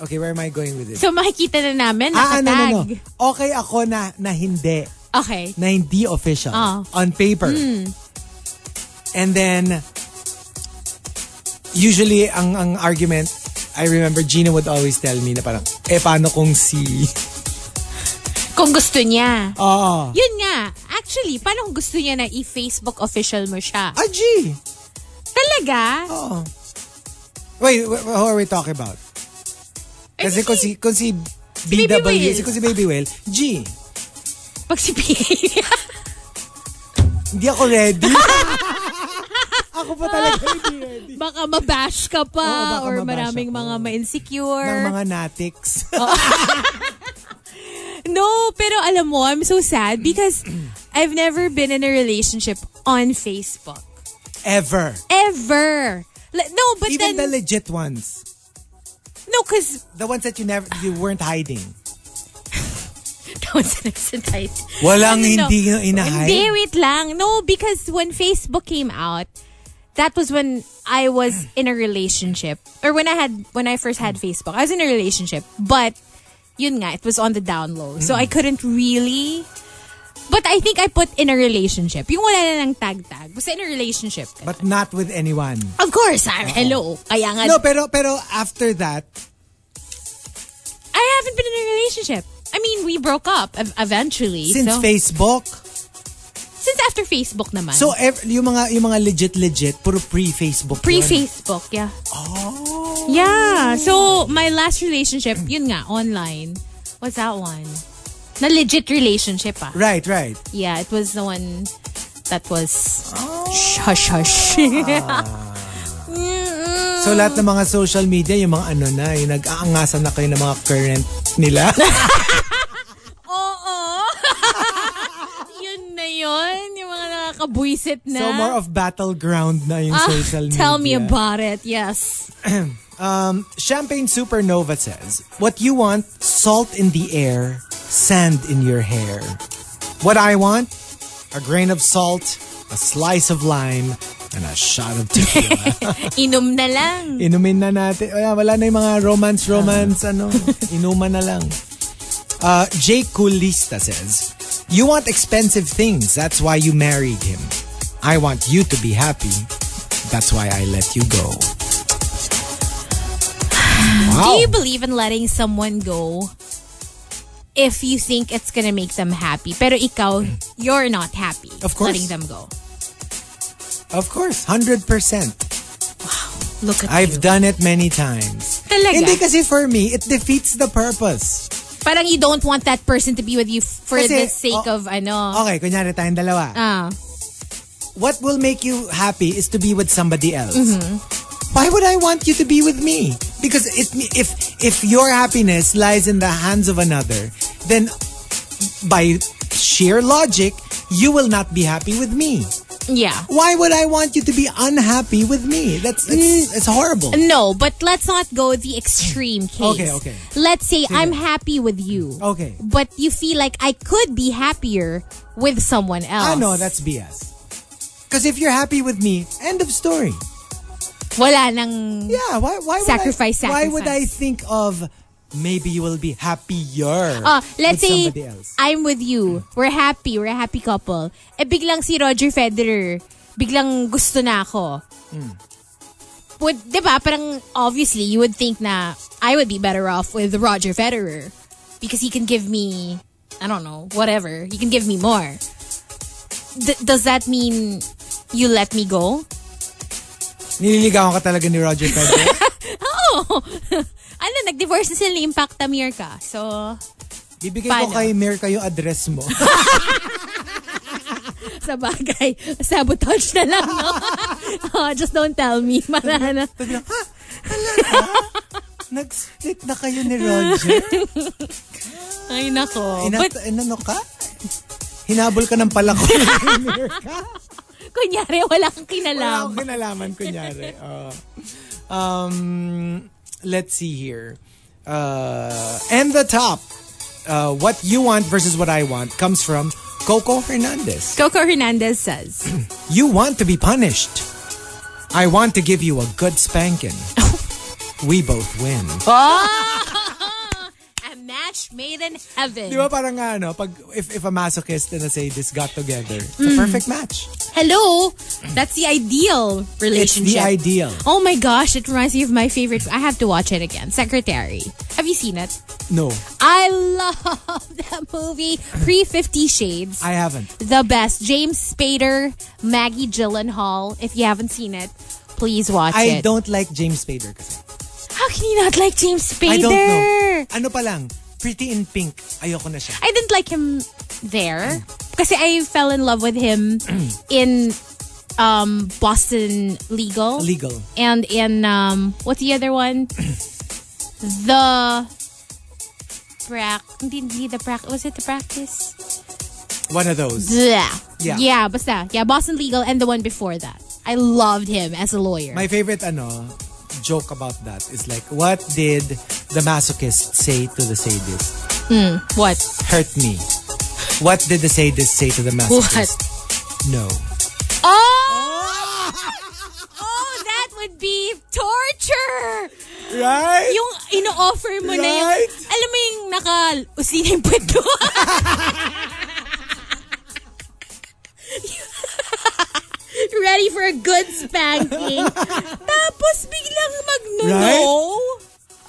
Okay, where am I going with this?
So makikita na namin,
ah, ah,
nakatag.
no, no, no. Okay ako na na hindi,
Okay.
na hindi official
Ah.
on paper. And then usually ang ang argument I remember Gina would always tell me na parang eh paano kung
[LAUGHS]
si
Kung gusto niya.
Oo.
Yun nga. Actually, paano kung gusto niya na i-Facebook official mo siya?
Ah, gee.
Talaga?
Oo. Wait, wh- wh- who are we talking about? Kasi kung si, kung si
Eh, Baby
BW,
Whale.
si, kung si Baby Whale, G,
Pag si PA.
hindi ako ready. Ako pa
[LAUGHS]
talaga hindi ready.
[LAUGHS] Baka mabash ka pa
Oo, baka
or
mabash
maraming
ako.
mga ma-insecure.
Ng mga natics. [LAUGHS]
No, pero alam mo, I'm so sad because I've never been in a relationship on Facebook.
Ever.
Ever. Like, no, but
Even the
then,
legit ones.
no, [LAUGHS] because,
The ones that you never you weren't hiding.
no, it's an exercise.
Walang
No, no, no.
hindi
Hindi,
inahide.
wait lang. No, because when Facebook came out, that was when I was in a relationship. Or when I had, when I first had Facebook, I was in a relationship. But, yun nga, it was on the down low. So I couldn't really, but I think I put in a relationship. Yung wala na ng tag-tag. Basta in a relationship. ka.
But not with anyone.
Of course, ah,
Uh-huh.
hello. Kaya nga,
No, pero pero after that,
I haven't been in a relationship. I mean, we broke up ev- eventually.
since
so,
Facebook,
since after Facebook naman.
so ev- yung mga yung mga legit legit puro pre-Facebook. yun.
Pre-Facebook, yeah. Oh. Yeah. So, my last relationship, yun nga, online. What's that one? Na legit relationship, ah.
Right, right.
Yeah, it was the one that was
Oh.
Shh,
[LAUGHS]
hush [LAUGHS] hush. Mm-mm.
So lahat ng mga social media, yung mga ano na, yung nag-aangasan na kayo ng mga current nila.
Oo. [LAUGHS] yun na yun. Yung mga nakakabwisit na.
so more of battleground na yung
Ah,
social media.
Tell me about it. Yes.
Um, Champagne Supernova says, What you want, salt in the air, sand in your hair. What I want, a grain of salt, a slice of lime, and a shot of tequila.
Inom na lang.
Inumin na natin. Wala, wala na yung mga romance-romance, ano. Inuman na lang. Uh, Jay Kulista says, You want expensive things. That's why you married him. I want you to be happy. That's why I let you go. Wow.
Do you believe in letting someone go if you think it's gonna make them happy? Pero ikaw, you're not happy.
Of course.
Letting them go.
Of course, 100%.
Look at
I've
you.
done it many times.
Talaga?
Hindi kasi for me, it defeats the purpose.
Parang you don't want that person to be with you f- for
Kasi,
the sake
oh,
of ano.
Okay, kunyari tayong dalawa.
Ah.
What will make you happy is to be with somebody else.
Mm-hmm.
Why would I want you to be with me? Because it, if if your happiness lies in the hands of another, then by sheer logic, you will not be happy with me.
Yeah.
Why would I want you to be unhappy with me? That's
Mm.
it's, it's horrible.
No, but let's not go the extreme case.
Okay, okay. Oh.
Let's say I'm happy with you.
Okay.
But you feel like I could be happier with someone else.
Ah, no, that's BS. Because if you're happy with me, end of story.
Wala nang...
Yeah, why, why
Sacrifice,
would I, Why would I
sacrifice.
think of maybe you will be happier
Ah,
with
let's say
somebody else?
I'm with you. We're happy. We're a happy couple. Eh biglang si Roger Federer, biglang gusto na ako.
Hmm.
Would, di ba, parang obviously you would think na I would be better off with Roger Federer because he can give me, I don't know, whatever. He can give me more. D- does that mean you let me go? [LAUGHS]
Nililigawan ka talaga ni Roger
[LAUGHS]
Federer.
Oh! [LAUGHS] ano, nag-divorce na sila ni Impact Amir ka. So,
Bibigay ko
Paano?
kay Mirka yung address
[LAUGHS]
mo.
sa bagay, sabotage na lang, [LAUGHS] no? oh, just don't tell me. Marana.
Sabi lang, ha? Talaga? Nag-split na kayo ni
[LAUGHS]
Roger?
Ay, nako.
Ina-
But,
inano ka? Hinabol ka ng palako [LAUGHS] ni Mirka?
kunyari, wala
Wala
kang kinalam.
akong kinalaman,
[LAUGHS]
kunyari. Oo. um, let's see here. Uh, and the top, uh, what you want versus what I want, comes from Coco Hernandez.
Coco Hernandez says,
You want to be punished. I want to give you a good
[LAUGHS]
spanking. we both win.
[LAUGHS] A match made in heaven.
Di ba parang nga, ano, pag, if, if a masochist and a sadist got together, it's
Mm.
a perfect match.
Hello? That's the ideal
It's
relationship.
the ideal.
Oh my gosh, it reminds me of my favorite. I have to watch it again. Secretary. Have you seen it?
No,
I [LAUGHS] love that movie. Pre Fifty Shades.
I haven't.
the best. James Spader, Maggie Gyllenhaal. If you haven't seen it, please watch
I
it.
don't like James Spader kasi.
How can you not like James Spader?
I don't know. Ano pa lang, Pretty in Pink, ayoko na siya.
I
[CLEARS THROAT]
didn't like him there. Kasi I fell in love with him in um, Boston Legal.
Legal.
And in, um, what's the other
[CLEARS THROAT]
one? the prac. Hindi, hindi the prac. Was it the practice?
One of those.
Yeah.
Yeah.
Yeah, basta. Yeah, Boston Legal and the one before that. I loved him as a lawyer.
My favorite ano joke about that is like, what did the masochist say to the sadist?
Hmm, what?
Hurt me. What did the sadist say to the masochist?
[LAUGHS]
No.
Oh! Oh, that would be torture!
Right?
Yung ino-offer mo na yung,
Right?
alam mo yung naka-usin yung pwento. [LAUGHS] Ready for a good spanking. Tapos biglang mag-no. Oh,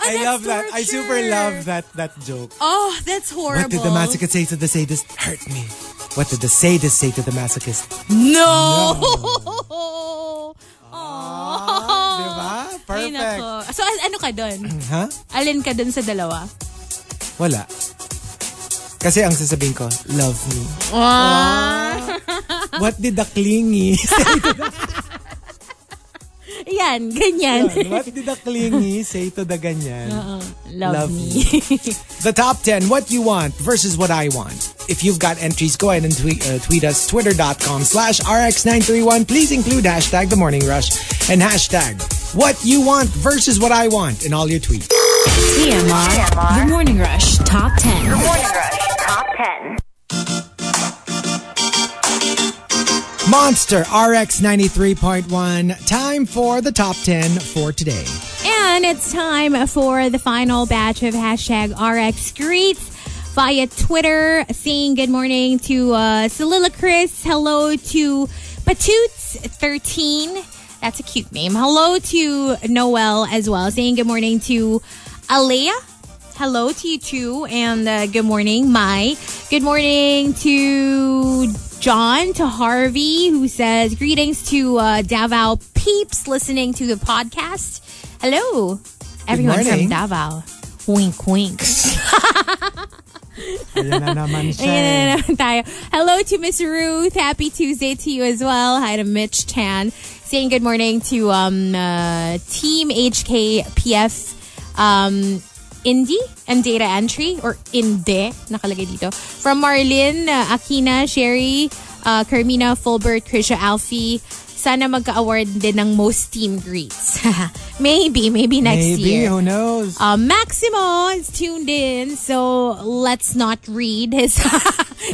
I
that's
love that. I
torture.
super love that that joke.
Oh, that's horrible.
What did the masochist say to the sadist? Hurt me. What did the sadist say to the masochist?
No! [LAUGHS] Oh.
Diba?
Ay,
Perfect.
nako. So, as- ano ka doon?
Ha?
Alin ka doon sa dalawa?
Wala. Kasi ang sasabihin ko, love me. What did the clingy say?
Yan, ganyan.
What did the clingy say to the ganyan?
[LAUGHS]
Love
Love, me.
The top 10, what you want versus what I want. If you've got entries, go ahead and tweet, uh, tweet us, twitter.com slash rx931. Please include hashtag the morning rush and hashtag what you want versus what I want in all your tweets.
TMR. The Morning Rush Top 10.
Morning Rush Top 10.
Monster RX 93.1, time for the top 10 for today.
and it's time for the final batch of hashtag RX Streets via Twitter. Saying good morning to uh, Soliloquist. Hello to Patoots13. That's a cute name. Hello to Noel as well. Saying good morning to Alea. Hello to you too, and uh, good morning, Mai. Good morning to John, to Harvey, who says greetings to uh, Davao peeps listening to the podcast. Hello, everyone from
morning.
Davao. Wink, wink.
Ayan na naman
[LAUGHS]
siya
Ayan
eh.
na naman tayo. Hello to Miss Ruth. Happy Tuesday to you as well. Hi to Mitch Tan. Saying good morning to um, uh, Team HKPF um, Indie and Data Entry or Inde, nakalagay dito. From Marlin, uh, Akina, Sherry, uh, Carmina, Fulbert, Krisha, Alfie. Sana magka-award din ng most team greets. [LAUGHS] maybe, maybe next
Maybe,
year.
who knows?
Uh, Maximo is tuned in, so let's not read his [LAUGHS]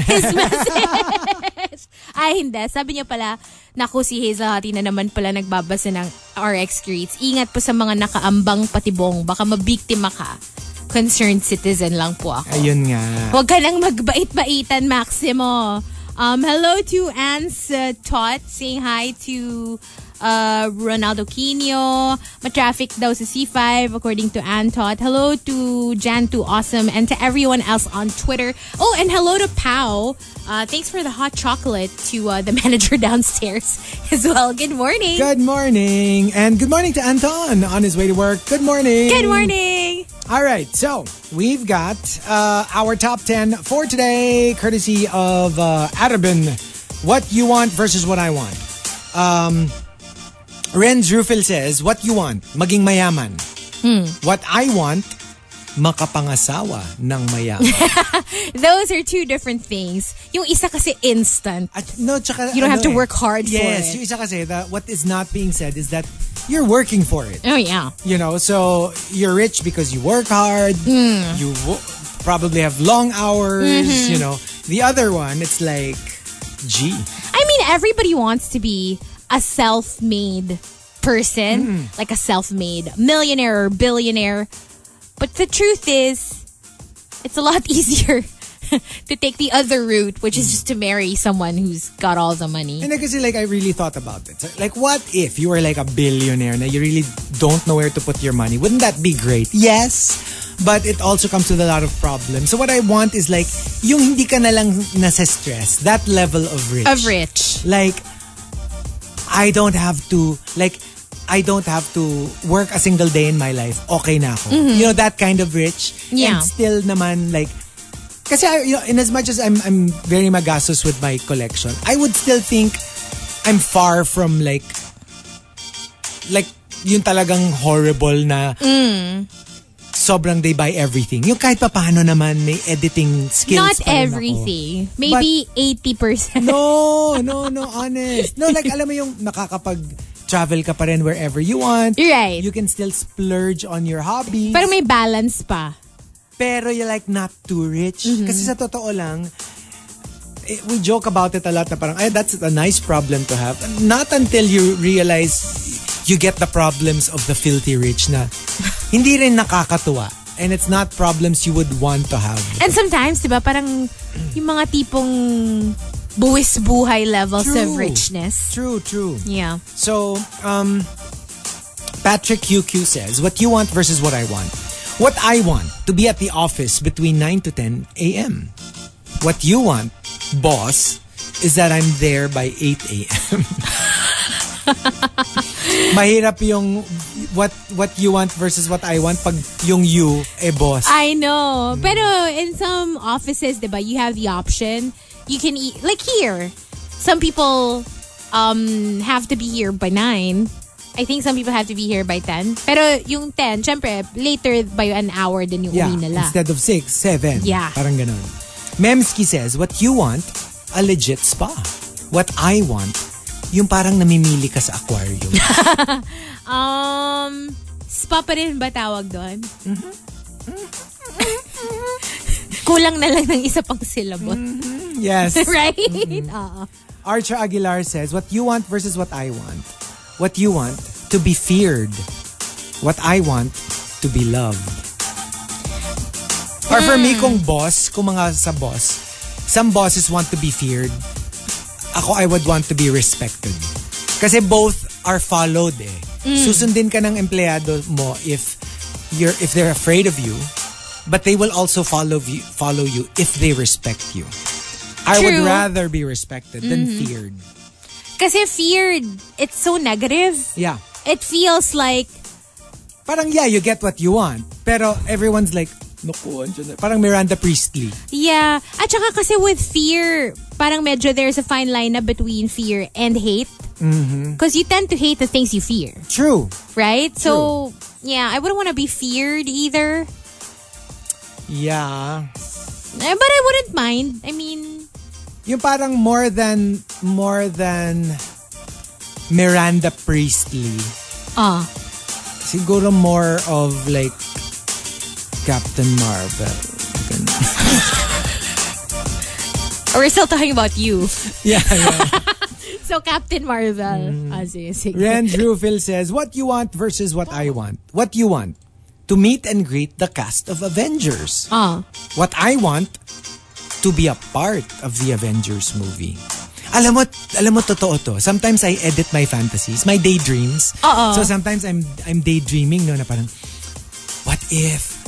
his message. Ay, hindi. Sabi niya pala, naku, si Hazel Hati na naman pala nagbabasa ng RX Greets. Ingat po sa mga nakaambang patibong. Baka mabiktima ka. Concerned citizen lang po ako.
Ayun nga.
Huwag ka nang magbait-baitan, Maximo. Um, hello to Ans uh, Tot. Saying hi to uh, Ronaldo Quino. Matraffic daw sa C5 according to Ann Tot. Hello to Jan to Awesome and to everyone else on Twitter. Oh, and hello to Pow. Uh, thanks for the hot chocolate to uh, the [LAUGHS] manager downstairs as well. Good morning.
Good morning. And good morning to Anton on his way to work. Good morning.
Good morning.
All right. So we've got uh, our top 10 for today, courtesy of uh, Arabin. What you want versus what I want. Um, Renz Rufil says, What you want, maging mayaman.
Hmm.
What I want, makapangasawa ng mayaman.
Those are two different things. Yung isa kasi instant.
At, no, tsaka,
You don't
ano
have to
eh.
work hard for
yes,
it.
yung isa kasi, the, what is not being said is that you're working for it.
Oh, yeah.
You know, so you're rich because you work hard.
Hmm.
You wo- probably have long hours.
Mm-hmm.
You know, the other one, it's like, gee,
I mean, everybody wants to be a self made person,
Hmm.
like a self made millionaire or billionaire. But the truth is, it's a lot [LAUGHS] easier to take the other route, which is just to marry someone who's got all the money.
Hmm. and I guess like I really thought about it. So, like, what if you were like a billionaire and you really don't know where to put your money? Wouldn't that be great? Yes, but it also comes with a lot of problems. So what I want is like yung hindi ka na lang nasa stress, that level of rich.
Of rich.
like I don't have to like I don't have to work a single day in my life. Okay na ako. You know that kind of rich.
Mm-hmm. Yeah.
And still naman like kasi I, you know, in as much as I'm I'm very magastos with my collection, I would still think I'm far from like like yung talagang horrible na
Mm.
sobrang they buy everything. Yung kahit pa paano naman may editing skills
Not
pa rin ako.
everything. Maybe 80%.
No, no, no, honest. No, like alam mo yung nakakapag travel ka pa rin wherever you want.
[LAUGHS] You're right.
You can still splurge on your hobbies.
Pero may balance pa.
Pero you're like not too rich.
Mm-hmm.
Kasi sa totoo lang, eh, we joke about it a lot na parang, ay, that's a nice problem to have. Not until you realize you get the problems of the filthy rich na hindi rin nakakatuwa. And it's not problems you would want to have.
And sometimes, di ba, parang yung mga tipong buwis buhay levels of
True.
richness.
True, true.
Yeah.
So, um, Patrick QQ says, what you want versus what I want. What I want, to be at the office between 9 to 10 a.m. What you want, boss, is that I'm there by 8 a.m. [LAUGHS] Mahirap yung what what you want versus what I want pag yung you, eh boss.
I know. Pero in some offices, di ba, you have the option. You can eat, like here, some people um have to be here by 9. I think some people have to be here by 10. Pero yung 10, syempre, later by an hour din yung
yeah,
uwi nila.
instead of 6, 7.
Yeah.
Parang ganun. Memski says, what you want, a legit spa. What I want, yung parang namimili ka sa
[LAUGHS]
aquarium.
Um, spa pa rin ba tawag doon? Kulang na lang ng isa pang syllable.
yes.
[LAUGHS] right? Oo.
Archer Aguilar says, What you want versus what I want. What you want to be feared. What I want to be loved. Or for me, kung boss, kung mga sa boss, some bosses want to be feared. Ako, I would want to be respected. Kasi both are followed eh. Susundin ka ng empleyado mo if you're if they're afraid of you, but they will also follow you, follow you if they respect you. I would
True.
rather be respected than feared.
Kasi feared, it's so negative.
Yeah.
It feels like,
Parang yeah, you get what you want. Pero everyone's like, naku, andyan na." Parang Miranda Priestley.
yeah. At saka kasi with fear, parang medyo there's a fine line na between fear and hate.
Mm-hmm.
Because you tend to hate the things you fear,
True.
right? So, yeah, I wouldn't want to be feared either.
Yeah.
Eh, But I wouldn't mind. I mean,
Yung parang more than, more than Miranda Priestley.
ah.
Siguro more of like Captain Marvel. Ganun.
Oh, We're still talking about you.
[LAUGHS] Yeah, yeah.
[LAUGHS]
Mm.
So, Captain Marvel. Ah, sige, sige.
Ren Drufil says, What you want versus what I want. What you want? To meet and greet the cast of Avengers.
Ah.
What I want? To be a part of the Avengers movie. Alam mo, alam mo totoo to. Sometimes I edit my fantasies, my daydreams.
Oo.
So sometimes I'm I'm daydreaming no na parang what if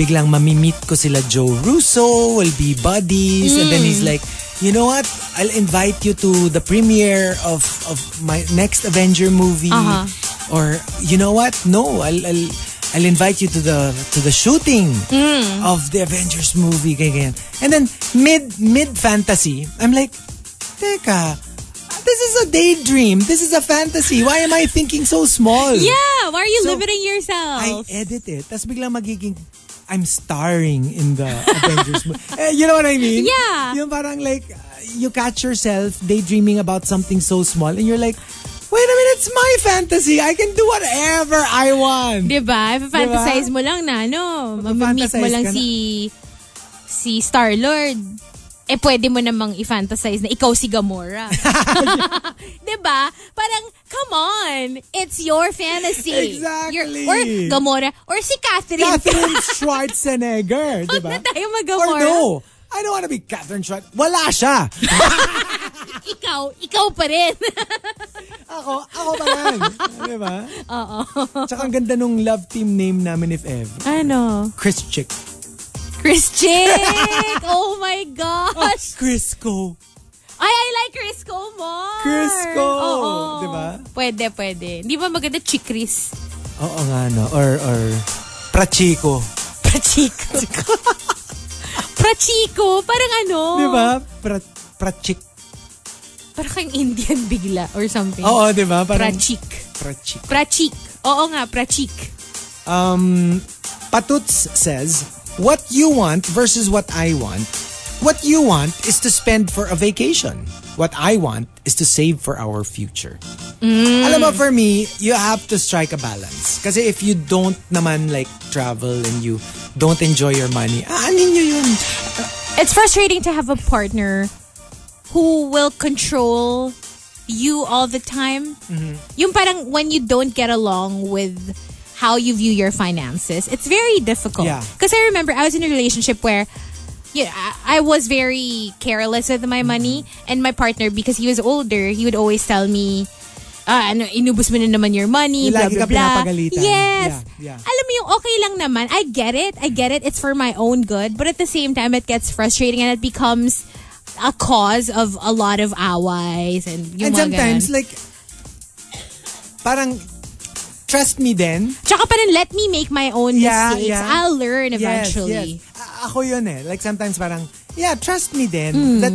biglang mamimit ko sila Joe Russo, will be buddies, and then he's like, you know what? I'll invite you to the premiere of, of my next Avenger movie. Or, you know what? No, I'll, I'll, I'll invite you to the to the shooting of the Avengers movie. Ganyan. And then, mid, mid fantasy, I'm like, teka, this is a daydream. This is a fantasy. Why am I thinking so small?
Yeah, why are you
So,
limiting yourself?
I edit it. Tapos biglang magiging, I'm starring in the Avengers movie. [LAUGHS] Eh, you know what I mean?
Yeah.
Yung parang like, uh, you catch yourself daydreaming about something so small and you're like, wait a minute, it's my fantasy. I can do whatever I want.
diba? Ipa-fantasize mo lang na, no? Mamamit mo
Ipa-fantasize
lang
ka na.
si si Star-Lord. Eh, pwede mo namang i-fantasize na ikaw
[LAUGHS]
si Gamora. [LAUGHS] diba? Parang, come on! It's your fantasy.
Exactly.
Your- or Gamora. Or si Catherine. [LAUGHS]
Catherine Schwarzenegger, di ba?
Huwag na tayo
Or
mag-Gamora.
no, I don't want to be Catherine Schwarzenegger. Wala siya.
Ikaw, ikaw pa rin.
Ako, ako pa lang. Di ba? Oo. Tsaka ang ganda nung love team name namin if ever.
ano?
Chris Chick.
Chris Chick! [LAUGHS] oh my gosh!
Crisco.
Ay, I like Crisco more!
Crisco!
Oo.
Diba?
Pwede, pwede. Hindi ba maganda chikris?
Oo nga, no? Or, or, Prachico. Prachico. [LAUGHS]
Prachiko! Parang ano?
Diba? Di ba? Pra, prachik.
Parang kang Indian bigla or something.
Oo, di ba? Parang-
Prachik.
Prachik.
Prachik. Oo nga, prachik.
Um, Patuts says, What you want versus what I want. What you want is to spend for a vacation. What I want is to save for our future. Alam mo, for me, you have to strike a balance. Kasi if you don't naman like travel and you don't enjoy your money, ah, anin nyo yun?
It's frustrating to have a partner who will control you all the time.
Mm-hmm.
Yung parang when you don't get along with how you view your finances, it's very difficult.
Yeah.
Because I remember I was in a relationship where you know, I, I was very careless with my money
Mm-hmm.
and my partner because he was older, he would always tell me Ah, ano, inubos mo na naman your money,
Yung
blah,
lagi
blah,
ka
blah.
pinapagalitan.
Yes.
Yeah, yeah.
alam mo yung okay lang naman. I get it. I get it. It's for my own good. But at the same time, it gets frustrating and it becomes a cause of a lot of aways and
and
yung mga
sometimes,
ganun.
like, parang, trust me then.
Tsaka pa rin, let me make my own
Yeah,
mistakes.
yeah.
I'll learn
Yes,
eventually.
yes. A- Ako yun eh. Like sometimes parang, yeah, trust me
Hmm.
then. That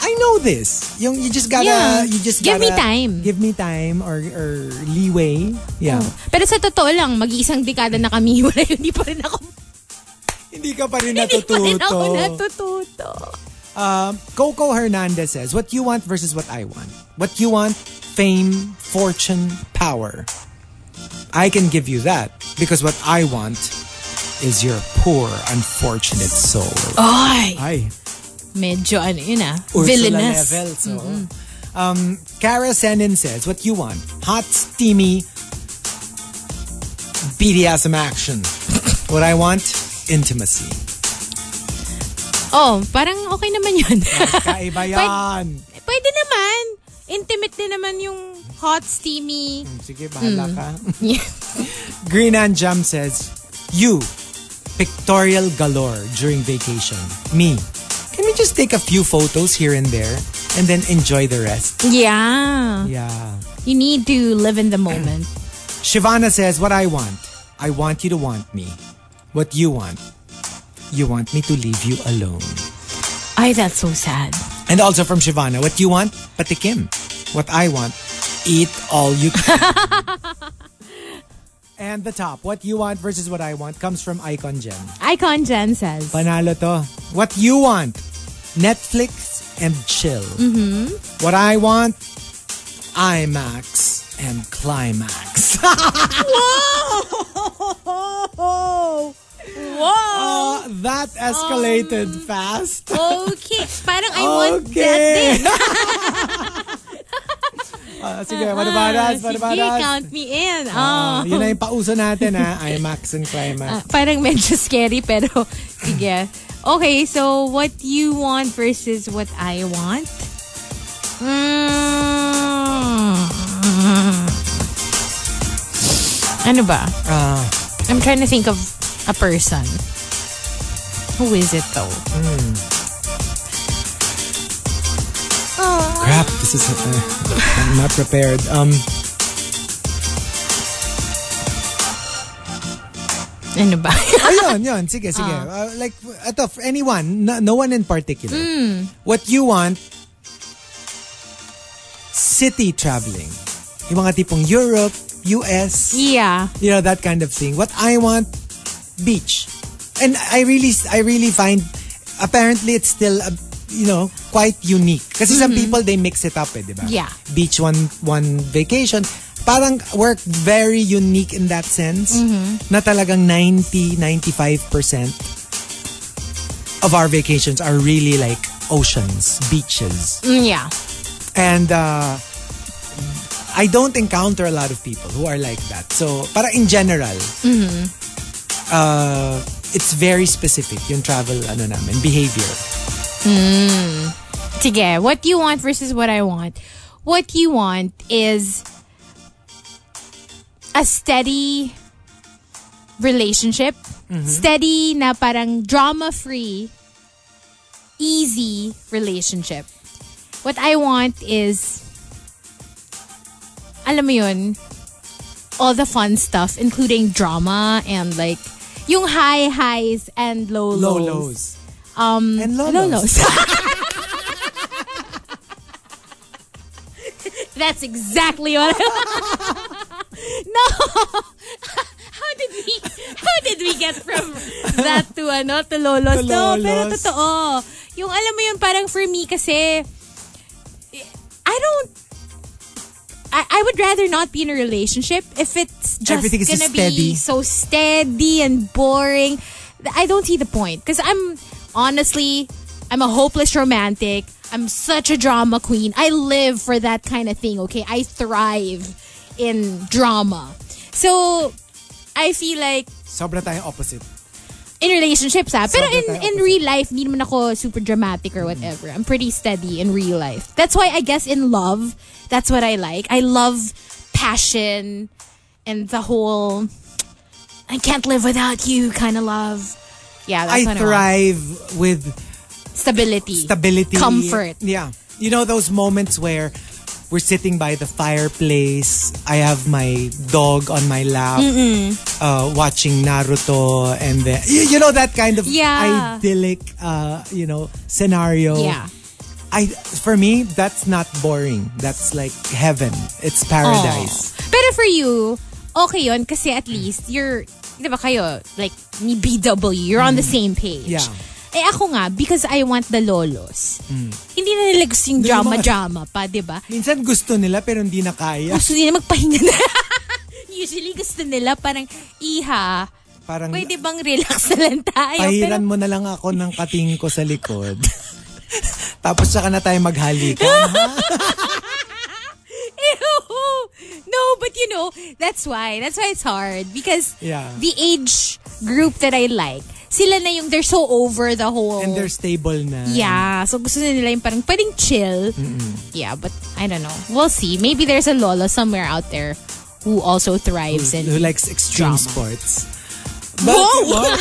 I know this. Yung you just gotta
Yeah.
you just
Give me
gotta
time. Oh.
Give me time or or leeway. Yeah.
Pero sa totoo lang, mag-iisang dekada na kami, [LAUGHS] wala yun, hindi pa rin ako,
Hindi ka pa rin
hindi pa rin ako
natututo.
natututo.
Um, Coco Hernandez says, what you want versus what I want. What you want, fame, fortune, power. I can give you that because what I want is your poor, unfortunate soul.
Oh. Ay!
Ay.
Medyo ano yun ah,
Ursula
villainous.
level. So, um, Cara Senin says, "What you want? Hot, steamy, BDSM action. what I want? Intimacy.
Oh, parang okay naman yun. [LAUGHS]
Kaiba yan.
Pwede naman. Intimate din naman yung hot, steamy.
Mm, Sige, bahala ka.
Yeah.
Green and Jam says, "You, pictorial galore during vacation. Me, can we just take a few photos here and there and then enjoy the rest?
Yeah.
Yeah."
You need to live in the moment.
Shivana says, What I want, I want you to want me. What you want, you want me to leave you alone.
Ay, that's so sad.
And also from Shivana, What you want, patikim. What I want, eat all you can. and the top, What you want versus what I want, comes from Icon Gem.
Icon Jen says.
Panalo to. What you want, Netflix and chill. What I want, IMAX and climax. [LAUGHS] Whoa! Uh, that escalated fast.
Okay. Parang I want that
[LAUGHS] Okay.
thing. [LAUGHS]
Uh, sige, what about us? What about
Oh, Ah, Sige,
us?
count me in.
Uh,
Oh.
yun na yung pauso natin ah. ha, IMAX and climax.
Ah, Parang medyo scary, pero [LAUGHS] sige. Okay, so what you want versus what I want? Hmm. Mm. Ano ba?
Uh,
I'm trying to think of a person. Who is it though? Hmm.
crap, this is, uh, I'm not prepared. Um,
Ano ba? [LAUGHS]
Ayun, yun. Sige, sige.
Ah.
Uh, like, ito, for anyone, no, no one in particular.
Hmm.
What you want, city traveling. Yung mga tipong Europe, US,
yeah.
you know, that kind of thing. What I want, beach. And I really, I really find, apparently it's still, uh, you know, quite unique. Kasi some people, they mix it up eh, di ba?
Yeah.
Beach one, one vacation. Parang work very unique in that sense na talagang 90, 95% of our vacations are really like oceans, beaches.
Mm, yeah.
And uh, I don't encounter a lot of people who are like that. So, para in general, uh, it's very specific yung travel ano namin, behavior.
Sige, what you want versus what I want. What you want is a steady relationship. Steady na parang drama-free, easy relationship. What I want is, alam mo yun, all the fun stuff, including drama and like, yung high highs and low
Low lows.
lows.
[LAUGHS]
[LAUGHS] Um,
And lolos.
Lolos. That's exactly
[LAUGHS]
what. no. [LAUGHS] How did we How did we get from that to ano to lolos?
To
No, pero
lolos.
totoo. Yung alam mo yun parang for me kasi I don't I, I would rather not be in a relationship if it's just
Everything is
gonna
steady.
be so steady and boring. Th- I don't see the point because I'm honestly, I'm a hopeless romantic. I'm such a drama queen. I live for that kind of thing. Okay, I thrive in drama. So I feel like
Sobra tayong opposite.
in relationships ha. Pero
Sobra
in,
tayo
in
opposite.
real life, hindi naman ako super dramatic or whatever. I'm pretty steady in real life. That's why I guess in love, that's what I like. I love passion and the whole I can't live without you kind of love. Yeah,
I
that's what I want.
thrive with
Stability.
stability.
Comfort.
Yeah. You know those moments where we're sitting by the fireplace. I have my dog on my lap, uh, watching Naruto, and then you, you know that kind of
Yeah.
idyllic, uh, you know, scenario.
Yeah.
I for me that's not boring. That's like heaven. It's paradise.
Oh. Pero for you, okay yun kasi at least you're, di ba kayo, like ni BW, you're on the same page.
Mm. Yeah.
Eh ako nga, because I want the lolos,
Mm.
hindi na nila gusto yung
Hindi naman.
drama-drama pa, di ba?
Minsan gusto nila pero hindi na kaya.
Gusto nila magpahinga na. [LAUGHS] Usually gusto nila parang, iha,
Parang
pwede bang relax na lang tayo?
Pahiran mo na lang ako ng kating ko sa likod. [LAUGHS] Tapos saka na tayo maghalikan.
[LAUGHS] Ew. No, but you know, that's why. That's why it's hard because
Yeah.
the age group that I like, sila na yung they're so over the whole.
Oh. And they're stable na.
yeah, so gusto na nila yung parang pwedeng chill. Yeah, but I don't know. We'll see. Maybe there's a Lola somewhere out there who also thrives
Who
and
likes extreme
Drama.
sports.
Whoa!
But-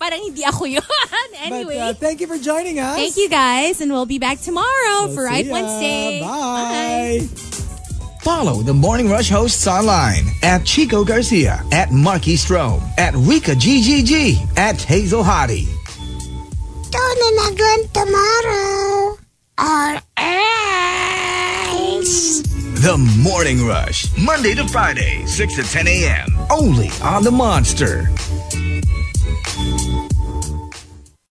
parang hindi ako yun. [LAUGHS]
but,
anyway,
uh, thank you for joining us.
thank you guys and we'll be back tomorrow
We'll
for
see
Right
ya.
Wednesday.
Bye.
Follow the Morning Rush hosts online at Chico Garcia, at Marky Strome, at Rika GGG, at Hazel Hottie.
Tune in again tomorrow. Or else.
The Morning Rush, Monday to Friday, 6 to 10 a.m. Only on the Monster.